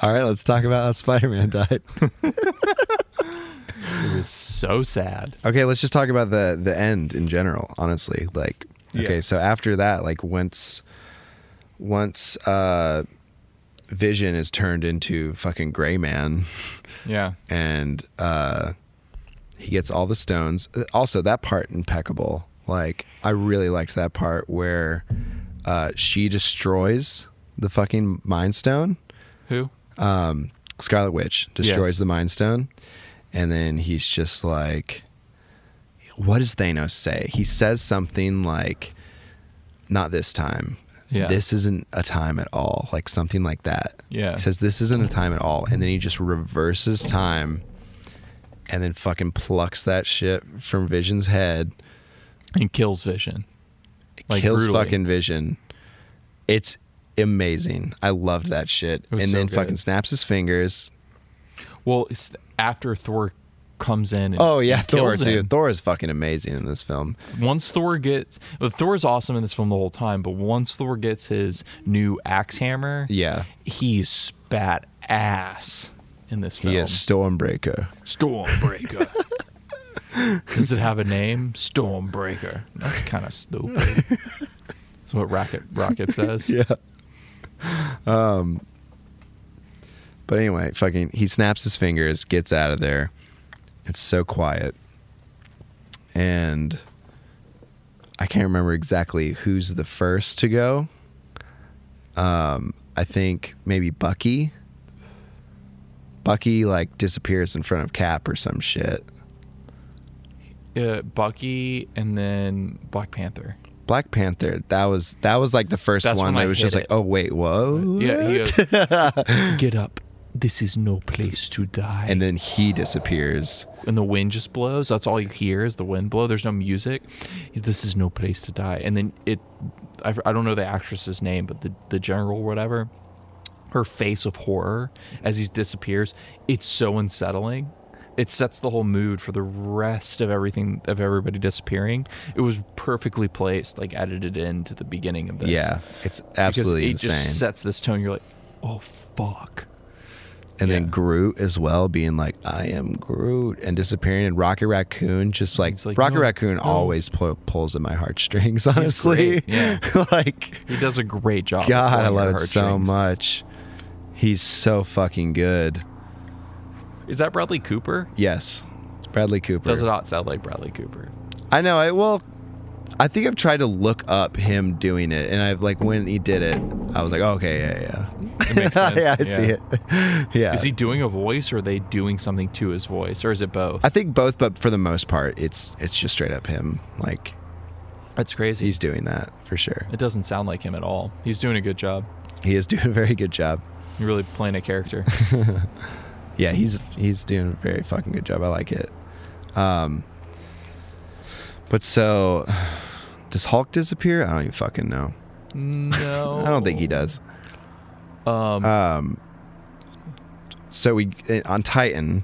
Speaker 2: All right, let's talk about how Spider Man [LAUGHS] died.
Speaker 3: It was so sad.
Speaker 2: okay, let's just talk about the the end in general. Honestly, like,
Speaker 3: Yeah.
Speaker 2: okay, so after that, like once once uh, Vision is turned into fucking Gray Man.
Speaker 3: Yeah,
Speaker 2: and uh, he gets all the stones. Also, that part impeccable. Like I really liked that part where uh, she destroys the fucking Mind Stone.
Speaker 3: who?
Speaker 2: Um, Scarlet Witch destroys
Speaker 3: Yes.
Speaker 2: the Mind Stone, and then he's just like, "What does Thanos say?" He says something like, "Not this time."
Speaker 3: Yeah.
Speaker 2: This isn't a time at all, like something like that.
Speaker 3: Yeah.
Speaker 2: He says this isn't a time at all, and then he just reverses time, and then fucking plucks that shit from Vision's head,
Speaker 3: And kills Vision. Like,
Speaker 2: kills
Speaker 3: brutally.
Speaker 2: fucking Vision. It's amazing. I loved that shit.
Speaker 3: was
Speaker 2: And
Speaker 3: so
Speaker 2: then
Speaker 3: good.
Speaker 2: fucking snaps his fingers.
Speaker 3: Well, it's after Thor comes in. And
Speaker 2: Oh yeah,
Speaker 3: and
Speaker 2: Thor
Speaker 3: kills
Speaker 2: too.
Speaker 3: him.
Speaker 2: Thor is fucking amazing in this film.
Speaker 3: once Thor gets well, Thor's awesome in this film the whole time, but once Thor gets his new axe hammer,
Speaker 2: Yeah,
Speaker 3: he's spat ass in this film.
Speaker 2: he is Stormbreaker.
Speaker 3: Stormbreaker. [LAUGHS] Does it have a name? Stormbreaker. That's kind of stupid. That's what Rocket Rocket
Speaker 2: [LAUGHS]
Speaker 3: says.
Speaker 2: Yeah. Um. But anyway, fucking, he snaps his fingers, gets out of there. It's so quiet, and I can't remember exactly who's the first to go. Um, I think maybe Bucky. Bucky like disappears in front of Cap or some shit.
Speaker 3: Uh, Bucky and then Black Panther.
Speaker 2: Black Panther. That was that was like the first
Speaker 3: That's
Speaker 2: one
Speaker 3: when
Speaker 2: that
Speaker 3: I
Speaker 2: was
Speaker 3: hit
Speaker 2: just
Speaker 3: it.
Speaker 2: like, oh wait, whoa.
Speaker 3: Yeah, he
Speaker 2: [LAUGHS]
Speaker 3: goes, get up. This is no place to die.
Speaker 2: and then he disappears.
Speaker 3: and the wind just blows. That's all you hear is the wind blow. There's no music. This is no place to die. And then it, I, I don't know the actress's name, but the the general, whatever, her face of horror as he disappears. It's so unsettling. It sets the whole mood for the rest of everything of everybody disappearing. It was perfectly placed, like edited into the beginning of this.
Speaker 2: Yeah, it's
Speaker 3: Because
Speaker 2: absolutely
Speaker 3: it
Speaker 2: insane.
Speaker 3: just sets this tone. You're like, oh fuck.
Speaker 2: and
Speaker 3: yeah.
Speaker 2: then Groot as well, being like, "I am Groot," and disappearing. And Rocket Raccoon, just like,
Speaker 3: He's like,
Speaker 2: Rocket
Speaker 3: "No,
Speaker 2: Raccoon,
Speaker 3: no."
Speaker 2: always pull, pulls at my heartstrings. Honestly, [LAUGHS]
Speaker 3: great, yeah.
Speaker 2: like
Speaker 3: He does a great job. of
Speaker 2: God, I
Speaker 3: pulling your
Speaker 2: love it so
Speaker 3: heartstrings.
Speaker 2: much. He's so fucking good.
Speaker 3: Is that Bradley Cooper?
Speaker 2: Yes, it's Bradley Cooper.
Speaker 3: Does it not sound like Bradley Cooper?
Speaker 2: I know. I well, I think I've tried to look up him doing it, and I've like when he did it, I was like, "Oh, okay, yeah, yeah,
Speaker 3: It makes sense,
Speaker 2: [LAUGHS] yeah, I
Speaker 3: yeah.
Speaker 2: see it. [LAUGHS] yeah,
Speaker 3: Is he doing a voice or are they doing something to his voice or is it both?
Speaker 2: I think both, but for the most part, it's it's just straight up him. Like
Speaker 3: That's crazy.
Speaker 2: he's doing that for sure.
Speaker 3: it doesn't sound like him at all. He's doing a good job.
Speaker 2: He is [LAUGHS] doing a very good job.
Speaker 3: You're really playing
Speaker 2: [LAUGHS]
Speaker 3: a character.
Speaker 2: Yeah, he's he's doing a very fucking good job. I like it. Um, but so [SIGHS] does Hulk disappear? I don't even fucking know.
Speaker 3: no.
Speaker 2: I don't think he does.
Speaker 3: Um,
Speaker 2: Um, so we uh, on Titan,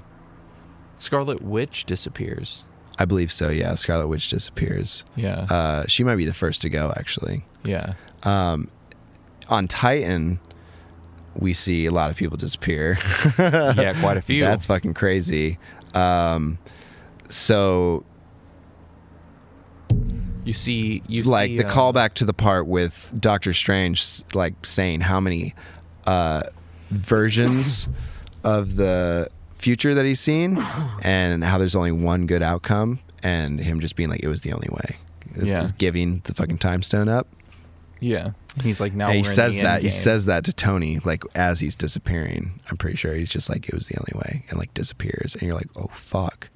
Speaker 3: Scarlet Witch disappears.
Speaker 2: I believe so. Yeah, Scarlet Witch disappears.
Speaker 3: Yeah.
Speaker 2: Uh, she might be the first to go actually.
Speaker 3: yeah.
Speaker 2: um, on Titan, we see a lot of people disappear.
Speaker 3: [LAUGHS] Yeah, quite a few.
Speaker 2: That's fucking crazy. Um, so
Speaker 3: You see, you
Speaker 2: like
Speaker 3: see,
Speaker 2: the
Speaker 3: uh,
Speaker 2: callback to the part with Doctor Strange, s- like saying how many uh, versions of the future that he's seen, and how there's only one good outcome, and him just being like, "It was the only way." It-
Speaker 3: Yeah.
Speaker 2: it's Giving the fucking time stone up.
Speaker 3: Yeah, he's like now.
Speaker 2: and he
Speaker 3: Oh, we're in
Speaker 2: says
Speaker 3: the
Speaker 2: that
Speaker 3: end
Speaker 2: he
Speaker 3: game.
Speaker 2: says that to Tony like as he's disappearing. I'm pretty sure he's just like it was the only way and like disappears and you're like oh fuck.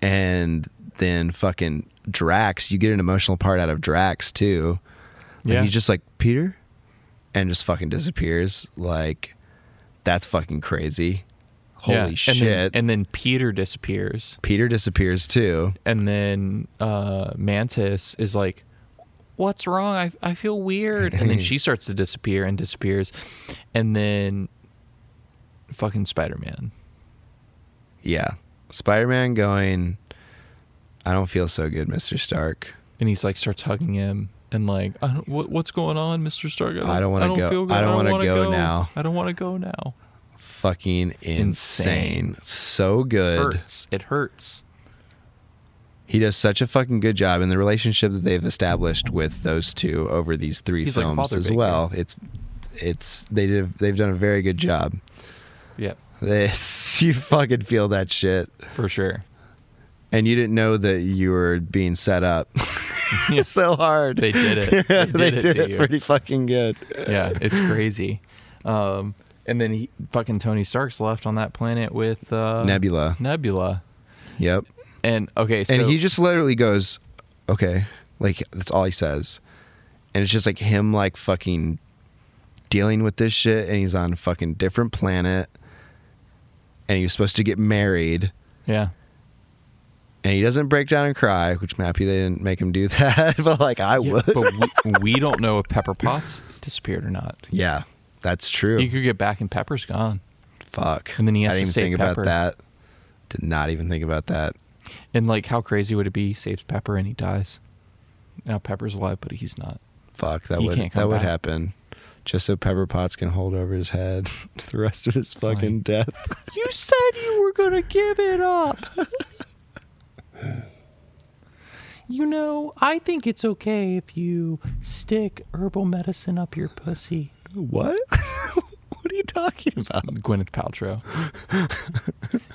Speaker 2: And then fucking Drax, you get an emotional part out of Drax too. Like,
Speaker 3: Yeah.
Speaker 2: He's just like Peter, and just fucking disappears. Like that's fucking crazy. Holy
Speaker 3: Yeah, and then-
Speaker 2: shit!
Speaker 3: and then Peter disappears.
Speaker 2: Peter disappears too.
Speaker 3: and then uh, Mantis is like, "What's wrong? I I feel weird." And then
Speaker 2: [LAUGHS]
Speaker 3: she starts to disappear and disappears, and then fucking Spider Man.
Speaker 2: Yeah, Spider-Man going. I don't feel so good, Mister Stark.
Speaker 3: And he's like starts hugging him and like, I don't, what, "What's going on, Mister Stark?
Speaker 2: I don't wanna
Speaker 3: I don't
Speaker 2: go-
Speaker 3: feel good.
Speaker 2: I don't wanna
Speaker 3: wanna
Speaker 2: go now."
Speaker 3: I don't want to go now.
Speaker 2: fucking insane.
Speaker 3: Insane.
Speaker 2: So good.
Speaker 3: Hurts. It hurts.
Speaker 2: He does such a fucking good job in the relationship that they've established with those two over these three
Speaker 3: He's like
Speaker 2: films
Speaker 3: father
Speaker 2: as
Speaker 3: figure.
Speaker 2: well. It's it's they did they've done a very good job. [LAUGHS]
Speaker 3: Yeah,
Speaker 2: It's, you fucking feel that shit.
Speaker 3: for sure.
Speaker 2: And you didn't know that you were being set up
Speaker 3: [LAUGHS]
Speaker 2: [LAUGHS]
Speaker 3: Yeah.
Speaker 2: so hard.
Speaker 3: They did
Speaker 2: [LAUGHS]
Speaker 3: it. They
Speaker 2: They
Speaker 3: did
Speaker 2: did,
Speaker 3: it
Speaker 2: it,
Speaker 3: to you.
Speaker 2: pretty fucking good.
Speaker 3: yeah,
Speaker 2: [LAUGHS]
Speaker 3: it's crazy. Um, and then he, fucking Tony Stark's left on that planet with uh,
Speaker 2: Nebula.
Speaker 3: Nebula.
Speaker 2: Yep.
Speaker 3: And okay, so
Speaker 2: And he just literally goes, okay. Like, that's all he says. And it's just like him, like, fucking dealing with this shit. And he's on a fucking different planet. And he was supposed to get married.
Speaker 3: yeah,
Speaker 2: And he doesn't break down and cry, which I'm happy they didn't make him do [LAUGHS] that. but, like, I
Speaker 3: Yeah,
Speaker 2: would.
Speaker 3: but we, we don't know if Pepper Potts disappeared or not.
Speaker 2: yeah, that's true.
Speaker 3: You could get back and Pepper's gone,
Speaker 2: Fuck.
Speaker 3: And then he has
Speaker 2: I
Speaker 3: to
Speaker 2: didn't even
Speaker 3: save
Speaker 2: think
Speaker 3: Pepper.
Speaker 2: about that. Did not even think about that.
Speaker 3: and like how crazy would it be? He saves Pepper and he dies. Now Pepper's alive, but he's not.
Speaker 2: Fuck, that
Speaker 3: He
Speaker 2: would
Speaker 3: can't
Speaker 2: that
Speaker 3: come
Speaker 2: would
Speaker 3: back.
Speaker 2: happen. Just so Pepper Potts can hold over his head [LAUGHS] the rest of his fucking death.
Speaker 3: You said you were gonna give it up. You know, I think it's okay if you stick herbal medicine up your pussy.
Speaker 2: What? [LAUGHS] what are you talking about?
Speaker 3: [LAUGHS] Gwyneth Paltrow.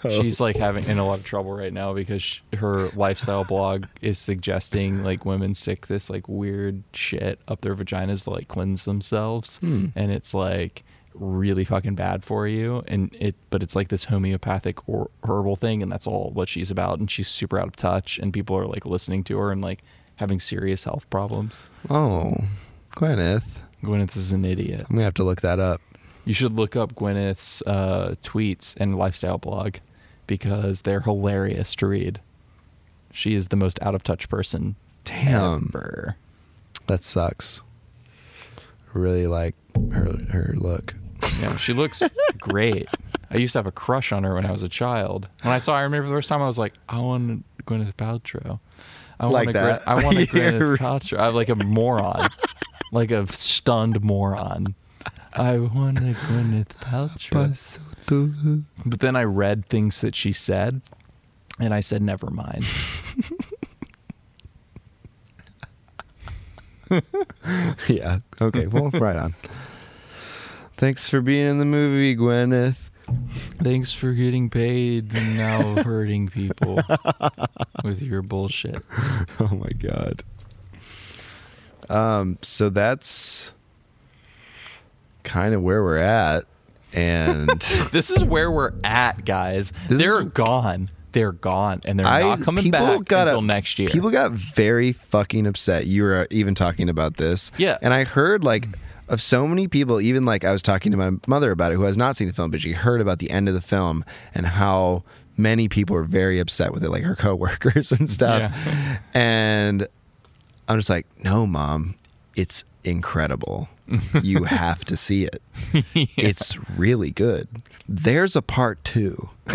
Speaker 3: She's like having in a lot of trouble right now because sh her lifestyle blog is suggesting like women stick this like weird shit up their vaginas to like cleanse themselves, and it's like really fucking bad for you. And it, but it's like this homeopathic or herbal thing, and that's all what she's about. And she's super out of touch, and people are like listening to her and like having serious health problems.
Speaker 2: Oh, Gwyneth.
Speaker 3: Gwyneth is an idiot.
Speaker 2: I'm gonna have to look that up.
Speaker 3: You should look up Gwyneth's uh, tweets and lifestyle blog because they're hilarious to read. She is the most out of touch person
Speaker 2: Damn.
Speaker 3: ever.
Speaker 2: That sucks. Really like her her look.
Speaker 3: Yeah,
Speaker 2: [LAUGHS]
Speaker 3: she looks great. I used to have a crush on her when I was a child. When I saw her, I remember the first time I was like, I want Gwyneth Paltrow. I want
Speaker 2: Like
Speaker 3: a
Speaker 2: that.
Speaker 3: I
Speaker 2: [LAUGHS]
Speaker 3: want a
Speaker 2: You're-
Speaker 3: Gwyneth Paltrow. I'm like a moron, like a stunned moron. I want a Gwyneth Paltrow. But then I read things that she said, and I said, "Never [LAUGHS] mind."
Speaker 2: [LAUGHS] yeah. Okay. [LAUGHS] Well, right on. Thanks for being in the movie, Gwyneth.
Speaker 3: Thanks for getting paid and [LAUGHS] now hurting people with your bullshit.
Speaker 2: [LAUGHS] Oh my god. Um, so that's kind of where we're at. [LAUGHS] And
Speaker 3: This is where we're at, guys.
Speaker 2: This
Speaker 3: they're
Speaker 2: is-
Speaker 3: gone. They're gone, and they're not coming
Speaker 2: people
Speaker 3: back
Speaker 2: got
Speaker 3: until
Speaker 2: a-
Speaker 3: next year.
Speaker 2: People got very fucking upset. You were uh, even talking about this.
Speaker 3: Yeah.
Speaker 2: And I heard like of so many people, even like I was talking to my mother about it, who has not seen the film, but she heard about the end of the film and how many people were very upset with it, like her [LAUGHS] coworkers and stuff.
Speaker 3: Yeah.
Speaker 2: And I'm just like, no, mom, it's incredible.
Speaker 3: [LAUGHS]
Speaker 2: you have to see it. It's really good. There's a part two. [LAUGHS]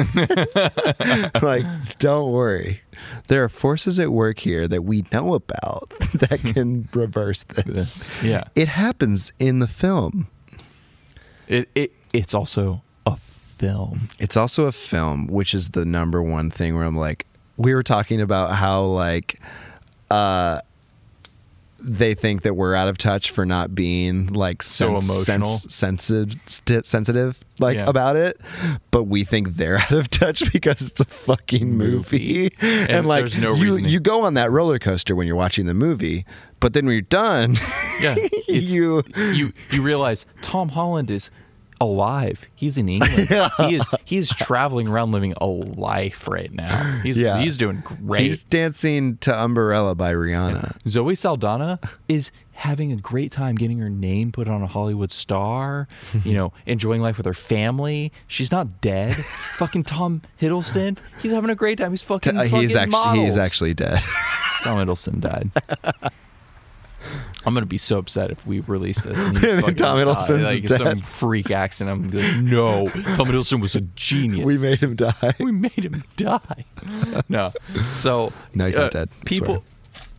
Speaker 2: like, don't worry. There are forces at work here that we know about [LAUGHS] that can reverse this.
Speaker 3: yeah.
Speaker 2: It happens in the film.
Speaker 3: It, it it's also a [LAUGHS] film.
Speaker 2: It's also a film, which is the number one thing where I'm like, we were talking about how like, uh, they think that we're out of touch for not being like
Speaker 3: So emotional.
Speaker 2: sensitive, sensitive, like
Speaker 3: Yeah.
Speaker 2: about it, but we think they're [LAUGHS] out of touch because it's a fucking movie,
Speaker 3: Movie.
Speaker 2: and,
Speaker 3: And
Speaker 2: like
Speaker 3: there's no
Speaker 2: you
Speaker 3: reason they-
Speaker 2: you go on that roller coaster when you're watching the movie, but then when you're done, [LAUGHS]
Speaker 3: Yeah. it's-
Speaker 2: you
Speaker 3: you you realize Tom Holland is alive. He's in [LAUGHS] England. He is he is traveling around living a life right now. He's
Speaker 2: Yeah.
Speaker 3: he's doing great.
Speaker 2: he's dancing to Umbrella by Rihanna.
Speaker 3: Zoe Saldana is having a great time getting her name put on a Hollywood star,
Speaker 2: [LAUGHS]
Speaker 3: you know, enjoying life with her family. She's not dead. fucking Tom Hiddleston, he's having a great time. He's fucking,
Speaker 2: Uh, he's
Speaker 3: fucking
Speaker 2: actually
Speaker 3: models.
Speaker 2: he's actually
Speaker 3: [LAUGHS]
Speaker 2: dead.
Speaker 3: Tom Hiddleston died. I'm gonna be so upset if we release this. And
Speaker 2: And
Speaker 3: he's
Speaker 2: [LAUGHS]
Speaker 3: fucking
Speaker 2: Tom
Speaker 3: died,
Speaker 2: Hiddleston's
Speaker 3: like
Speaker 2: dead.
Speaker 3: some freak accident. I'm gonna be like, no, Tom Hiddleston was a genius.
Speaker 2: we made him die.
Speaker 3: [LAUGHS] we made him die. No, so uh,
Speaker 2: No, he's not dead, I
Speaker 3: People,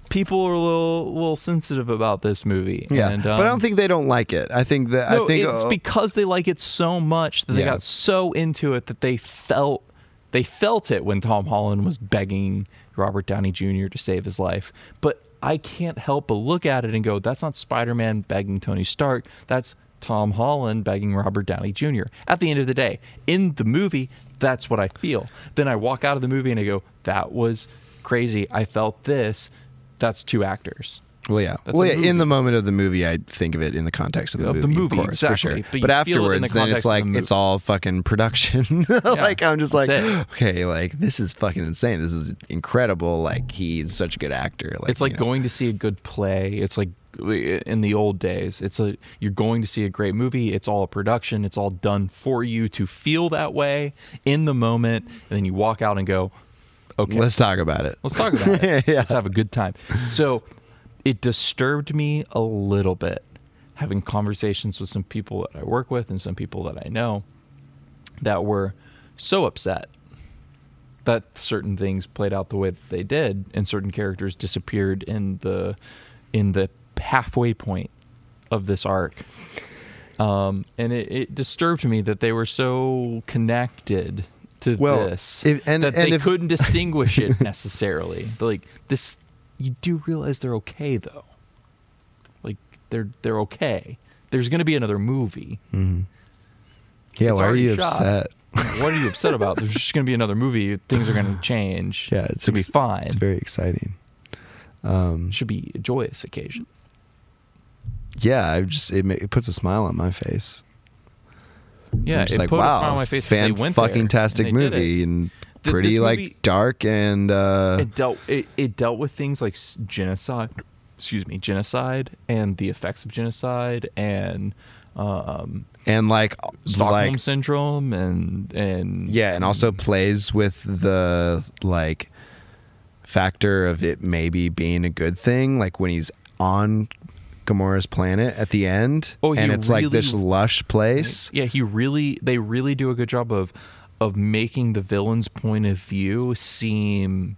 Speaker 3: people are a little, little sensitive about this movie.
Speaker 2: Yeah,
Speaker 3: and,
Speaker 2: but I don't
Speaker 3: um,
Speaker 2: think they don't like it. I think that
Speaker 3: no,
Speaker 2: I think
Speaker 3: it's
Speaker 2: uh,
Speaker 3: because they like it so much that they
Speaker 2: Yeah.
Speaker 3: got so into it that they felt they felt it when Tom Holland was begging Robert Downey Jr. to save his life. But I can't help but look at it and go, that's not Spider-Man begging Tony Stark. That's Tom Holland begging Robert Downey Jr. At the end of the day, in the movie, that's what I feel. Then I walk out of the movie and I go, that was crazy. I felt this. That's two actors.
Speaker 2: well, yeah,
Speaker 3: That's
Speaker 2: well,
Speaker 3: a
Speaker 2: yeah. In
Speaker 3: movie.
Speaker 2: the moment of the movie, I think of it in the context of the
Speaker 3: Of
Speaker 2: movie,
Speaker 3: the movie,
Speaker 2: of course, for
Speaker 3: exactly.
Speaker 2: sure.
Speaker 3: But you
Speaker 2: But
Speaker 3: feel it in
Speaker 2: afterwards,
Speaker 3: the
Speaker 2: then
Speaker 3: context
Speaker 2: it's
Speaker 3: of
Speaker 2: like
Speaker 3: the
Speaker 2: it's
Speaker 3: movie.
Speaker 2: all fucking production. [LAUGHS] like I'm just like,
Speaker 3: that's it.
Speaker 2: [GASPS] okay, like this is fucking insane. This is incredible. Like he's such a good actor. Like
Speaker 3: it's like
Speaker 2: you know.
Speaker 3: going to see a good play it's like uh, in the old days it's a you're going to see a great movie it's all a production it's all done for you to feel that way in the moment and then you walk out and go okay
Speaker 2: Let's talk about it.
Speaker 3: Let's talk about it.
Speaker 2: Yeah.
Speaker 3: Let's have a good time. So it disturbed me a little bit having conversations with some people that I work with and some people that I know that were so upset that certain things played out the way that they did and certain characters disappeared in the in the halfway point of this arc. Um, and it, it disturbed me that they were so connected to
Speaker 2: Well,
Speaker 3: this
Speaker 2: if- and-
Speaker 3: that
Speaker 2: and
Speaker 3: they
Speaker 2: if- [LAUGHS]
Speaker 3: couldn't distinguish it necessarily. They're like this, you do realize they're okay though. Like they're they're okay. There's going to be another movie.
Speaker 2: yeah,
Speaker 3: It's
Speaker 2: why are
Speaker 3: already
Speaker 2: you
Speaker 3: shot.
Speaker 2: upset?
Speaker 3: [LAUGHS] What are you upset about? There's just going to be another movie. Things are going to change.
Speaker 2: Yeah, it's
Speaker 3: to be
Speaker 2: ex-
Speaker 3: fine.
Speaker 2: It's very exciting. Um,
Speaker 3: Should be a joyous occasion.
Speaker 2: yeah, I just it, ma- it puts a smile on my face.
Speaker 3: Yeah,
Speaker 2: I'm just
Speaker 3: it
Speaker 2: like,
Speaker 3: put a
Speaker 2: wow,
Speaker 3: smile on my face. that they
Speaker 2: fan
Speaker 3: went there,
Speaker 2: fucking tastic
Speaker 3: and they did it.
Speaker 2: movie and
Speaker 3: Th-
Speaker 2: pretty
Speaker 3: this
Speaker 2: like
Speaker 3: movie-
Speaker 2: dark and uh
Speaker 3: it dealt it, it dealt with things like s- genocide excuse me genocide and the effects of genocide and um
Speaker 2: and like
Speaker 3: Stockholm
Speaker 2: like
Speaker 3: syndrome and and
Speaker 2: yeah, and also
Speaker 3: Mm-hmm.
Speaker 2: plays with the like factor of it maybe being a good thing, like when he's on Gamora's planet at the end,
Speaker 3: Oh, he
Speaker 2: and it's like this
Speaker 3: really-
Speaker 2: lush place.
Speaker 3: yeah he really they really do a good job of of making the villain's point of view seem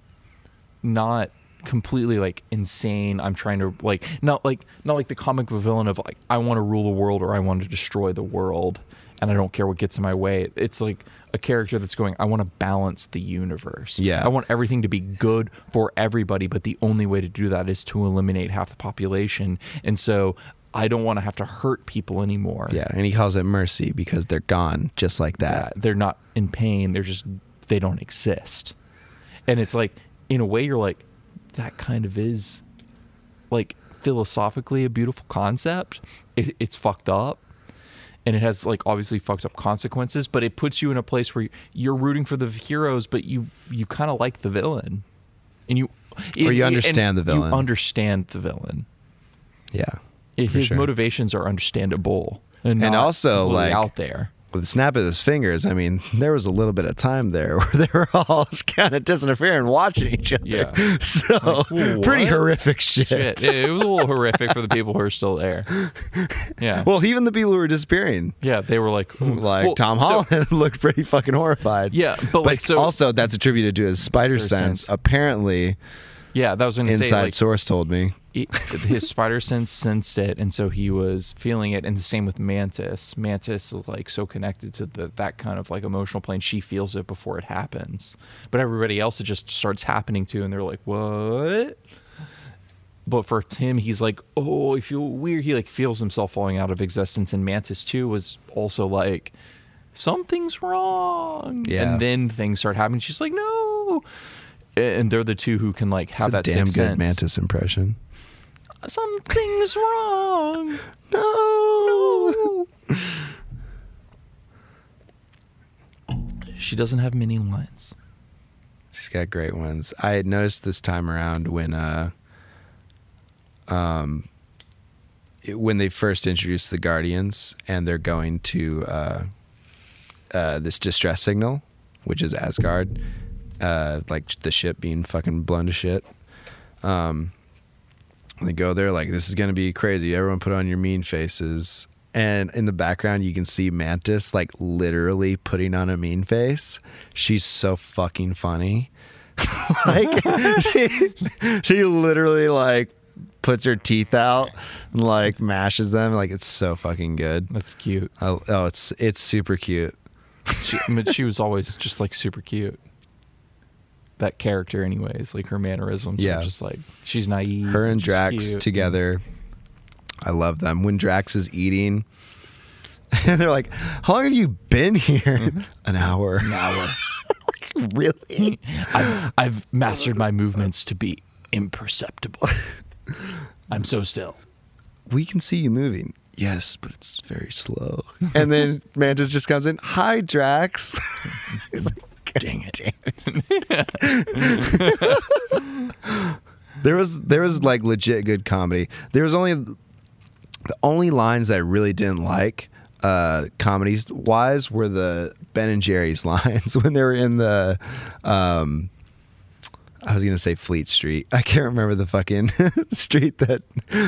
Speaker 3: not completely like insane i'm trying to like not like not like the comic book villain of like i want to rule the world or i want to destroy the world and i don't care what gets in my way it's like a character that's going i want to balance the universe
Speaker 2: Yeah.
Speaker 3: i want everything to be good for everybody but the only way to do that is to eliminate half the population and so i don't want to have to hurt people anymore
Speaker 2: Yeah, and he calls it mercy because they're gone, just like that.
Speaker 3: uh, they're not in pain they're just they don't exist and it's like in a way you're like that kind of is like philosophically a beautiful concept it, it's fucked up and it has like obviously fucked up consequences but it puts you in a place where you're rooting for the heroes but you you kind of like the villain and you
Speaker 2: Or you
Speaker 3: and-
Speaker 2: understand the villain.
Speaker 3: you understand the villain
Speaker 2: Yeah, for
Speaker 3: his
Speaker 2: sure.
Speaker 3: motivations are understandable and,
Speaker 2: And
Speaker 3: not
Speaker 2: also,
Speaker 3: completely
Speaker 2: like,
Speaker 3: out there
Speaker 2: with the snap of his fingers, I mean, [LAUGHS] there was a little bit of time there [LAUGHS] where they were all kind of disinterfering, watching each other.
Speaker 3: Yeah.
Speaker 2: [LAUGHS] So
Speaker 3: "Whoa,
Speaker 2: pretty
Speaker 3: what?"
Speaker 2: horrific shit. [LAUGHS]
Speaker 3: Shit, it, it was a little horrific for the people who are still there. Yeah.
Speaker 2: Well, even the people who were disappearing,
Speaker 3: yeah, they were like, "Ooh."
Speaker 2: like
Speaker 3: Well,
Speaker 2: Tom
Speaker 3: so-
Speaker 2: Holland, [LAUGHS] looked pretty fucking horrified.
Speaker 3: Yeah, but, like, so-
Speaker 2: also that's attributed to his spider
Speaker 3: Spider
Speaker 2: sense.
Speaker 3: sense.
Speaker 2: Apparently,
Speaker 3: Yeah, that was going to say.
Speaker 2: Inside
Speaker 3: like,
Speaker 2: source told me.
Speaker 3: he- his spider sense sensed it, and so he was feeling it. And the same with Mantis. Mantis is like so connected to the, that kind of like emotional plane. She feels it before it happens, but everybody else it just starts happening to, and they're like, "What?" But for Tim, he's like, "Oh, I feel weird." He like feels himself falling out of existence. And Mantis too was also like, "Something's wrong."
Speaker 2: Yeah.
Speaker 3: And then things start happening. She's like, "No." And they're the two who can like have
Speaker 2: It's a
Speaker 3: that
Speaker 2: damn
Speaker 3: sixth
Speaker 2: good
Speaker 3: sense.
Speaker 2: mantis impression.
Speaker 3: Something's wrong. [LAUGHS]
Speaker 2: No.
Speaker 3: She doesn't have many lines.
Speaker 2: She's got great ones. I had noticed this time around when uh um it- when they first introduced the Guardians and they're going to uh uh this distress signal, which is Asgard, uh like the ship being fucking blown to shit. Um they go there like this is going to be crazy. Everyone put on your mean faces. And in the background, you can see Mantis like literally putting on a mean face. She's so fucking funny. [LAUGHS] like [LAUGHS] she, she literally like puts her teeth out and like mashes them. Like it's so fucking good.
Speaker 3: That's cute.
Speaker 2: I, oh, it's it's super cute.
Speaker 3: She, I mean, she was always just like super cute. That character, anyways, like her mannerisms. Yeah,
Speaker 2: Yeah.
Speaker 3: are just like she's naive.
Speaker 2: Her and
Speaker 3: she's
Speaker 2: Drax
Speaker 3: [LAUGHS] cute.
Speaker 2: together. I love them. When Drax is eating, [LAUGHS] and they're like, "How long have you been
Speaker 3: [LAUGHS]
Speaker 2: here?" An hour. An hour. really?
Speaker 3: [LAUGHS] I've, I've mastered my movements to be [LAUGHS] imperceptible. I'm so still.
Speaker 2: We can see you moving. Yes, but it's very
Speaker 3: [LAUGHS]
Speaker 2: slow. and then Mantis just comes in. Hi, Drax. [LAUGHS] He's like, "God
Speaker 3: Dang it.
Speaker 2: There was there was like legit good comedy. There was only the only lines that I really didn't like uh comedies wise were the Ben and Jerry's [LAUGHS] lines when they were in the um I was gonna say Fleet Street. I can't remember the fucking [LAUGHS] street that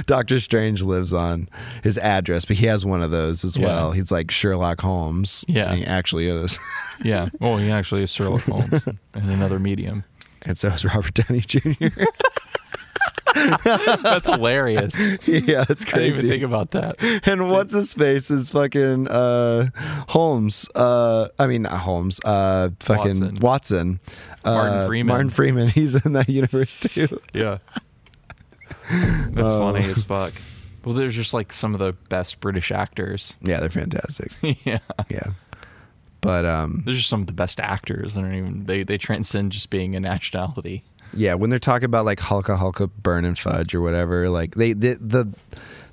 Speaker 2: Doctor Strange lives on, his address, but he has one of those as
Speaker 3: Yeah.
Speaker 2: well. He's like Sherlock Holmes.
Speaker 3: Yeah.
Speaker 2: And he actually is.
Speaker 3: Yeah. Oh, he actually is Sherlock [LAUGHS] Holmes in another medium.
Speaker 2: [LAUGHS] and so is Robert Downey Jr.
Speaker 3: That's hilarious. I
Speaker 2: [LAUGHS] yeah, it's crazy.
Speaker 3: didn't even think about that.
Speaker 2: [LAUGHS] and what's his face is fucking uh Holmes. Uh I mean not Holmes, uh fucking
Speaker 3: Watson.
Speaker 2: Watson. Uh,
Speaker 3: Martin Freeman.
Speaker 2: Martin Freeman, [LAUGHS] he's in that universe too.
Speaker 3: [LAUGHS] Yeah. That's
Speaker 2: Oh.
Speaker 3: funny as fuck. Well, there's just like some of the best British actors. [LAUGHS]
Speaker 2: Yeah, they're fantastic.
Speaker 3: yeah.
Speaker 2: yeah. But um
Speaker 3: There's just some of the best actors. They don't even they, they transcend just being a nationality.
Speaker 2: yeah, when they're talking about like Hulka Hulka burn and fudge or whatever, like they the the,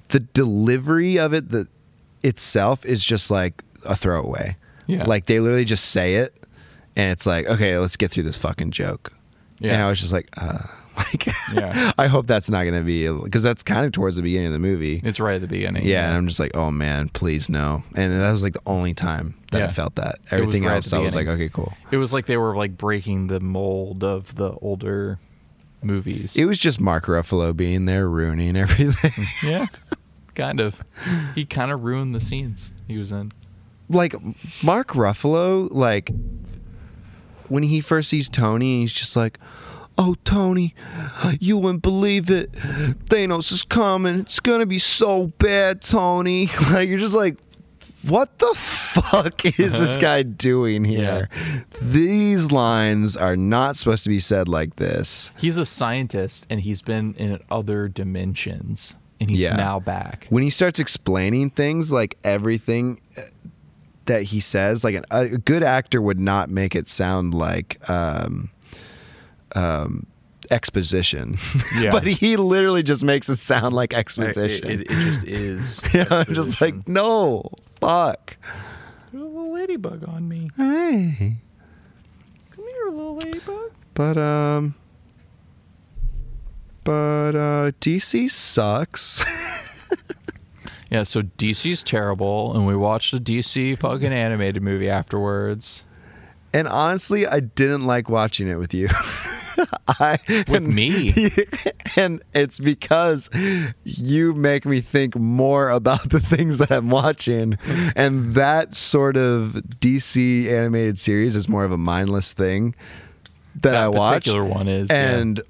Speaker 2: the delivery of it the itself is just like a throwaway.
Speaker 3: Yeah.
Speaker 2: Like they literally just say it and it's like, okay, let's get through this fucking joke.
Speaker 3: Yeah.
Speaker 2: And I was just like, uh [LAUGHS] like
Speaker 3: Yeah.
Speaker 2: I hope that's not gonna be because that's kind of towards the beginning of the movie.
Speaker 3: It's right at the beginning.
Speaker 2: yeah, and I'm just like, oh man, please no. And that was like the only time that
Speaker 3: Yeah.
Speaker 2: I felt that.
Speaker 3: was
Speaker 2: Everything
Speaker 3: right at
Speaker 2: else,
Speaker 3: the
Speaker 2: I was like,
Speaker 3: beginning.
Speaker 2: okay, cool.
Speaker 3: It was like they were like breaking the mold of the older movies.
Speaker 2: It was just Mark Ruffalo being there ruining [LAUGHS] everything.
Speaker 3: yeah. Kind of. He kind of ruined the scenes he was in.
Speaker 2: like Mark Ruffalo, like when he first sees Tony, he's just like, "Oh, Tony, you wouldn't believe it. Thanos is coming. It's gonna be so bad, Tony." [LAUGHS] Like you're just like, "What the fuck [LAUGHS] is this guy doing here?" These lines are not supposed to be said like this.
Speaker 3: He's a scientist and he's been in other dimensions and he's
Speaker 2: Yeah.
Speaker 3: now back.
Speaker 2: when he starts explaining things like everything uh, that he says like an, a good actor would not make it sound like um um exposition [LAUGHS]
Speaker 3: Yeah.
Speaker 2: but he literally just makes it sound like exposition
Speaker 4: It, it, it just is.
Speaker 2: [LAUGHS] yeah i'm just like
Speaker 4: exposition.
Speaker 2: no fuck
Speaker 3: Little ladybug on me.
Speaker 2: hey
Speaker 3: Come here, little ladybug.
Speaker 2: but um but uh dc sucks [LAUGHS]
Speaker 3: Yeah, so DC's terrible, and we watched a DC fucking animated movie afterwards
Speaker 2: And honestly, I didn't like watching it with you. [LAUGHS] I
Speaker 3: with me.
Speaker 2: [LAUGHS] and it's because you make me think more about the things that I'm watching. And that sort of DC animated series is more of a mindless thing that,
Speaker 3: That
Speaker 2: I watch.
Speaker 3: particular one is, yeah.
Speaker 2: And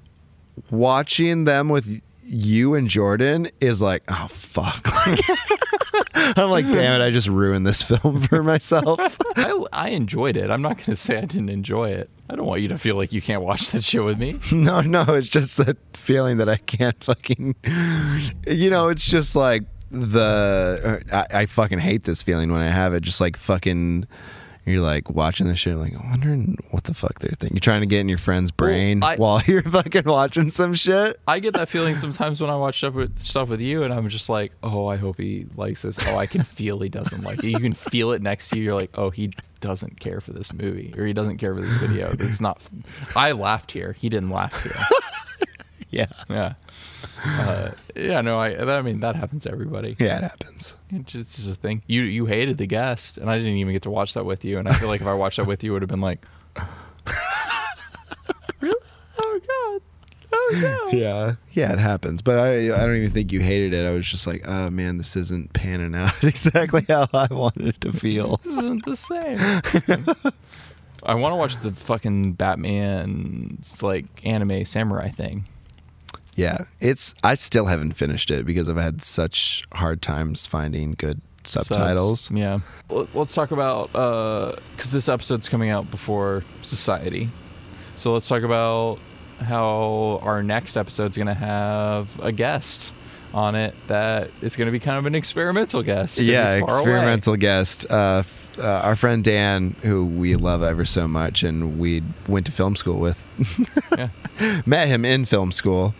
Speaker 2: watching them with you and Jordan is like, oh fuck. [LAUGHS] Like, I'm like, damn it, I just ruined this film for myself. [LAUGHS]
Speaker 3: I, I enjoyed it. I'm not going to say I didn't enjoy it. I don't want you to feel like you can't watch that shit with me.
Speaker 2: [LAUGHS] No, no, it's just that feeling that I can't fucking, you know, it's just like the uh, I, I fucking hate this feeling when I have it. Just like fucking, you're like watching this shit, like wondering what the fuck they're thinking. You're trying to get in your friend's brain
Speaker 3: I-
Speaker 2: while [LAUGHS] you're fucking watching some shit.
Speaker 3: I get that feeling sometimes when I watch stuff with, stuff with you, and I'm just like, oh, I hope he likes this. Oh, I can feel he doesn't like it. You can feel it next to you. You're like, oh, he doesn't care for this movie, or he doesn't care for this video. It's not. I laughed here. He didn't laugh here.
Speaker 2: Yeah,
Speaker 3: [LAUGHS] Yeah. Uh, yeah. No. I. I mean, that happens to everybody.
Speaker 2: yeah, it happens.
Speaker 3: It's just, it's just a thing. You you hated the guest, and I didn't even get to watch that with you. And I feel like if I watched that with you, it would have been like, [LAUGHS] really? Oh god. Oh god.
Speaker 2: Yeah, yeah, it happens. But I, I don't even think you hated it. I was just like, oh man, this isn't panning out [LAUGHS] exactly how I wanted it to feel.
Speaker 3: This isn't the same.
Speaker 2: [LAUGHS]
Speaker 3: I want to watch the fucking Batman's like anime samurai thing.
Speaker 2: Yeah, it's. I still haven't finished it because I've had such hard times finding good subtitles.
Speaker 3: Subs. Yeah. L- Let's talk about because this episode's coming out before Society, so let's talk about how our next episode's gonna have a guest on it that is gonna be kind of an experimental guest. 'cause
Speaker 2: Yeah,
Speaker 3: he's far away.
Speaker 2: experimental guest. Uh, f- uh, our friend Dan, who we love ever so much, and we went to film school with.
Speaker 3: [LAUGHS]
Speaker 2: [LAUGHS]
Speaker 3: Yeah.
Speaker 2: Met him in film school.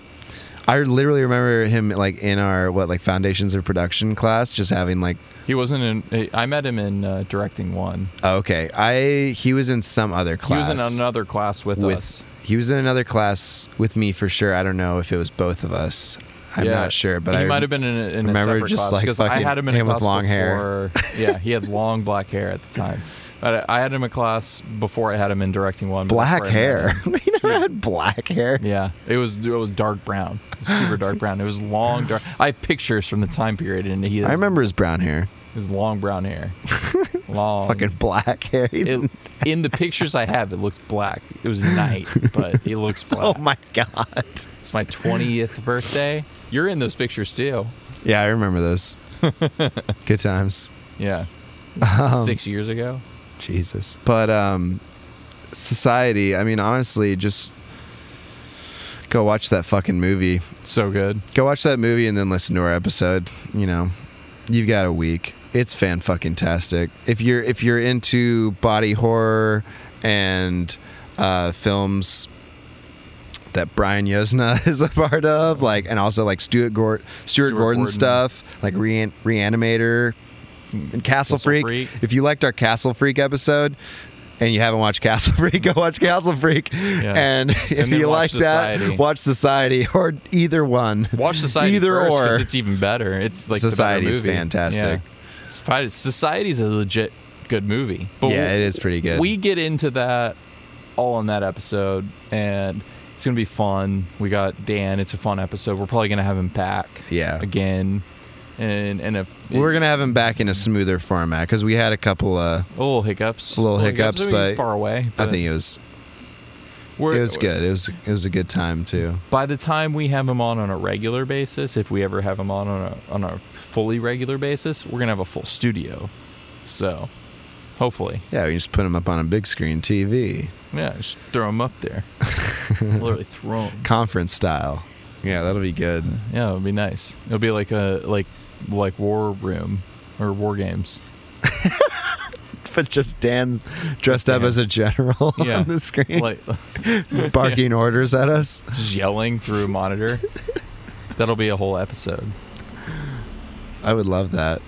Speaker 2: I literally remember him like in our what like foundations of production class, just having like
Speaker 3: He wasn't in. I met him in uh, directing one.
Speaker 2: okay, I he was in some other class.
Speaker 3: He was in another class with,
Speaker 2: with
Speaker 3: us.
Speaker 2: he was in another class with me for sure. I don't know if it was both of us. I'm
Speaker 3: Yeah.
Speaker 2: not sure, but
Speaker 3: he
Speaker 2: I
Speaker 3: might have been in a, in
Speaker 2: remember
Speaker 3: a separate
Speaker 2: just,
Speaker 3: class
Speaker 2: like,
Speaker 3: because I
Speaker 2: fucking
Speaker 3: had him in a
Speaker 2: him with
Speaker 3: class
Speaker 2: long hair.
Speaker 3: before.
Speaker 2: [LAUGHS]
Speaker 3: yeah, he had long black hair at the time. But I I had him in a class before I had him in directing one. but that's
Speaker 2: black
Speaker 3: where I met him.
Speaker 2: hair. [LAUGHS] we never had black hair.
Speaker 3: Yeah, it was it was dark brown, It was super dark brown. It was long dark. I have pictures from the time period, and he has
Speaker 2: I remember his brown hair.
Speaker 3: his long
Speaker 2: [LAUGHS]
Speaker 3: brown hair, long
Speaker 2: Fucking black hair.
Speaker 3: Um, It, in the pictures I have, it looks black. It was night, but it looks
Speaker 2: [LAUGHS] [LAUGHS] oh
Speaker 3: black.
Speaker 2: my
Speaker 3: [LAUGHS]
Speaker 2: god.
Speaker 3: It's my twentieth birthday. You're in those pictures too.
Speaker 2: Yeah, I remember
Speaker 3: [LAUGHS]
Speaker 2: those. Good times.
Speaker 3: Yeah,
Speaker 2: Um,
Speaker 3: six years ago.
Speaker 2: Jesus. But um society, I mean honestly, just go watch that fucking movie.
Speaker 3: So good.
Speaker 2: Go watch that movie and then listen to our episode, you know. You've got a week. It's fan fucking tastic. If you're if you're into body horror and uh films that Brian Yosna [LAUGHS] is a part of, like, and also like Stuart, Gor- Stuart,
Speaker 3: Stuart
Speaker 2: Gordon,
Speaker 3: Gordon.
Speaker 2: stuff, like Rean- Reanimator and Castle,
Speaker 3: Castle
Speaker 2: Freak.
Speaker 3: Freak.
Speaker 2: If you liked our Castle Freak episode and you haven't watched Castle [LAUGHS] Freak, go watch Castle Freak. And if
Speaker 3: And then
Speaker 2: you like
Speaker 3: watch Society.
Speaker 2: that, watch Society or either one. [LAUGHS]
Speaker 3: Watch Society
Speaker 2: either
Speaker 3: first, 'cause
Speaker 2: or.
Speaker 3: it's even better. It's like
Speaker 2: Society
Speaker 3: the
Speaker 2: is
Speaker 3: better movie.
Speaker 2: fantastic.
Speaker 3: Yeah. Society Society's a legit good movie. But
Speaker 2: Yeah,
Speaker 3: we-
Speaker 2: it is pretty good.
Speaker 3: We get into that all in that episode, and it's gonna be fun. We got Dan. It's a fun episode. We're probably gonna have him back.
Speaker 2: Yeah.
Speaker 3: again, and and a
Speaker 2: We're gonna have him back in a smoother format because we had a couple. Uh,
Speaker 3: little hiccups,
Speaker 2: Little hiccups,
Speaker 3: I mean, he's
Speaker 2: but
Speaker 3: far away.
Speaker 2: I
Speaker 3: but
Speaker 2: think it was
Speaker 3: we're-
Speaker 2: it was good. It was it was a good time too.
Speaker 3: by the time we have him on on a regular basis, if we ever have him on on a, on a fully regular basis, we're gonna have a full studio. So, hopefully,
Speaker 2: Yeah, we just put him up on a big screen TV,
Speaker 3: yeah, just throw him up
Speaker 2: [LAUGHS]
Speaker 3: there. Literally throw him.
Speaker 2: conference style. Yeah, that'll be good.
Speaker 3: Yeah, it'd be nice. It'll be like a like like war room or war games.
Speaker 2: But just Dan dressed up
Speaker 3: Dan.
Speaker 2: as a general [LAUGHS] [LAUGHS]
Speaker 3: Yeah,
Speaker 2: on the screen,
Speaker 3: like [LAUGHS]
Speaker 2: barking orders at us.
Speaker 3: just yelling through
Speaker 2: [LAUGHS]
Speaker 3: a monitor. That'll be a whole episode.
Speaker 2: I would love that.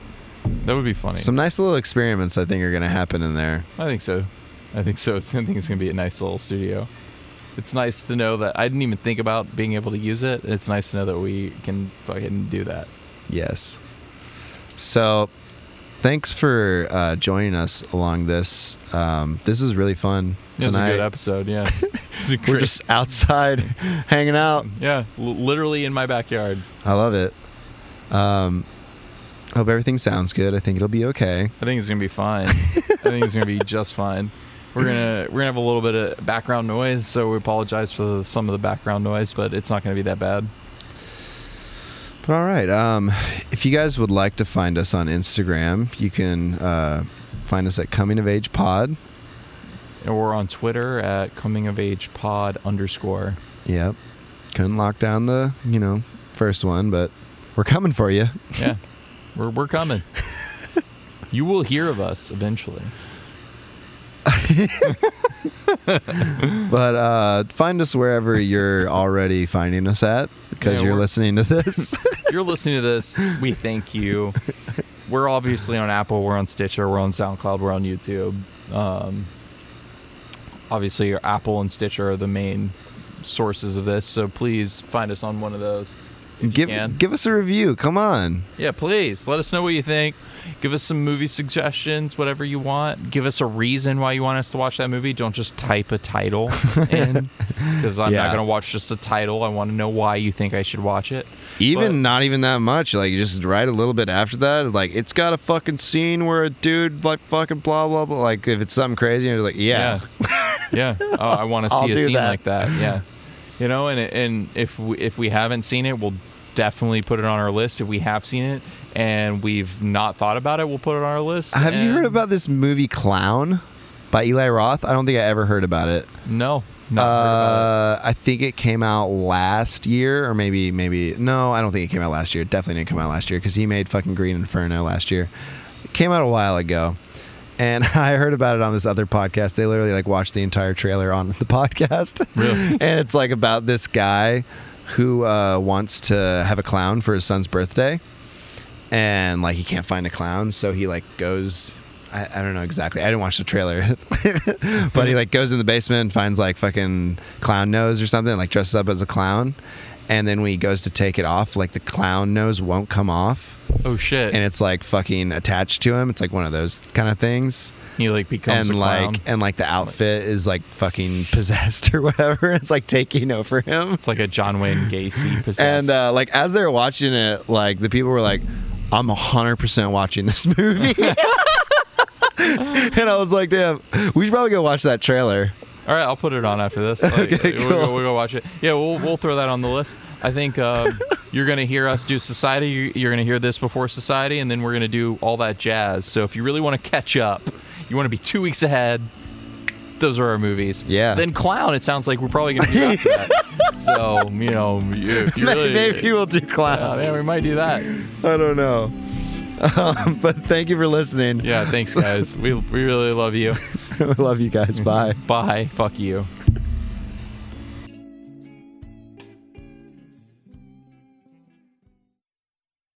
Speaker 3: That would be funny.
Speaker 2: Some nice little experiments I think are going to happen in there.
Speaker 3: I think so. I think so. [LAUGHS] I think it's gonna be a nice little studio. It's nice to know that I didn't even think about being able to use it. It's nice to know that we can fucking do that.
Speaker 2: Yes. So, thanks for uh, joining us along this. Um, this is really fun
Speaker 3: It was a
Speaker 2: tonight.
Speaker 3: good
Speaker 2: [LAUGHS]
Speaker 3: episode. Yeah, It's a
Speaker 2: We're
Speaker 3: great-
Speaker 2: just outside [LAUGHS] hanging out.
Speaker 3: yeah, l- literally in my backyard.
Speaker 2: I love it. Um, hope everything sounds good. I think it'll be okay. [LAUGHS]
Speaker 3: I think it's gonna be fine. I think it's gonna be just fine. We're gonna we're gonna have a little bit of background noise, so we apologize for some of the background noise, but it's not gonna be that bad.
Speaker 2: But all right. Um, if you guys would like to find us on Instagram, you can uh, find us at Coming of Age Pod.
Speaker 3: And we're on Twitter at coming of age pod underscore.
Speaker 2: Yep. Couldn't lock down the you know first one, but we're coming for you.
Speaker 3: Yeah, we're we're coming. you will hear of us eventually.
Speaker 2: But uh, find us wherever you're already finding us at because
Speaker 3: Yeah,
Speaker 2: you're
Speaker 3: we're-
Speaker 2: listening to [LAUGHS] this.
Speaker 3: If you're listening to this, we thank you. We're obviously on Apple, we're on Stitcher, we're on SoundCloud, we're on YouTube. Um, obviously, your Apple and Stitcher are the main sources of this, so please find us on one of those. if
Speaker 2: [LAUGHS]
Speaker 3: you
Speaker 2: give
Speaker 3: can.
Speaker 2: give us a review. Come on.
Speaker 3: Yeah, please let us know what you think. Give us some movie suggestions, whatever you want. Give us a reason why you want us to watch that movie. Don't just type a title
Speaker 2: [LAUGHS]
Speaker 3: in because I'm
Speaker 2: Yeah.
Speaker 3: not going to watch just a title. I want to know why you think I should watch it.
Speaker 2: Even
Speaker 3: But-
Speaker 2: not even that much. Like just right a little bit after that. Like it's got a fucking scene where a dude like fucking blah blah blah. Like if it's something crazy, you're like yeah. [LAUGHS]
Speaker 3: yeah. Oh, I want to
Speaker 2: I'll
Speaker 3: see a
Speaker 2: do
Speaker 3: scene
Speaker 2: that.
Speaker 3: like that. Yeah, you know, and and if we, if we haven't seen it, we'll definitely put it on our list. If we have seen it and we've not thought about it, we'll put it on our list.
Speaker 2: Have you heard
Speaker 3: and-
Speaker 2: about this movie Clown by Eli Roth? I don't think I ever heard about it.
Speaker 3: No, not heard about it.
Speaker 2: Uh, I think it came out last year, or maybe, maybe no, I don't think it came out last year. It definitely didn't come out last year because he made fucking Green Inferno last year. It came out a while ago, and [LAUGHS] I heard about it on this other podcast. They literally like watched the entire trailer on the [LAUGHS] podcast,
Speaker 3: Really?
Speaker 2: and it's like about this guy who uh, wants to have a clown for his son's birthday and like he can't find a clown, so he like goes. I, I don't know exactly. I didn't watch the trailer, [LAUGHS] but he like goes in the basement and finds like fucking clown nose or something, like dresses up as a clown, and then when he goes to take it off, like the clown nose won't come off,
Speaker 3: Oh shit!
Speaker 2: and it's like fucking attached to him. It's like one of those kind of things,
Speaker 3: he like becomes
Speaker 2: and
Speaker 3: a clown.
Speaker 2: like and like the outfit is like fucking [LAUGHS] possessed or whatever. It's like taking over him.
Speaker 3: It's like a John Wayne Gacy possessed.
Speaker 2: [LAUGHS] And uh, like as they were watching it, like the people were like, "I'm hundred percent watching this [LAUGHS] movie," and I was like, "Damn, we should probably go watch that trailer." [LAUGHS]
Speaker 3: all right, I'll put it on after this. Like,
Speaker 2: Okay,
Speaker 3: we'll,
Speaker 2: cool.
Speaker 3: go, we'll go watch it. Yeah, we'll we'll throw that on the list. I
Speaker 2: [LAUGHS]
Speaker 3: think uh, you're gonna hear us do Society. you- You're gonna hear this before Society, and then we're gonna do all that jazz. So if you really want to catch up, you want to be two weeks ahead. Those are our movies.
Speaker 2: Yeah.
Speaker 3: Then Clown. It sounds like we're probably gonna do after that.
Speaker 2: [LAUGHS]
Speaker 3: So you know, if you really, uh,
Speaker 2: Maybe [LAUGHS] we'll do
Speaker 3: yeah,
Speaker 2: clown.
Speaker 3: man, we might do that.
Speaker 2: I don't know. [LAUGHS] Um, but thank you for listening. [LAUGHS]
Speaker 3: Yeah. Thanks, guys. We we really love you.
Speaker 2: Love you guys. Bye.
Speaker 3: Bye. Fuck you.